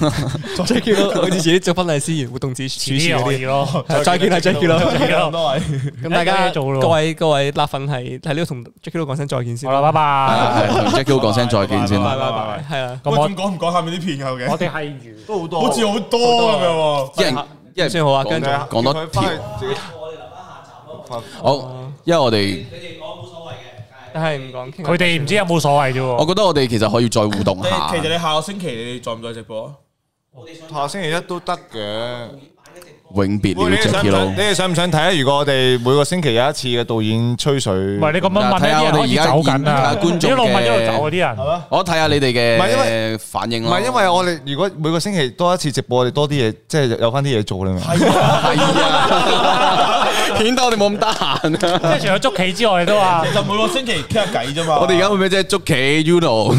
[SPEAKER 4] 該 Jackie 咯，好似自己做婚禮司儀活動主主持
[SPEAKER 2] 啲
[SPEAKER 4] 嗰
[SPEAKER 2] 可
[SPEAKER 4] 啲
[SPEAKER 2] 以。咯，
[SPEAKER 4] 係再見啦，Jackie 咯。
[SPEAKER 6] 咁多位，
[SPEAKER 4] 咁
[SPEAKER 2] 有
[SPEAKER 4] 大
[SPEAKER 2] 嘢
[SPEAKER 4] 家
[SPEAKER 2] 做咯
[SPEAKER 4] 各位各位辣粉係喺呢度同 Jackie 都講聲再見先
[SPEAKER 2] 好。啦，拜拜。
[SPEAKER 3] 係同 Jackie 講聲再見先
[SPEAKER 6] 拜
[SPEAKER 3] 啦。
[SPEAKER 6] 拜拜拜。
[SPEAKER 4] 係啊，
[SPEAKER 2] 咁
[SPEAKER 6] 喂，
[SPEAKER 2] 我
[SPEAKER 6] 仲講唔講下面啲片啊究竟
[SPEAKER 2] 我哋係完。
[SPEAKER 5] 都好多
[SPEAKER 6] 好似好多咁樣喎。
[SPEAKER 3] 一人一人
[SPEAKER 4] 先好啊
[SPEAKER 3] 講
[SPEAKER 4] 跟住
[SPEAKER 3] 講多
[SPEAKER 5] 佢
[SPEAKER 3] 條
[SPEAKER 5] 翻。去自己
[SPEAKER 3] 好，因為我哋，
[SPEAKER 4] 但係唔講傾啊啦。
[SPEAKER 2] 佢哋唔知有冇所謂啫喎。
[SPEAKER 3] 我覺得我哋其實可以再互動
[SPEAKER 6] 即
[SPEAKER 3] 下
[SPEAKER 6] 係。其實你下個星期你再唔再直播啊？
[SPEAKER 5] 下星期一都得嘅。
[SPEAKER 3] 永別
[SPEAKER 5] 喂，你
[SPEAKER 3] 了
[SPEAKER 5] 哋
[SPEAKER 3] Jackie
[SPEAKER 5] 想唔想？你
[SPEAKER 3] 咯。
[SPEAKER 5] 哋想唔想睇啊？如果我哋每個星期有一次嘅導演吹水，
[SPEAKER 2] 唔
[SPEAKER 5] 唔
[SPEAKER 2] 係你咁樣問
[SPEAKER 3] 睇
[SPEAKER 2] 咧，
[SPEAKER 3] 下
[SPEAKER 2] 啲
[SPEAKER 3] 我哋
[SPEAKER 2] 人開始走緊
[SPEAKER 3] 而家
[SPEAKER 2] 啊！
[SPEAKER 3] 而家觀眾
[SPEAKER 2] 一路問一
[SPEAKER 3] 嘅
[SPEAKER 2] 路走嗰啲人，
[SPEAKER 3] 我睇下你哋
[SPEAKER 5] 唔係因為
[SPEAKER 3] 嘅反應咯。
[SPEAKER 5] 係因為我哋如果每個星期多一次直播，我哋多啲嘢，即係有翻啲嘢做啦嘛。
[SPEAKER 3] 係啊， 顯得我哋冇咁得閒 啊。
[SPEAKER 2] 即係除咗捉棋之外都話，
[SPEAKER 6] 就每個星期傾下偈啫嘛。
[SPEAKER 3] 我哋而家會唔會即係捉棋 Uno？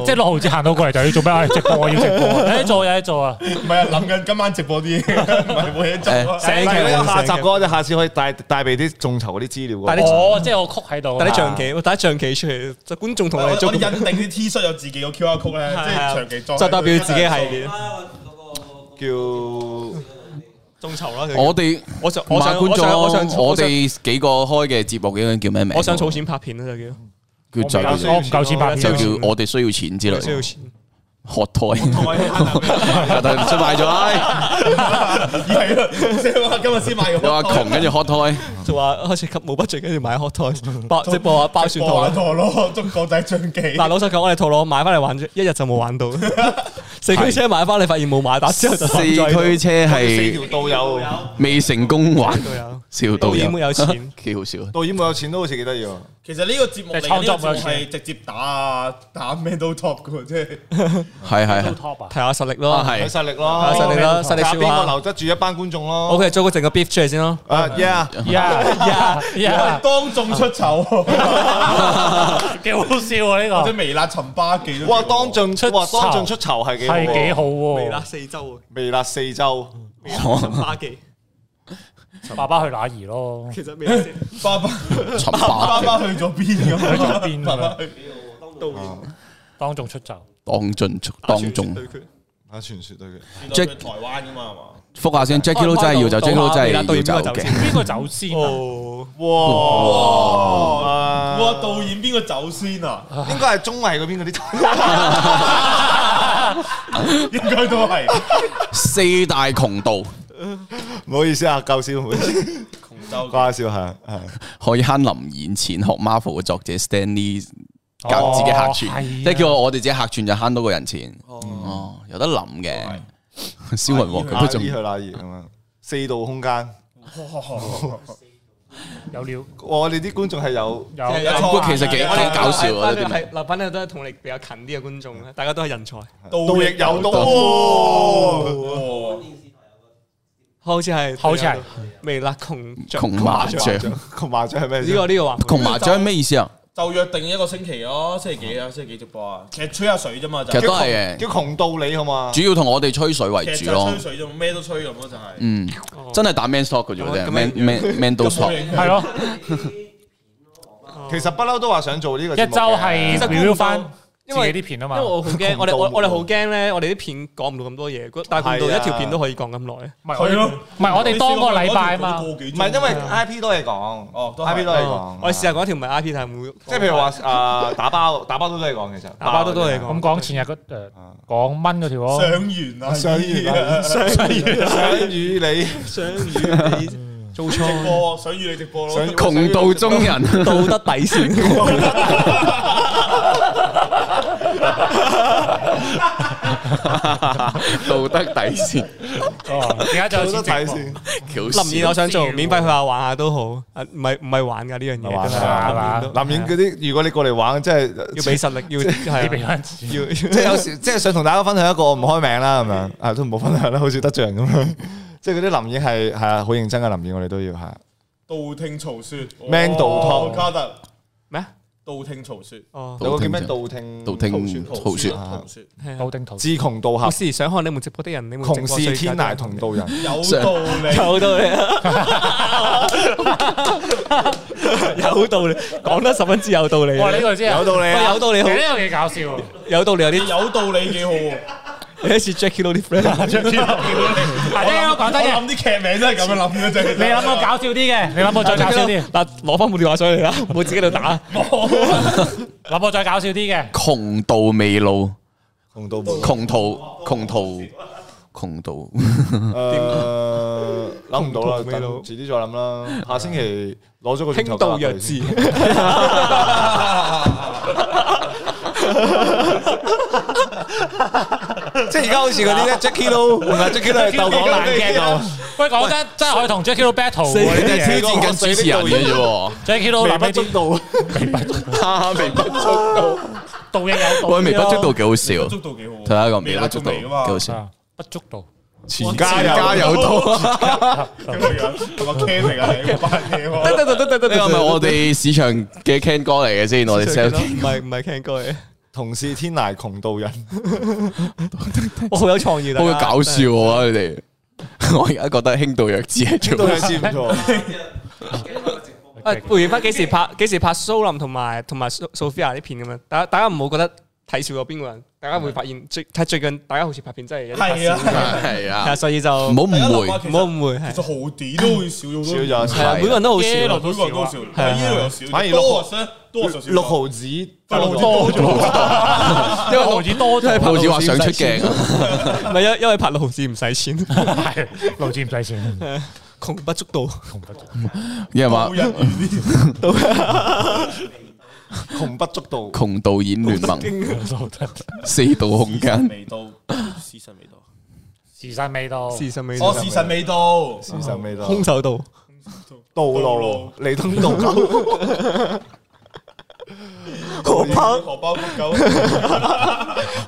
[SPEAKER 2] 即 即係六毫子行到過嚟就要做咩？我哋直播，我要直 播，有得做有得做啊！
[SPEAKER 6] 唔係啊，諗緊今晚直播啲嘢，唔係冇嘢做
[SPEAKER 5] 但
[SPEAKER 6] 啊。
[SPEAKER 4] 成
[SPEAKER 5] 係
[SPEAKER 4] 期
[SPEAKER 5] 如果有
[SPEAKER 4] 啦，
[SPEAKER 5] 下集
[SPEAKER 4] 成
[SPEAKER 5] 嘅
[SPEAKER 4] 期
[SPEAKER 5] 話，我哋下次可以帶帶備啲眾籌嗰啲資料㗎。
[SPEAKER 2] 哦，即係我曲喺度啊嘛，
[SPEAKER 4] 打啲象棋，我打啲象棋出嚟，就觀眾同
[SPEAKER 6] 我
[SPEAKER 4] 我哋做
[SPEAKER 6] 我哋印定啲 T 恤有自己個 QR code 咧，即係長期裝喺度。
[SPEAKER 4] 就代表自己系列
[SPEAKER 5] 叫
[SPEAKER 4] 眾籌啦。
[SPEAKER 3] 我哋
[SPEAKER 4] 我想
[SPEAKER 3] 我
[SPEAKER 4] 我
[SPEAKER 3] 想
[SPEAKER 4] 想
[SPEAKER 3] 觀
[SPEAKER 4] 我
[SPEAKER 3] 眾，
[SPEAKER 4] 想我想
[SPEAKER 3] 我哋幾個開嘅節目嘅叫咩名？
[SPEAKER 4] 我想儲錢拍片啦，啊就叫
[SPEAKER 3] 叫就
[SPEAKER 2] 我唔夠我唔夠錢拍
[SPEAKER 3] 就
[SPEAKER 2] 片
[SPEAKER 4] 就。
[SPEAKER 3] 叫我哋需要錢之
[SPEAKER 4] 需要
[SPEAKER 3] 類。
[SPEAKER 4] 錢。
[SPEAKER 3] 學胎， 但係出賣咗唉
[SPEAKER 6] 係咯，即係話今日先買
[SPEAKER 3] 又話
[SPEAKER 6] 個
[SPEAKER 3] 窮，跟住學胎。
[SPEAKER 4] 就話開始吸冇 budget，跟住買 hot toy，包即係播下包蒜啊
[SPEAKER 6] 我
[SPEAKER 4] 陀
[SPEAKER 6] 玩
[SPEAKER 4] 螺。
[SPEAKER 6] 陀螺，中國仔象 棋。
[SPEAKER 4] 但老實講，我哋陀螺買翻嚟玩咗一日就冇玩 到，四驅車買翻嚟發現冇買，打之後就
[SPEAKER 3] 四
[SPEAKER 4] 冧咗喺度
[SPEAKER 3] 驅車係
[SPEAKER 5] 四條導遊，
[SPEAKER 3] 未成功玩，
[SPEAKER 4] 都有
[SPEAKER 3] 笑到
[SPEAKER 4] 導演會有錢
[SPEAKER 3] 幾好笑。
[SPEAKER 5] 導演冇有錢都好似幾得意喎。
[SPEAKER 6] 其實呢個節目嚟
[SPEAKER 2] 即係創
[SPEAKER 6] 嘅，
[SPEAKER 2] 作冇
[SPEAKER 6] 呢個
[SPEAKER 2] 有
[SPEAKER 6] 節目
[SPEAKER 2] 錢
[SPEAKER 6] 係直接打啊打咩都 top 嘅喎，即係
[SPEAKER 3] 係係 係
[SPEAKER 2] top 啊
[SPEAKER 4] 睇！下實力
[SPEAKER 3] 啊
[SPEAKER 4] 咯。
[SPEAKER 5] 睇
[SPEAKER 3] 係，
[SPEAKER 5] 實力咯，哦
[SPEAKER 4] 睇實力啦實力
[SPEAKER 5] 睇下邊
[SPEAKER 4] 說話
[SPEAKER 5] 個留得住一班觀眾咯。
[SPEAKER 4] OK，做個整個 beef 出嚟先咯。
[SPEAKER 5] 啊，yeah，
[SPEAKER 2] 呀
[SPEAKER 4] 啊
[SPEAKER 2] 呀，
[SPEAKER 6] 當眾出醜，
[SPEAKER 2] 幾好笑啊！呢
[SPEAKER 6] 即
[SPEAKER 2] 個
[SPEAKER 6] 係微辣尋巴記都。
[SPEAKER 5] 哇，當眾出，哇，
[SPEAKER 2] 酬
[SPEAKER 5] 當眾出酬係幾好
[SPEAKER 2] 係
[SPEAKER 5] 喎
[SPEAKER 2] 幾好
[SPEAKER 3] 哦
[SPEAKER 4] 微辣
[SPEAKER 2] 喎！
[SPEAKER 4] 四周
[SPEAKER 5] 微辣四周，
[SPEAKER 4] 啊，花記
[SPEAKER 2] 爸爸去哪兒咯？
[SPEAKER 4] 其實微辣四
[SPEAKER 6] 爸爸
[SPEAKER 3] 尋
[SPEAKER 6] 爸
[SPEAKER 3] 爸
[SPEAKER 6] 爸去咗邊咁？
[SPEAKER 2] 去咗邊
[SPEAKER 6] 爸
[SPEAKER 2] 啊
[SPEAKER 6] 爸去
[SPEAKER 4] 導演
[SPEAKER 2] 當眾出走，
[SPEAKER 3] 當盡當眾
[SPEAKER 4] 對決
[SPEAKER 5] 啊，傳説對佢，
[SPEAKER 6] 轉到去台灣㗎嘛係嘛？
[SPEAKER 3] 覆下先，Jackie 都真係要走，Jackie 都真係要走嘅。
[SPEAKER 2] 邊個走先啊？
[SPEAKER 4] 哦，
[SPEAKER 5] 啊
[SPEAKER 6] 哇！導演邊個走先啊？
[SPEAKER 5] 應該係綜藝嗰邊嗰啲，
[SPEAKER 6] 應該都係
[SPEAKER 3] 四大窮道
[SPEAKER 5] 唔好意思啊，夠笑，唔好意思，
[SPEAKER 6] 窮 州
[SPEAKER 5] 瓜笑下，係
[SPEAKER 3] 可以慳臨演前學 Marvel 嘅作者 Stanley 教自己客
[SPEAKER 2] 係
[SPEAKER 3] 串，
[SPEAKER 2] 啊
[SPEAKER 3] 即係叫我我哋自己客串就慳多個人錢。哦，有得諗嘅，燒雲鑊佢
[SPEAKER 5] 阿
[SPEAKER 3] 都
[SPEAKER 5] 姨
[SPEAKER 3] 仲
[SPEAKER 5] 去哪兒咁樣，四度空間，
[SPEAKER 2] 有料
[SPEAKER 5] 我哋啲觀眾係有
[SPEAKER 2] 有
[SPEAKER 4] 有
[SPEAKER 3] 不過其實幾幾 搞笑啊！呢啲名
[SPEAKER 4] 係留翻咧都係同你比較近啲嘅觀眾咧，大家都係人才。
[SPEAKER 5] 道亦有道
[SPEAKER 6] 哦
[SPEAKER 4] 好似係，
[SPEAKER 2] 好似係
[SPEAKER 4] 微辣窮雀
[SPEAKER 3] 窮麻雀，
[SPEAKER 5] 同麻雀係咩
[SPEAKER 4] 呢
[SPEAKER 5] 先？
[SPEAKER 4] 個呢個話
[SPEAKER 3] 嗯窮麻雀係咩意思啊？
[SPEAKER 6] 就約定一個星期咯，星期幾啊？星期幾直播啊？其實吹下水啫嘛，就
[SPEAKER 3] 其實
[SPEAKER 6] 係
[SPEAKER 3] 都係
[SPEAKER 5] 叫
[SPEAKER 3] 嘅，
[SPEAKER 5] 窮道理好嘛？
[SPEAKER 3] 主要同我哋吹水為
[SPEAKER 6] 其實
[SPEAKER 3] 主
[SPEAKER 6] 就
[SPEAKER 3] 咯
[SPEAKER 6] 係。吹水啫嘛，咩都吹咁咯，就係。
[SPEAKER 3] 嗯，真係打 man stock 嘅啫
[SPEAKER 4] 咁樣
[SPEAKER 3] ，man man man
[SPEAKER 6] 咁
[SPEAKER 3] do
[SPEAKER 6] 冇
[SPEAKER 3] stock。
[SPEAKER 6] 影響
[SPEAKER 2] 係咯，
[SPEAKER 5] 其實不嬲都話想做呢個
[SPEAKER 2] 一周係
[SPEAKER 4] 其實估唔到
[SPEAKER 2] review 翻自
[SPEAKER 4] 因
[SPEAKER 2] 己
[SPEAKER 4] 為
[SPEAKER 2] 啲片啊
[SPEAKER 4] 因
[SPEAKER 2] 嘛
[SPEAKER 4] 為。我好驚，我哋我
[SPEAKER 5] 窮到
[SPEAKER 4] 我哋好驚咧，我哋啲片講唔到咁多嘢，但係到
[SPEAKER 5] 係啊
[SPEAKER 4] 一條片都可以講咁耐。
[SPEAKER 2] 唔係我
[SPEAKER 6] 係
[SPEAKER 2] 哋
[SPEAKER 6] 咯，
[SPEAKER 2] 唔係我哋當個禮拜啊嘛。
[SPEAKER 6] 唔
[SPEAKER 5] 唔係因為 I P 多嘢講，
[SPEAKER 6] 哦都係
[SPEAKER 5] I P 多嘢講，
[SPEAKER 4] 我哋試下講一條唔係 I P，但係每
[SPEAKER 5] 即係譬如話啊打包打包都多嘢講，其實
[SPEAKER 4] 打包都多嘢講
[SPEAKER 2] 咁講前日嗰誒講蚊嗰條咯，
[SPEAKER 6] 上完啊，上完啊，
[SPEAKER 5] 想與你。
[SPEAKER 4] 想與你做
[SPEAKER 6] 直
[SPEAKER 4] 錯
[SPEAKER 6] 播想與你直播咯
[SPEAKER 5] 想。
[SPEAKER 3] 窮道中人，
[SPEAKER 4] 道德底線，
[SPEAKER 3] 道德底線，
[SPEAKER 2] 哦而家就有
[SPEAKER 5] 有得
[SPEAKER 2] 錢
[SPEAKER 5] 睇
[SPEAKER 2] 直播
[SPEAKER 5] 先，
[SPEAKER 3] 橋
[SPEAKER 4] 林燕我想做，免費去下玩下都好，啊唔係唔係玩㗎呢樣嘢，真係
[SPEAKER 5] 啊
[SPEAKER 2] 係嘛
[SPEAKER 4] 林燕都
[SPEAKER 5] 林演嗰啲，如果你過嚟玩，即係
[SPEAKER 4] 要 俾實力，要
[SPEAKER 2] 你
[SPEAKER 4] 係
[SPEAKER 2] 俾
[SPEAKER 4] 啊
[SPEAKER 2] 翻錢
[SPEAKER 4] 要
[SPEAKER 5] 即係有時，即係想同大家分享一個我唔開名啦，咁樣啊，都唔好分享啦，好似得罪人咁樣。 即係嗰啲林演係係啊，好認真嘅林演，我哋都要係。啊
[SPEAKER 6] 道聽途說
[SPEAKER 5] Man 道湯
[SPEAKER 6] 哦卡特
[SPEAKER 4] 咩？
[SPEAKER 6] 道聽途說，
[SPEAKER 4] 哦，
[SPEAKER 5] 有個叫咩道聽
[SPEAKER 3] 道聽
[SPEAKER 6] 途說
[SPEAKER 3] 途說
[SPEAKER 6] 途說，
[SPEAKER 4] 係啊
[SPEAKER 2] 老定圖
[SPEAKER 5] 志窮道合
[SPEAKER 4] 有，時想看你們直播的人，你們直
[SPEAKER 5] 窮
[SPEAKER 4] 播
[SPEAKER 5] 是
[SPEAKER 4] 世界
[SPEAKER 5] 天
[SPEAKER 4] 都
[SPEAKER 5] 涯
[SPEAKER 4] 係
[SPEAKER 5] 同道人。
[SPEAKER 6] 有
[SPEAKER 4] 有道
[SPEAKER 6] 道理。
[SPEAKER 4] 理啊， 有道理，講得十分之有道理。
[SPEAKER 2] 哇！呢個真係
[SPEAKER 8] 有道理
[SPEAKER 4] 喂
[SPEAKER 8] 啊
[SPEAKER 4] 有道理好
[SPEAKER 2] 其實，呢個幾搞笑喎。
[SPEAKER 4] 有道理有啲
[SPEAKER 6] 有道理幾好喎，
[SPEAKER 4] 有一次 Jackie 啲 friend，
[SPEAKER 2] 嗱，即係講真
[SPEAKER 6] 我
[SPEAKER 2] 嘅，
[SPEAKER 6] 諗啲劇名都係咁樣諗嘅啫。
[SPEAKER 2] 你諗我搞笑啲嘅，你諗我
[SPEAKER 4] Ờ,
[SPEAKER 2] 再搞笑啲，
[SPEAKER 4] 嗱攞翻部電話上嚟啦，唔好自己喺度打。
[SPEAKER 2] 諗我再搞笑啲嘅。
[SPEAKER 3] 窮途未路，
[SPEAKER 5] 窮道無
[SPEAKER 3] 窮途窮途窮途，
[SPEAKER 4] 呃
[SPEAKER 5] 誒諗唔到啦，
[SPEAKER 4] 窮途未
[SPEAKER 5] 等
[SPEAKER 4] 老
[SPEAKER 5] 遲啲再諗
[SPEAKER 4] 啊
[SPEAKER 5] 啦。下星期攞咗個
[SPEAKER 4] 輕度弱智，
[SPEAKER 5] 即係而家好似嗰啲咧，Jackie Lou 同埋 Jackie Lou 鬥講爛 gag 咁，
[SPEAKER 2] 喂，講真，真係可以同 Jackie Lou battle 喎
[SPEAKER 3] 你
[SPEAKER 2] 呢
[SPEAKER 3] 哋
[SPEAKER 2] 啲
[SPEAKER 3] 係
[SPEAKER 2] 嘢。
[SPEAKER 3] 挑戰緊主持人嘅啫喎，
[SPEAKER 2] Jackie Lou
[SPEAKER 5] 微
[SPEAKER 2] 諗
[SPEAKER 5] 不足
[SPEAKER 2] 呢啲
[SPEAKER 5] 道。
[SPEAKER 3] 哈哈微不足道，
[SPEAKER 2] 道亦有道，
[SPEAKER 3] 我微不足道幾好笑，
[SPEAKER 6] 足道幾好喎，
[SPEAKER 3] 睇下一個微不足道
[SPEAKER 6] 微
[SPEAKER 3] 幾
[SPEAKER 6] 辣到微㗎嘛
[SPEAKER 3] 好笑，
[SPEAKER 2] 啊，不足道。
[SPEAKER 3] 全家有道，
[SPEAKER 6] 咁樣同埋 Cam 嚟 㗎，你嗰班嘢喎。
[SPEAKER 4] 得得得得得
[SPEAKER 3] 呢個係咪我哋市場嘅 Ken 哥嚟嘅先？我哋 sell
[SPEAKER 4] 唔係唔係 Ken 哥嚟，
[SPEAKER 5] 同是天涯窮道人，
[SPEAKER 4] 我好有創意，
[SPEAKER 3] 好鬼搞笑喎！佢 哋，我而家覺得輕度弱智係
[SPEAKER 5] 都
[SPEAKER 3] 做
[SPEAKER 5] 係知唔錯。
[SPEAKER 4] 啊！回應翻幾時拍幾時拍蘇林同埋同埋蘇 Sophia 啲片咁樣，大家大家唔好覺得睇少咗邊個人，大家會發現最睇最近大家好似拍片真係有啲拍
[SPEAKER 6] 係
[SPEAKER 4] 少
[SPEAKER 6] 啊，係啊
[SPEAKER 3] 係
[SPEAKER 4] 係啊，
[SPEAKER 3] 啊，
[SPEAKER 4] 所以就
[SPEAKER 3] 唔好
[SPEAKER 4] 唔
[SPEAKER 3] 誤會。
[SPEAKER 4] 好誤會係
[SPEAKER 6] 其實豪啲都會少咗好多，
[SPEAKER 5] 少咗
[SPEAKER 4] 係啊，每個人都好少，
[SPEAKER 2] 耶魯
[SPEAKER 6] 每個人都少，
[SPEAKER 4] 係啊
[SPEAKER 6] 係呢度又少，
[SPEAKER 5] 反而六
[SPEAKER 6] 多
[SPEAKER 5] 號
[SPEAKER 6] 啊，多啊少少。
[SPEAKER 5] 六毫子
[SPEAKER 6] 多咗，
[SPEAKER 3] 因為毫子多咗，毫子話想出鏡，
[SPEAKER 4] 唔係因因為拍六毫子唔使錢，
[SPEAKER 2] 係路子唔使錢，
[SPEAKER 4] 窮不足道，
[SPEAKER 3] 有人話
[SPEAKER 6] 冇人緣呢啲
[SPEAKER 5] 窮不足道。
[SPEAKER 3] 窮導演聯盟四度空間，
[SPEAKER 6] 味道，時辰未到，
[SPEAKER 2] 時辰未到，
[SPEAKER 4] 事實未
[SPEAKER 6] 我哦時辰未到，
[SPEAKER 5] 事實未到，
[SPEAKER 4] 空手道，
[SPEAKER 5] 道路嚟通道，
[SPEAKER 4] 荷包
[SPEAKER 6] 荷包唔夠，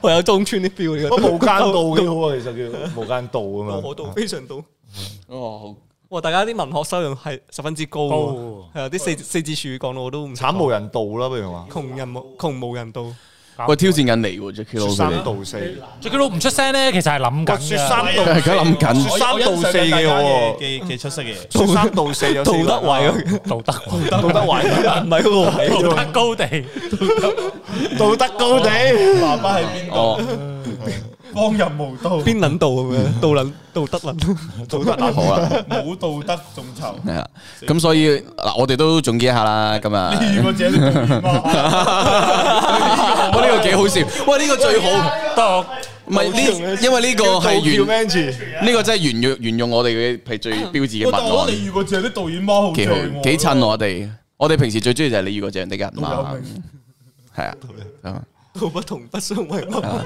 [SPEAKER 4] 我有中村啲 feel 呢個
[SPEAKER 5] 無間道幾好啊！其實叫無間道啊嘛。
[SPEAKER 4] 我道非常道。
[SPEAKER 3] 哦，
[SPEAKER 4] 哇！大家啲文學修養係十分之高
[SPEAKER 2] 高
[SPEAKER 4] 喎
[SPEAKER 2] 喎，
[SPEAKER 4] 係啊！啲四四字詞語講到我都唔
[SPEAKER 5] 慘無人道啦，不如話
[SPEAKER 4] 窮人無窮無人道，
[SPEAKER 3] 喂，挑戰緊你喎，Jackie
[SPEAKER 5] 說
[SPEAKER 3] Lou
[SPEAKER 5] 三
[SPEAKER 3] 佢哋
[SPEAKER 5] 道四，
[SPEAKER 2] Jackie Lou 唔出聲咧，其實係諗緊
[SPEAKER 5] 說
[SPEAKER 2] 㗎
[SPEAKER 5] 三道
[SPEAKER 3] 而家諗緊
[SPEAKER 5] 三
[SPEAKER 6] 我欣賞
[SPEAKER 5] 到四
[SPEAKER 6] 大
[SPEAKER 5] 嘅
[SPEAKER 6] 家
[SPEAKER 5] 喎
[SPEAKER 6] 嘅嘅嘅出色嘅嘢。
[SPEAKER 5] 說三道四有
[SPEAKER 4] 道
[SPEAKER 5] 四個人
[SPEAKER 4] 德
[SPEAKER 5] 啊
[SPEAKER 4] 偉啊，
[SPEAKER 2] 道德
[SPEAKER 5] 道德偉，
[SPEAKER 4] 唔係嗰個偉啫
[SPEAKER 2] 道
[SPEAKER 4] 喎。
[SPEAKER 2] 德高地。
[SPEAKER 5] 道德高地。
[SPEAKER 6] 爸爸喺邊度？
[SPEAKER 3] 哦，
[SPEAKER 6] 荒淫無道，
[SPEAKER 4] 邊撚道咁樣？道撚道德撚道德撚
[SPEAKER 3] 好 啦，
[SPEAKER 6] 冇道德眾籌。
[SPEAKER 3] 係啦，咁所以嗱，我哋都總結一下啦，咁 啊，
[SPEAKER 6] 呢個姐都表 演
[SPEAKER 3] 哇，呢個幾好笑，喂，呢個最好，
[SPEAKER 2] 得
[SPEAKER 3] 唔係呢，因為呢個係
[SPEAKER 5] 叫
[SPEAKER 3] 原
[SPEAKER 5] Manji，
[SPEAKER 3] 呢個真係沿用沿用我哋嘅係最標誌嘅
[SPEAKER 6] 但我覺得
[SPEAKER 3] 文
[SPEAKER 6] 你
[SPEAKER 3] 案，
[SPEAKER 6] 遇過姐啲導演媽好
[SPEAKER 3] 幾
[SPEAKER 6] 正
[SPEAKER 3] 好
[SPEAKER 6] 喎，
[SPEAKER 3] 幾襯我哋，我哋平時最中意就係你遇過這樣的人
[SPEAKER 6] 有
[SPEAKER 3] 嘛
[SPEAKER 6] 名，
[SPEAKER 3] 係啊。啊
[SPEAKER 4] 道不同不相為謀。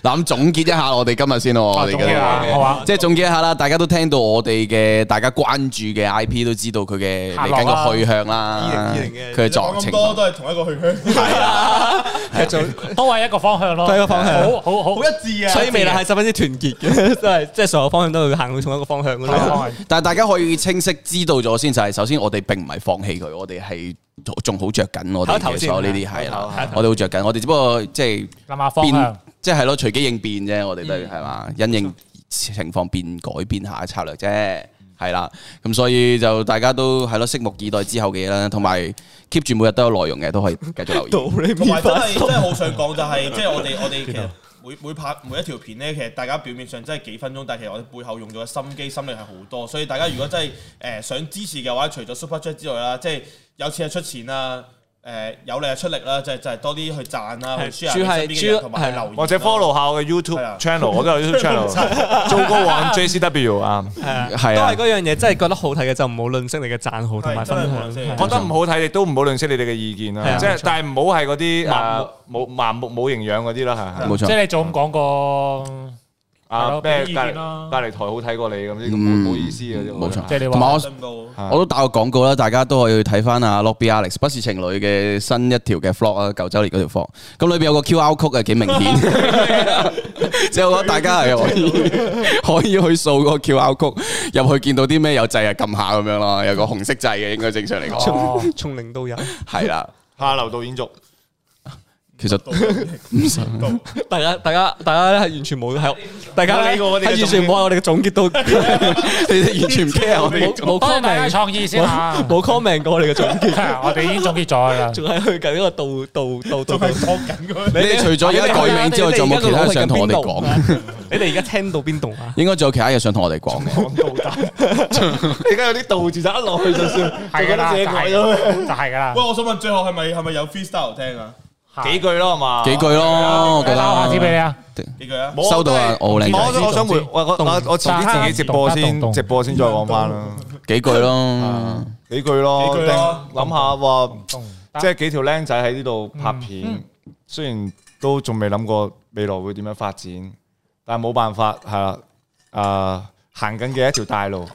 [SPEAKER 3] 嗱，咁總結一下我哋今日先咯，我哋
[SPEAKER 2] 總結下
[SPEAKER 3] 嘅
[SPEAKER 2] 好啊
[SPEAKER 3] 即係總結一下啦，大家都聽到我哋嘅大家關注嘅 I P 都知道佢嘅嚟緊嘅去向啦，
[SPEAKER 4] 2020嘅
[SPEAKER 3] 佢嘅作
[SPEAKER 6] 講
[SPEAKER 3] 情
[SPEAKER 6] 咁。多都係同一個去向，
[SPEAKER 2] 都係一個方向咯，
[SPEAKER 4] 都係一個方向
[SPEAKER 2] 好好好
[SPEAKER 6] 好。一致啊！
[SPEAKER 4] 所以未來係十分之團結 嘅，都係即係所有方向都會行去同一個方向嘅
[SPEAKER 2] 方
[SPEAKER 4] 咯。
[SPEAKER 2] 向
[SPEAKER 3] 但係大家可以清晰知道咗先，就係首先我哋並唔係放棄佢，我哋係仲好着緊我哋
[SPEAKER 4] 唞一唞
[SPEAKER 3] 嘅
[SPEAKER 4] 先
[SPEAKER 3] 所有呢啲係啦，我哋好着緊，我哋只不過即係
[SPEAKER 2] 諗下方
[SPEAKER 3] 變
[SPEAKER 2] 向，
[SPEAKER 3] 即係咯隨機應變啫，我哋都係係嘛，因應情況變改變下策略啫，係啦。咁所以就大家都係咯，拭目以待之後嘅嘢啦，同埋 keep 住每日都有內容嘅，都可以繼續 留
[SPEAKER 4] 道
[SPEAKER 3] 意。
[SPEAKER 4] 理
[SPEAKER 6] 同埋
[SPEAKER 4] 面
[SPEAKER 6] 真
[SPEAKER 4] 發
[SPEAKER 6] 係真係好想講就係，即係我哋我哋其實每每拍每一條片咧，其實大家表面上真係幾分鐘，但係其實我哋背後用咗嘅心機心力係好多，所以大家如果真係誒想支持嘅話，除咗 Super Chat 之外啦，即係有錢就出錢啦。誒有力就出力啦，就係就係多啲去讚啦，
[SPEAKER 4] 係
[SPEAKER 6] 去 share
[SPEAKER 4] 主要係
[SPEAKER 6] 你身邊嘅人
[SPEAKER 4] 主要
[SPEAKER 6] 同埋去
[SPEAKER 4] 係
[SPEAKER 6] 留言啦，
[SPEAKER 2] 哦
[SPEAKER 5] 或者 follow 下我嘅
[SPEAKER 6] 係
[SPEAKER 5] YouTube
[SPEAKER 6] 啊
[SPEAKER 5] channel，我都有 YouTube channel，做高玩 JCW 啊。
[SPEAKER 4] 係啊，都
[SPEAKER 3] 係啊
[SPEAKER 4] 係嗰樣嘢，真係覺得好睇嘅就唔好吝嗇你嘅讚好同埋
[SPEAKER 6] 係真
[SPEAKER 4] 分
[SPEAKER 6] 係
[SPEAKER 4] 享。
[SPEAKER 6] 冇人
[SPEAKER 5] 覺得唔好睇，亦都唔好吝惜你哋嘅意見
[SPEAKER 4] 係
[SPEAKER 5] 啦。
[SPEAKER 4] 啊
[SPEAKER 5] 即係，但係唔好係嗰啲啊
[SPEAKER 4] 盲
[SPEAKER 5] 誒冇盲目冇營養嗰啲啦，係係
[SPEAKER 3] 冇
[SPEAKER 2] 即
[SPEAKER 3] 錯，
[SPEAKER 2] 係你早咁講過，係
[SPEAKER 5] 啊
[SPEAKER 2] 咯
[SPEAKER 5] 咩
[SPEAKER 2] 俾意
[SPEAKER 5] 隔
[SPEAKER 2] 見啦
[SPEAKER 5] 離隔離台好睇過你咁，呢個冇
[SPEAKER 3] 嗯
[SPEAKER 5] 冇意思嘅啫。
[SPEAKER 3] 冇錯，
[SPEAKER 2] 即係你話
[SPEAKER 3] 同埋我
[SPEAKER 1] 進步。
[SPEAKER 5] 啊
[SPEAKER 3] 我都打個廣告啦，大家都可以睇翻啊 Lobby Alex 不是情侶嘅新一條嘅 vlog 啊，九周年嗰條 vlog，咁裏邊有個 QR code 啊，幾明顯，即係我覺得大家係可以可以去掃個 QR code 入去，見到啲咩有掣啊撳下咁樣咯，有個紅色掣嘅應該正常嚟講
[SPEAKER 2] 哦
[SPEAKER 4] 從零到有，
[SPEAKER 3] 係啦，
[SPEAKER 5] 下流導演族，
[SPEAKER 3] 其實
[SPEAKER 4] 大家大家大家係完全冇喺，大家
[SPEAKER 5] 冇理過我哋嘅
[SPEAKER 4] 係完全冇喺我哋嘅總結度，
[SPEAKER 3] 你哋完全唔 care 我哋
[SPEAKER 4] 冇冇
[SPEAKER 2] 多謝大
[SPEAKER 4] comment
[SPEAKER 2] 家創意先啊！
[SPEAKER 4] 冇 comment 過我哋嘅總結，
[SPEAKER 2] 我哋已經總結咗啦。
[SPEAKER 4] 仲係去緊呢個道道道道。
[SPEAKER 3] 你哋除咗而家改名之外，仲有冇其他嘢想同我哋講？
[SPEAKER 4] 你哋而家聽到邊度啊？
[SPEAKER 3] 應該仲有其他嘢想同我哋講嘅。
[SPEAKER 5] 你而家有啲導字就一落去就算，
[SPEAKER 2] 係㗎啦，就係就係㗎啦
[SPEAKER 1] 喂，。我想問最後係咪係咪有 freestyle 聽啊？
[SPEAKER 5] 幾句咯係嘛？
[SPEAKER 3] 幾句咯，我覺
[SPEAKER 2] 我打下先俾
[SPEAKER 3] 得
[SPEAKER 2] 你啊！
[SPEAKER 1] 幾句啊？
[SPEAKER 5] 冇
[SPEAKER 3] 收到啊，我好靚
[SPEAKER 5] 我
[SPEAKER 3] 仔，
[SPEAKER 5] 我想回
[SPEAKER 2] 動之
[SPEAKER 5] 我我我我遲啲自己直播先，直播先再講翻啦。
[SPEAKER 3] 幾句咯。
[SPEAKER 5] 幾句咯，
[SPEAKER 1] 幾句
[SPEAKER 5] 定
[SPEAKER 1] 咯
[SPEAKER 5] 諗下話，
[SPEAKER 2] 得
[SPEAKER 5] 即係幾條僆仔喺呢度拍片，雖然都仲未諗過未來會點樣發展，但係冇辦法係啦。啊，行緊嘅一條大路，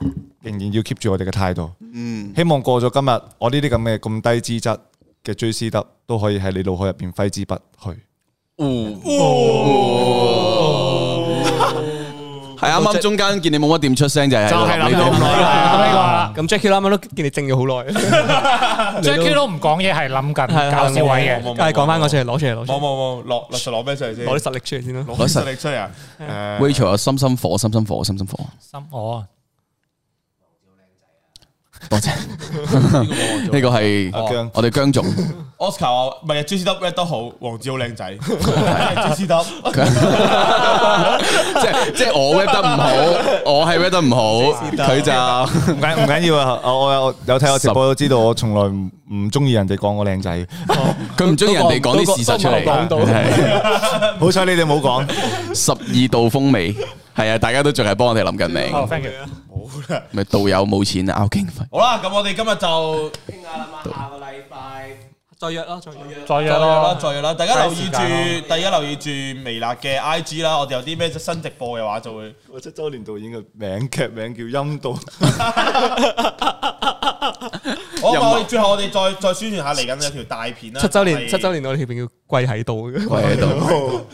[SPEAKER 5] 仍然要 keep 住我哋嘅態度。
[SPEAKER 3] 嗯，
[SPEAKER 5] 希望過咗今日，我呢啲咁嘅咁低資質嘅追思德，都可以喺你腦海入邊揮之不去。
[SPEAKER 3] 啊係啱啱中間見你冇乜點出聲，就係就係諗
[SPEAKER 2] 諗呢
[SPEAKER 4] 咁 Jackie 啱啱都見你靜咗好耐，
[SPEAKER 2] 個 Jackie 都唔講嘢，係諗緊搞笑位
[SPEAKER 1] 冇
[SPEAKER 2] 嘅。
[SPEAKER 1] 冇冇
[SPEAKER 4] 梗係講翻我出嚟，攞出嚟，攞出
[SPEAKER 1] 冇
[SPEAKER 4] 嚟，
[SPEAKER 1] 冇冇，攞實攞咩出嚟先？
[SPEAKER 4] 攞啲實力出嚟先啦。
[SPEAKER 1] 攞啲實力出嚟啊！
[SPEAKER 3] Rachel 有心心火，心心火，心心火。
[SPEAKER 2] 心我啊，
[SPEAKER 3] 多謝，呢個係
[SPEAKER 5] 阿姜
[SPEAKER 3] 我哋姜 總，
[SPEAKER 1] Oscar 話唔係啊，JC W 都好，黃子好靚 仔，JC W
[SPEAKER 3] 即係即係我 rap 得 唔好，我係 rap 得唔好，佢 就
[SPEAKER 5] 唔緊唔緊要啊！我我有有睇我直播都知道，我從來唔唔中意人哋講我靚仔。
[SPEAKER 3] 佢唔中意人哋講啲事實出嚟。
[SPEAKER 4] 都講到
[SPEAKER 3] 係
[SPEAKER 5] 好彩你哋冇講，
[SPEAKER 3] 十二道風味，係啊，大家都仲係幫我哋諗緊
[SPEAKER 2] 好
[SPEAKER 3] 名，
[SPEAKER 2] thank you。
[SPEAKER 3] 咪道友冇錢啊拗經費。
[SPEAKER 1] 好啦，咁我哋今日就
[SPEAKER 4] 再約啦，再約。
[SPEAKER 1] 再
[SPEAKER 2] 再約
[SPEAKER 1] 約啦，
[SPEAKER 2] 咯，
[SPEAKER 1] 再約啦！大家留意
[SPEAKER 2] 嘥時
[SPEAKER 1] 住，
[SPEAKER 2] 間
[SPEAKER 1] 大家留意住微辣嘅 IG 啦，我哋有啲咩新直播嘅話就會。
[SPEAKER 5] 我七周年導演嘅名劇名叫《陰道》，
[SPEAKER 1] 好，
[SPEAKER 3] 任務
[SPEAKER 1] 我哋最後我哋再再宣傳下嚟緊有條大片啦，
[SPEAKER 4] 七周年，
[SPEAKER 1] 係
[SPEAKER 4] 七周年我哋條片叫跪喺度嘅，
[SPEAKER 3] 跪喺 度，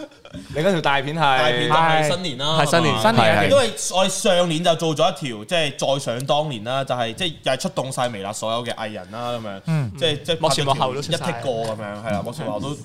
[SPEAKER 5] 另一條大片
[SPEAKER 1] 大片
[SPEAKER 5] 係
[SPEAKER 1] 就係新年啦，
[SPEAKER 4] 係新年
[SPEAKER 5] 哦
[SPEAKER 1] 嘛
[SPEAKER 2] 新
[SPEAKER 3] 係
[SPEAKER 2] 年
[SPEAKER 3] 係
[SPEAKER 2] 一
[SPEAKER 1] 因
[SPEAKER 2] 定
[SPEAKER 1] 為我哋上年就做咗一條，即係再想當年啦，就係即係又係出動晒微辣所有嘅藝人啦，咁樣，即係即係
[SPEAKER 4] 幕前
[SPEAKER 1] 拍咗
[SPEAKER 4] 幕後都出
[SPEAKER 1] 條
[SPEAKER 4] 晒
[SPEAKER 1] 一剔過咁樣，係啦，幕前幕後都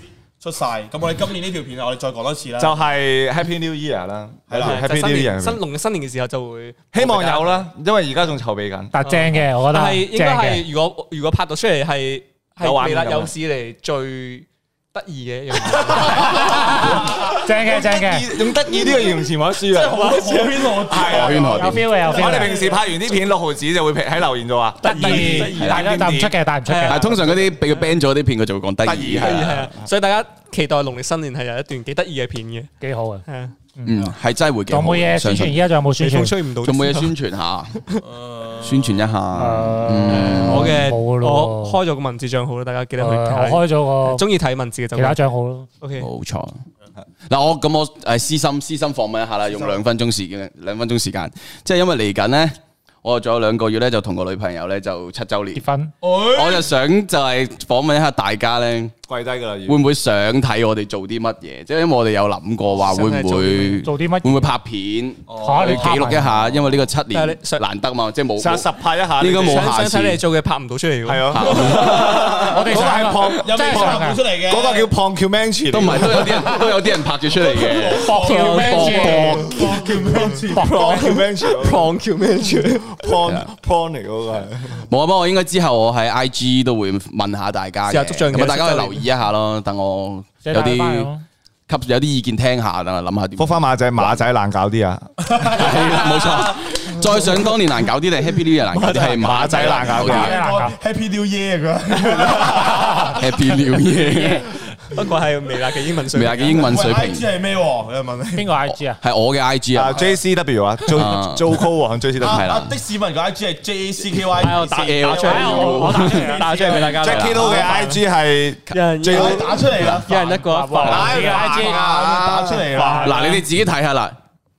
[SPEAKER 1] 出晒。咁我哋今年呢條片我哋再講多次啦，
[SPEAKER 5] 就係 Happy New Year 啦，係啦
[SPEAKER 4] 就
[SPEAKER 5] ，Happy
[SPEAKER 4] 新
[SPEAKER 5] New
[SPEAKER 4] 年
[SPEAKER 5] Year
[SPEAKER 4] 新農曆新年嘅時候就會
[SPEAKER 5] 希望有。啦，因為而家仲籌備緊。
[SPEAKER 2] 但正嘅，我覺得
[SPEAKER 4] 但係應
[SPEAKER 2] 啊正
[SPEAKER 4] 該
[SPEAKER 2] 嘅。
[SPEAKER 4] 係如果如果拍到出嚟係
[SPEAKER 5] 有畫
[SPEAKER 4] 係
[SPEAKER 5] 面
[SPEAKER 4] 未啦
[SPEAKER 5] 咁啊
[SPEAKER 4] 有史嚟最得意嘅一樣嘢。
[SPEAKER 2] 正嘅正嘅，
[SPEAKER 5] 用得意呢個形容詞玩輸啊！
[SPEAKER 3] 我圈
[SPEAKER 2] 有
[SPEAKER 3] 何
[SPEAKER 2] feel 嘅有 feel 嘅。
[SPEAKER 5] 我哋平時拍完啲片，六毫子就會喺留言度話
[SPEAKER 2] 得意，大家但唔出嘅，但唔出
[SPEAKER 3] 但係啊
[SPEAKER 2] 嘅。
[SPEAKER 3] 通常嗰啲俾佢 ban 咗啲片，佢就會講得意係
[SPEAKER 4] 係
[SPEAKER 3] 啊，
[SPEAKER 4] 啊，所以大家期待農曆新年係有一段幾得意嘅片嘅，
[SPEAKER 2] 幾好啊！
[SPEAKER 4] 係啊，
[SPEAKER 3] 嗯，係真係會嘅。
[SPEAKER 2] 仲有冇嘢宣
[SPEAKER 3] 相
[SPEAKER 2] 傳？
[SPEAKER 3] 信
[SPEAKER 2] 而家仲有冇宣
[SPEAKER 4] 你風
[SPEAKER 2] 傳？
[SPEAKER 4] 吹唔到，
[SPEAKER 3] 仲有冇嘢宣傳下？宣傳一下，
[SPEAKER 4] 嗯我嘅
[SPEAKER 2] 嗯冇咯
[SPEAKER 4] 我開咗個文字帳號啦，大家
[SPEAKER 2] 誒
[SPEAKER 4] 記得去睇。
[SPEAKER 2] 我開咗個
[SPEAKER 4] 中意睇文字嘅就
[SPEAKER 2] 其他帳號咯。
[SPEAKER 4] OK。
[SPEAKER 3] 冇錯。
[SPEAKER 4] 嗯
[SPEAKER 3] 嗱，我咁我誒私心私心訪問一下啦，用兩分鐘時間，兩分鐘時間，即係因為嚟緊咧，我仲有兩個月咧，就同個女朋友咧就七週年
[SPEAKER 2] 結，婚
[SPEAKER 3] 我就想就係訪問一下大家咧，
[SPEAKER 5] 跪低㗎啦，
[SPEAKER 3] 會唔會想睇我哋做啲乜嘢？即係因為我哋有諗過話會唔
[SPEAKER 4] 想睇做
[SPEAKER 3] 會
[SPEAKER 4] 啲哦
[SPEAKER 2] 做啲乜
[SPEAKER 3] 會唔會拍片？
[SPEAKER 2] 嚇
[SPEAKER 3] 去
[SPEAKER 2] 你
[SPEAKER 3] 嗯
[SPEAKER 2] 拍
[SPEAKER 3] 記錄
[SPEAKER 2] 埋
[SPEAKER 3] 一下，因為呢個七
[SPEAKER 4] 但係
[SPEAKER 3] 年
[SPEAKER 4] 你想
[SPEAKER 3] 難得嘛，即係冇
[SPEAKER 5] 實實拍一下，
[SPEAKER 3] 應該冇
[SPEAKER 4] 想
[SPEAKER 3] 下
[SPEAKER 4] 想
[SPEAKER 3] 次
[SPEAKER 4] 睇你做嘅拍唔到出嚟
[SPEAKER 5] 係
[SPEAKER 4] 喎，
[SPEAKER 5] 啊，
[SPEAKER 2] 我哋想啊
[SPEAKER 1] 有咩
[SPEAKER 2] 真係
[SPEAKER 1] 拍
[SPEAKER 2] 想
[SPEAKER 1] 唔
[SPEAKER 2] 啊
[SPEAKER 1] 出嚟嘅？
[SPEAKER 5] 嗰個叫 p o n c u m e n t a r y
[SPEAKER 3] 都唔係都有啲人都有啲人拍咗出嚟嘅，
[SPEAKER 2] 博條 man 博
[SPEAKER 5] p o n c u m e n t a r y p o n c u m e n t a r y p o n p o n 嚟嗰個係。
[SPEAKER 3] 冇啊！不過我應該之後我喺 I G 都會問下大家
[SPEAKER 4] 試下
[SPEAKER 3] 嘅，
[SPEAKER 4] 捉象棋
[SPEAKER 3] 咁啊大家去留意一下咯。等我有啲吸有啲意見聽下，等我諗下點。
[SPEAKER 5] 復翻馬仔，馬仔難搞啲啊！
[SPEAKER 3] 係 啦，冇錯。再想當年難搞啲定係 Happy New Year 難搞啲，係馬仔難搞
[SPEAKER 5] 馬
[SPEAKER 3] 啲
[SPEAKER 5] 仔
[SPEAKER 2] 難搞
[SPEAKER 1] Happy New Year 㗎。
[SPEAKER 3] Happy New Year，
[SPEAKER 4] 不過係微辣嘅英文水
[SPEAKER 3] 未
[SPEAKER 4] 平
[SPEAKER 3] 啊嘅英文水
[SPEAKER 1] 喂
[SPEAKER 3] 平
[SPEAKER 1] ，IG 係咩喎？我又問你。
[SPEAKER 2] 邊個 IG 啊？
[SPEAKER 3] 係我嘅 I G
[SPEAKER 5] 啊
[SPEAKER 3] 啊，
[SPEAKER 5] ，J C W 啊，Jo
[SPEAKER 3] 啊
[SPEAKER 5] Jo Co 啊，J C
[SPEAKER 1] 啊
[SPEAKER 5] W
[SPEAKER 3] 係啦
[SPEAKER 1] 啊的士文個 IG 係 J C K Y，
[SPEAKER 4] 哎啊打打出嚟，
[SPEAKER 2] 我打出嚟
[SPEAKER 4] 打出嚟俾大家。
[SPEAKER 5] Jackie Lou 嘅 I G 係
[SPEAKER 4] 人
[SPEAKER 5] 最好
[SPEAKER 6] 啊
[SPEAKER 1] 打出嚟啦，
[SPEAKER 4] 一人一個一份，
[SPEAKER 2] 啊你嘅 IG
[SPEAKER 1] 打出嚟啦。
[SPEAKER 3] 嗱，你哋自己睇下啦。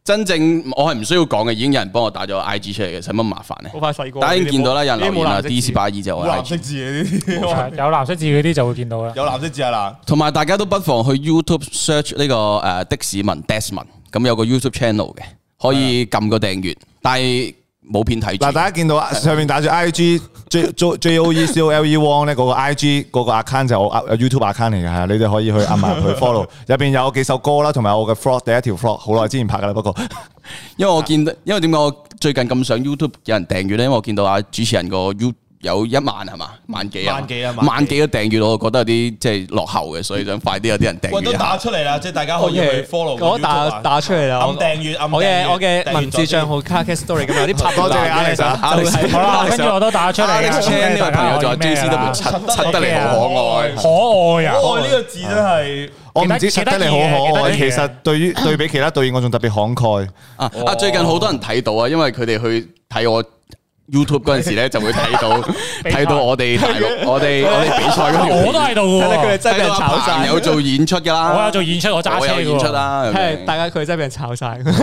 [SPEAKER 3] 真正我係唔需要講嘅，已經有人幫我打咗 I G 出嚟嘅，使乜麻煩咧
[SPEAKER 4] 好？快細個。
[SPEAKER 3] 大家已經見到啦，有人留言啦
[SPEAKER 4] 哦呢啲冇藍色字
[SPEAKER 3] ，D C 八二就我
[SPEAKER 6] 好
[SPEAKER 3] I
[SPEAKER 6] 藍
[SPEAKER 3] G，
[SPEAKER 6] 色字嘅呢啲，
[SPEAKER 2] 有藍色字嗰啲就會見到啦。
[SPEAKER 6] 有藍色字啊
[SPEAKER 3] 同埋大家都不妨去 YouTube search 呢個誒的士文 Desmond，咁有個 YouTube channel 嘅，可以撳個訂閱，但係冇片睇住。
[SPEAKER 5] 嗱，大家見到上面打住 I G J J J O E C O L E Wong 咧，嗰個 I G 嗰個 account 就我 YouTube account 嚟嘅，係啊你哋 可以去按埋佢 follow。入邊有幾首歌啦，同埋我嘅 flog 第一條 flog 好耐之前拍噶啦，不過
[SPEAKER 3] 因為我見到，因為點解我最近咁想 YouTube 有人訂閱咧？因為我見到啊主持人個 You 有一萬係嘛，萬幾啊嘛，
[SPEAKER 6] 萬幾啊萬幾
[SPEAKER 3] 萬幾嘅訂閱，我覺得有啲即係落後嘅，所以想快啲有啲人訂
[SPEAKER 6] 嗱，喂
[SPEAKER 3] 閱
[SPEAKER 6] 都
[SPEAKER 3] 一
[SPEAKER 6] 打
[SPEAKER 3] 下。
[SPEAKER 6] 出嚟啦，即係大家可以去 follow 個
[SPEAKER 4] 我
[SPEAKER 6] YouTube
[SPEAKER 4] 打
[SPEAKER 6] 啊
[SPEAKER 4] 打出嚟啦。
[SPEAKER 6] 按
[SPEAKER 4] 我
[SPEAKER 6] 訂閱按
[SPEAKER 4] 我
[SPEAKER 6] 訂
[SPEAKER 4] 嘅
[SPEAKER 6] 閱
[SPEAKER 4] 我嘅文字
[SPEAKER 6] 啊
[SPEAKER 4] 帳號 Carcast Story 咁有啲拍
[SPEAKER 5] 多謝你 Alex 啊，Alex
[SPEAKER 2] 好啦，跟住我都打出嚟啦。
[SPEAKER 3] Alex
[SPEAKER 2] 咁
[SPEAKER 3] Chan 呢
[SPEAKER 2] 你大
[SPEAKER 3] 個
[SPEAKER 2] 家
[SPEAKER 3] 朋友就話
[SPEAKER 2] 可以咩啊
[SPEAKER 3] J C 得嚟
[SPEAKER 2] 啦
[SPEAKER 3] 七得嚟好可愛。
[SPEAKER 2] 可愛啊！
[SPEAKER 6] 可愛呢個字真係
[SPEAKER 5] 我唔止覺得你好可愛，
[SPEAKER 2] 幾得意嘅幾得意嘅
[SPEAKER 5] 其實對 於對比其他隊員，我仲特別慷 慨。
[SPEAKER 3] 啊啊！最近好多人睇到啊，因為佢哋去睇我 YouTube 嗰陣時咧，就會睇到睇到我哋大陸我哋我哋比賽嗰條
[SPEAKER 2] 我
[SPEAKER 3] 片
[SPEAKER 2] 都，喺度嘅喎，
[SPEAKER 4] 睇佢哋真係俾人炒
[SPEAKER 3] 睇到阿鵬
[SPEAKER 4] 晒。
[SPEAKER 3] 有做演出㗎啦，
[SPEAKER 2] 我有做演出，啊我揸
[SPEAKER 3] 我
[SPEAKER 2] 車
[SPEAKER 3] 有
[SPEAKER 2] 嘅
[SPEAKER 3] 演出
[SPEAKER 2] 喎。
[SPEAKER 3] 啦，係咪
[SPEAKER 4] 係，大家佢真係俾人炒晒。跟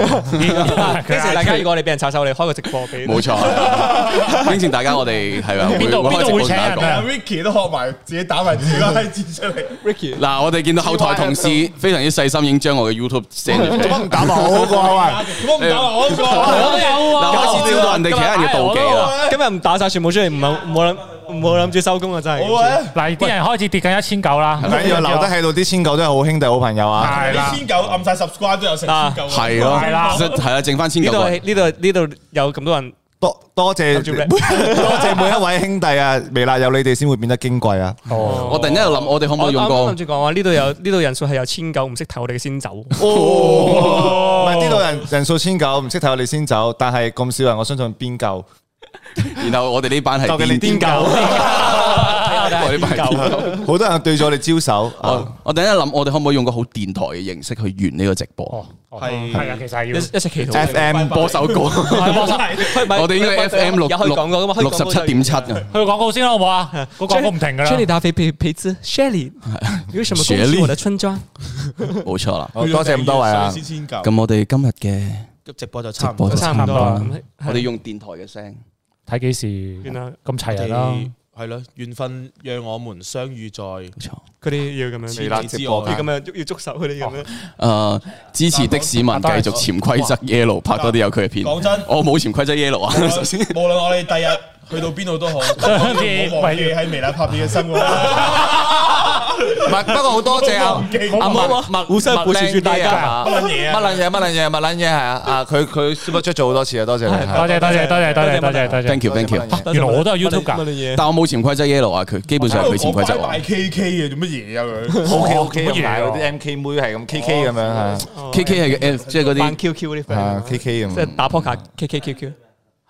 [SPEAKER 2] 啊
[SPEAKER 4] 時大家如果你俾人炒晒，我哋開個直播俾你。
[SPEAKER 3] 冇錯。應承大家我哋係咪會
[SPEAKER 2] 邊度
[SPEAKER 3] 會開直
[SPEAKER 2] 邊度會
[SPEAKER 3] 播同大家
[SPEAKER 2] 請
[SPEAKER 3] 講
[SPEAKER 2] 人啊？
[SPEAKER 6] Ricky 都學埋自己打埋自己個字出嚟，
[SPEAKER 4] Ricky，
[SPEAKER 3] 嗱，我哋見到後台同事非常之細心，已經將我嘅 YouTube send 咗 出嚟。
[SPEAKER 5] 唔打埋我嗰個 啊
[SPEAKER 6] 我唔打埋我嗰
[SPEAKER 2] 我有
[SPEAKER 3] 嗱，
[SPEAKER 2] 啊，
[SPEAKER 3] 開始知道人哋其他人嘅妒忌啦。
[SPEAKER 4] 今日唔打晒，全部出嚟，唔好唔好諗唔好諗住收工啊！真
[SPEAKER 6] 個，好
[SPEAKER 4] 係。
[SPEAKER 6] 啊！
[SPEAKER 2] 嗱，啲人開始跌緊一千九啦，
[SPEAKER 5] 喂，唔緊要留得喺度，啲千九都係好兄弟好朋友啊。
[SPEAKER 2] 係啦
[SPEAKER 6] 你。千九暗晒 subscribe 都有成千九，
[SPEAKER 3] 係咯，
[SPEAKER 2] 係啦
[SPEAKER 3] 其實係啦，剩翻千
[SPEAKER 4] 呢
[SPEAKER 3] 九
[SPEAKER 4] 度
[SPEAKER 3] 個人。
[SPEAKER 4] 呢度呢度有咁多人，
[SPEAKER 5] 多多謝
[SPEAKER 4] 住咩
[SPEAKER 5] 多謝每一位兄弟啊，微辣有你哋先會變得矜貴啊！
[SPEAKER 3] 我突然間又諗，我哋可唔可
[SPEAKER 4] 我
[SPEAKER 3] 以
[SPEAKER 4] 啱
[SPEAKER 3] 用
[SPEAKER 4] 啱諗
[SPEAKER 3] 個
[SPEAKER 4] 住講話，呢度有呢度人數係有千九，唔識睇我哋嘅先走。
[SPEAKER 5] 唔係呢度人人數千九，唔識睇我哋先走，但係咁少人，我相信邊夠？
[SPEAKER 3] 然後我哋呢班係
[SPEAKER 5] 究竟你
[SPEAKER 3] 邊
[SPEAKER 5] 癲
[SPEAKER 3] 個
[SPEAKER 5] 狗？
[SPEAKER 3] 我哋呢班係邊個
[SPEAKER 5] 好多人對咗我哋招手，啊
[SPEAKER 3] 我我突然間諗，我哋可唔可以用個好電台嘅形式去完呢個直播？
[SPEAKER 2] 哦，係係啊，其實係
[SPEAKER 4] 一
[SPEAKER 2] 要。
[SPEAKER 4] 一直祈禱。
[SPEAKER 5] FM
[SPEAKER 3] 播首歌，我哋應該 F M 六
[SPEAKER 4] 有可以講過噶嘛？
[SPEAKER 3] 六十七點七嘅。
[SPEAKER 2] 去廣告先啦，好唔好啊？個廣告唔停噶啦。
[SPEAKER 4] Shelly 打肥皮皮子，Shelly，你为 什么攻击我的村庄？
[SPEAKER 3] 冇錯啦。
[SPEAKER 5] 好多謝咁多位啊！
[SPEAKER 6] 先千九，
[SPEAKER 3] 咁我哋今日嘅
[SPEAKER 6] 直播就差唔
[SPEAKER 3] 直播
[SPEAKER 6] 多
[SPEAKER 3] 就。
[SPEAKER 4] 差唔多啦。
[SPEAKER 3] 我哋用電台嘅聲，
[SPEAKER 2] 睇幾時
[SPEAKER 4] 原來
[SPEAKER 2] 咁齊人啦。
[SPEAKER 6] 係啊咯，緣分讓我們相遇在
[SPEAKER 3] 冇錯。
[SPEAKER 4] 佢哋要咁樣，
[SPEAKER 6] 千里之外
[SPEAKER 5] 哦
[SPEAKER 4] 要。咁樣要捉手佢哋咁樣。
[SPEAKER 3] 誒呃支持的市民
[SPEAKER 7] 啊
[SPEAKER 3] 繼續潛規則 yellow 拍多啲有佢嘅片。
[SPEAKER 6] 講真
[SPEAKER 3] 我冇潛規則 yellow 啊。首先，
[SPEAKER 6] 無論我哋第日去到邊度 都 好，
[SPEAKER 2] 想
[SPEAKER 6] 唔好忘記喺微辣 拍片嘅生活。
[SPEAKER 7] 唔係，不過好多謝啊
[SPEAKER 6] 好
[SPEAKER 7] 阿
[SPEAKER 4] 好
[SPEAKER 7] 麥
[SPEAKER 4] 好
[SPEAKER 7] 麥
[SPEAKER 4] 互相保持住大家
[SPEAKER 7] 乜
[SPEAKER 6] 嘢啊
[SPEAKER 7] 乜撚嘢乜撚嘢乜撚嘢係啊啊！佢佢 super 出咗好多次啊，多謝你。
[SPEAKER 2] 多謝多謝多謝多謝多謝多謝
[SPEAKER 3] thank。you，thank you。
[SPEAKER 2] 原來我都有 YouTube
[SPEAKER 4] 乜
[SPEAKER 2] 㗎
[SPEAKER 4] 嘢？
[SPEAKER 3] 但我冇潛規則 yellow 啊，佢基本
[SPEAKER 4] 哦
[SPEAKER 3] 上係佢潛規則
[SPEAKER 4] 啊
[SPEAKER 6] 我擺
[SPEAKER 3] 喎。
[SPEAKER 6] K K 嘅做乜嘢啊佢？
[SPEAKER 5] O K O K
[SPEAKER 2] 乜
[SPEAKER 5] 咁
[SPEAKER 2] 嘢啊
[SPEAKER 5] 大嗰啲 M K 妹係咁 K K 咁樣啊
[SPEAKER 3] K K 係誒，即係嗰
[SPEAKER 4] 扮
[SPEAKER 3] 啲
[SPEAKER 4] QQ 啲 friend
[SPEAKER 5] 啊。K K 咁。
[SPEAKER 4] 即係打 p o k e K K Q Q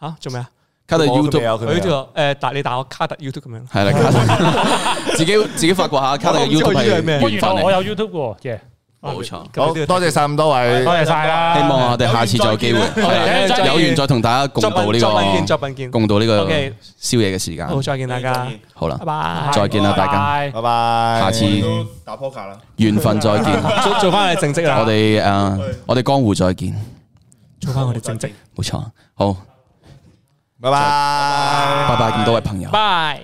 [SPEAKER 4] 嚇做咩啊？
[SPEAKER 3] 卡特
[SPEAKER 5] 我佢未
[SPEAKER 3] YouTube
[SPEAKER 5] 有佢
[SPEAKER 4] 佢呢
[SPEAKER 5] 未有
[SPEAKER 4] 度誒打你打我卡特 YouTube 咁樣。
[SPEAKER 3] 係啦，卡特 自己自己發掘下卡特
[SPEAKER 4] 我都唔知我
[SPEAKER 3] YouTube 係
[SPEAKER 4] 呢個係
[SPEAKER 2] 我
[SPEAKER 4] 咩
[SPEAKER 3] 緣
[SPEAKER 2] 原
[SPEAKER 3] 分
[SPEAKER 2] 來
[SPEAKER 3] 嚟。
[SPEAKER 2] 我有 YouTube 嘅喎耶，
[SPEAKER 3] 冇錯。
[SPEAKER 4] 哦
[SPEAKER 5] 好多謝晒咁多位
[SPEAKER 2] 多。謝晒啦。
[SPEAKER 3] 希望我哋下次再有機會，
[SPEAKER 4] 好
[SPEAKER 3] 係
[SPEAKER 4] 再
[SPEAKER 3] 啦
[SPEAKER 4] 見
[SPEAKER 3] 有緣再同大家共
[SPEAKER 4] 作
[SPEAKER 3] 度
[SPEAKER 4] 品
[SPEAKER 3] 呢
[SPEAKER 4] 作品見作
[SPEAKER 3] 個
[SPEAKER 4] 品見。
[SPEAKER 3] 共度呢個
[SPEAKER 4] OK
[SPEAKER 3] 宵夜嘅時間。
[SPEAKER 4] 好，再見大家，
[SPEAKER 3] 好啦
[SPEAKER 4] 拜，拜。
[SPEAKER 3] 再見啦，大家，
[SPEAKER 2] 拜拜
[SPEAKER 5] 拜拜，
[SPEAKER 3] 下次
[SPEAKER 6] 都打 p o k e 啦。
[SPEAKER 3] 緣分再見。
[SPEAKER 4] 做做翻我哋正職啦，
[SPEAKER 3] 我哋誒，我哋江湖再見，
[SPEAKER 4] 做翻我哋正職，
[SPEAKER 3] 冇錯。好，
[SPEAKER 5] 拜拜。
[SPEAKER 3] 拜拜咁多位朋友。
[SPEAKER 4] 拜。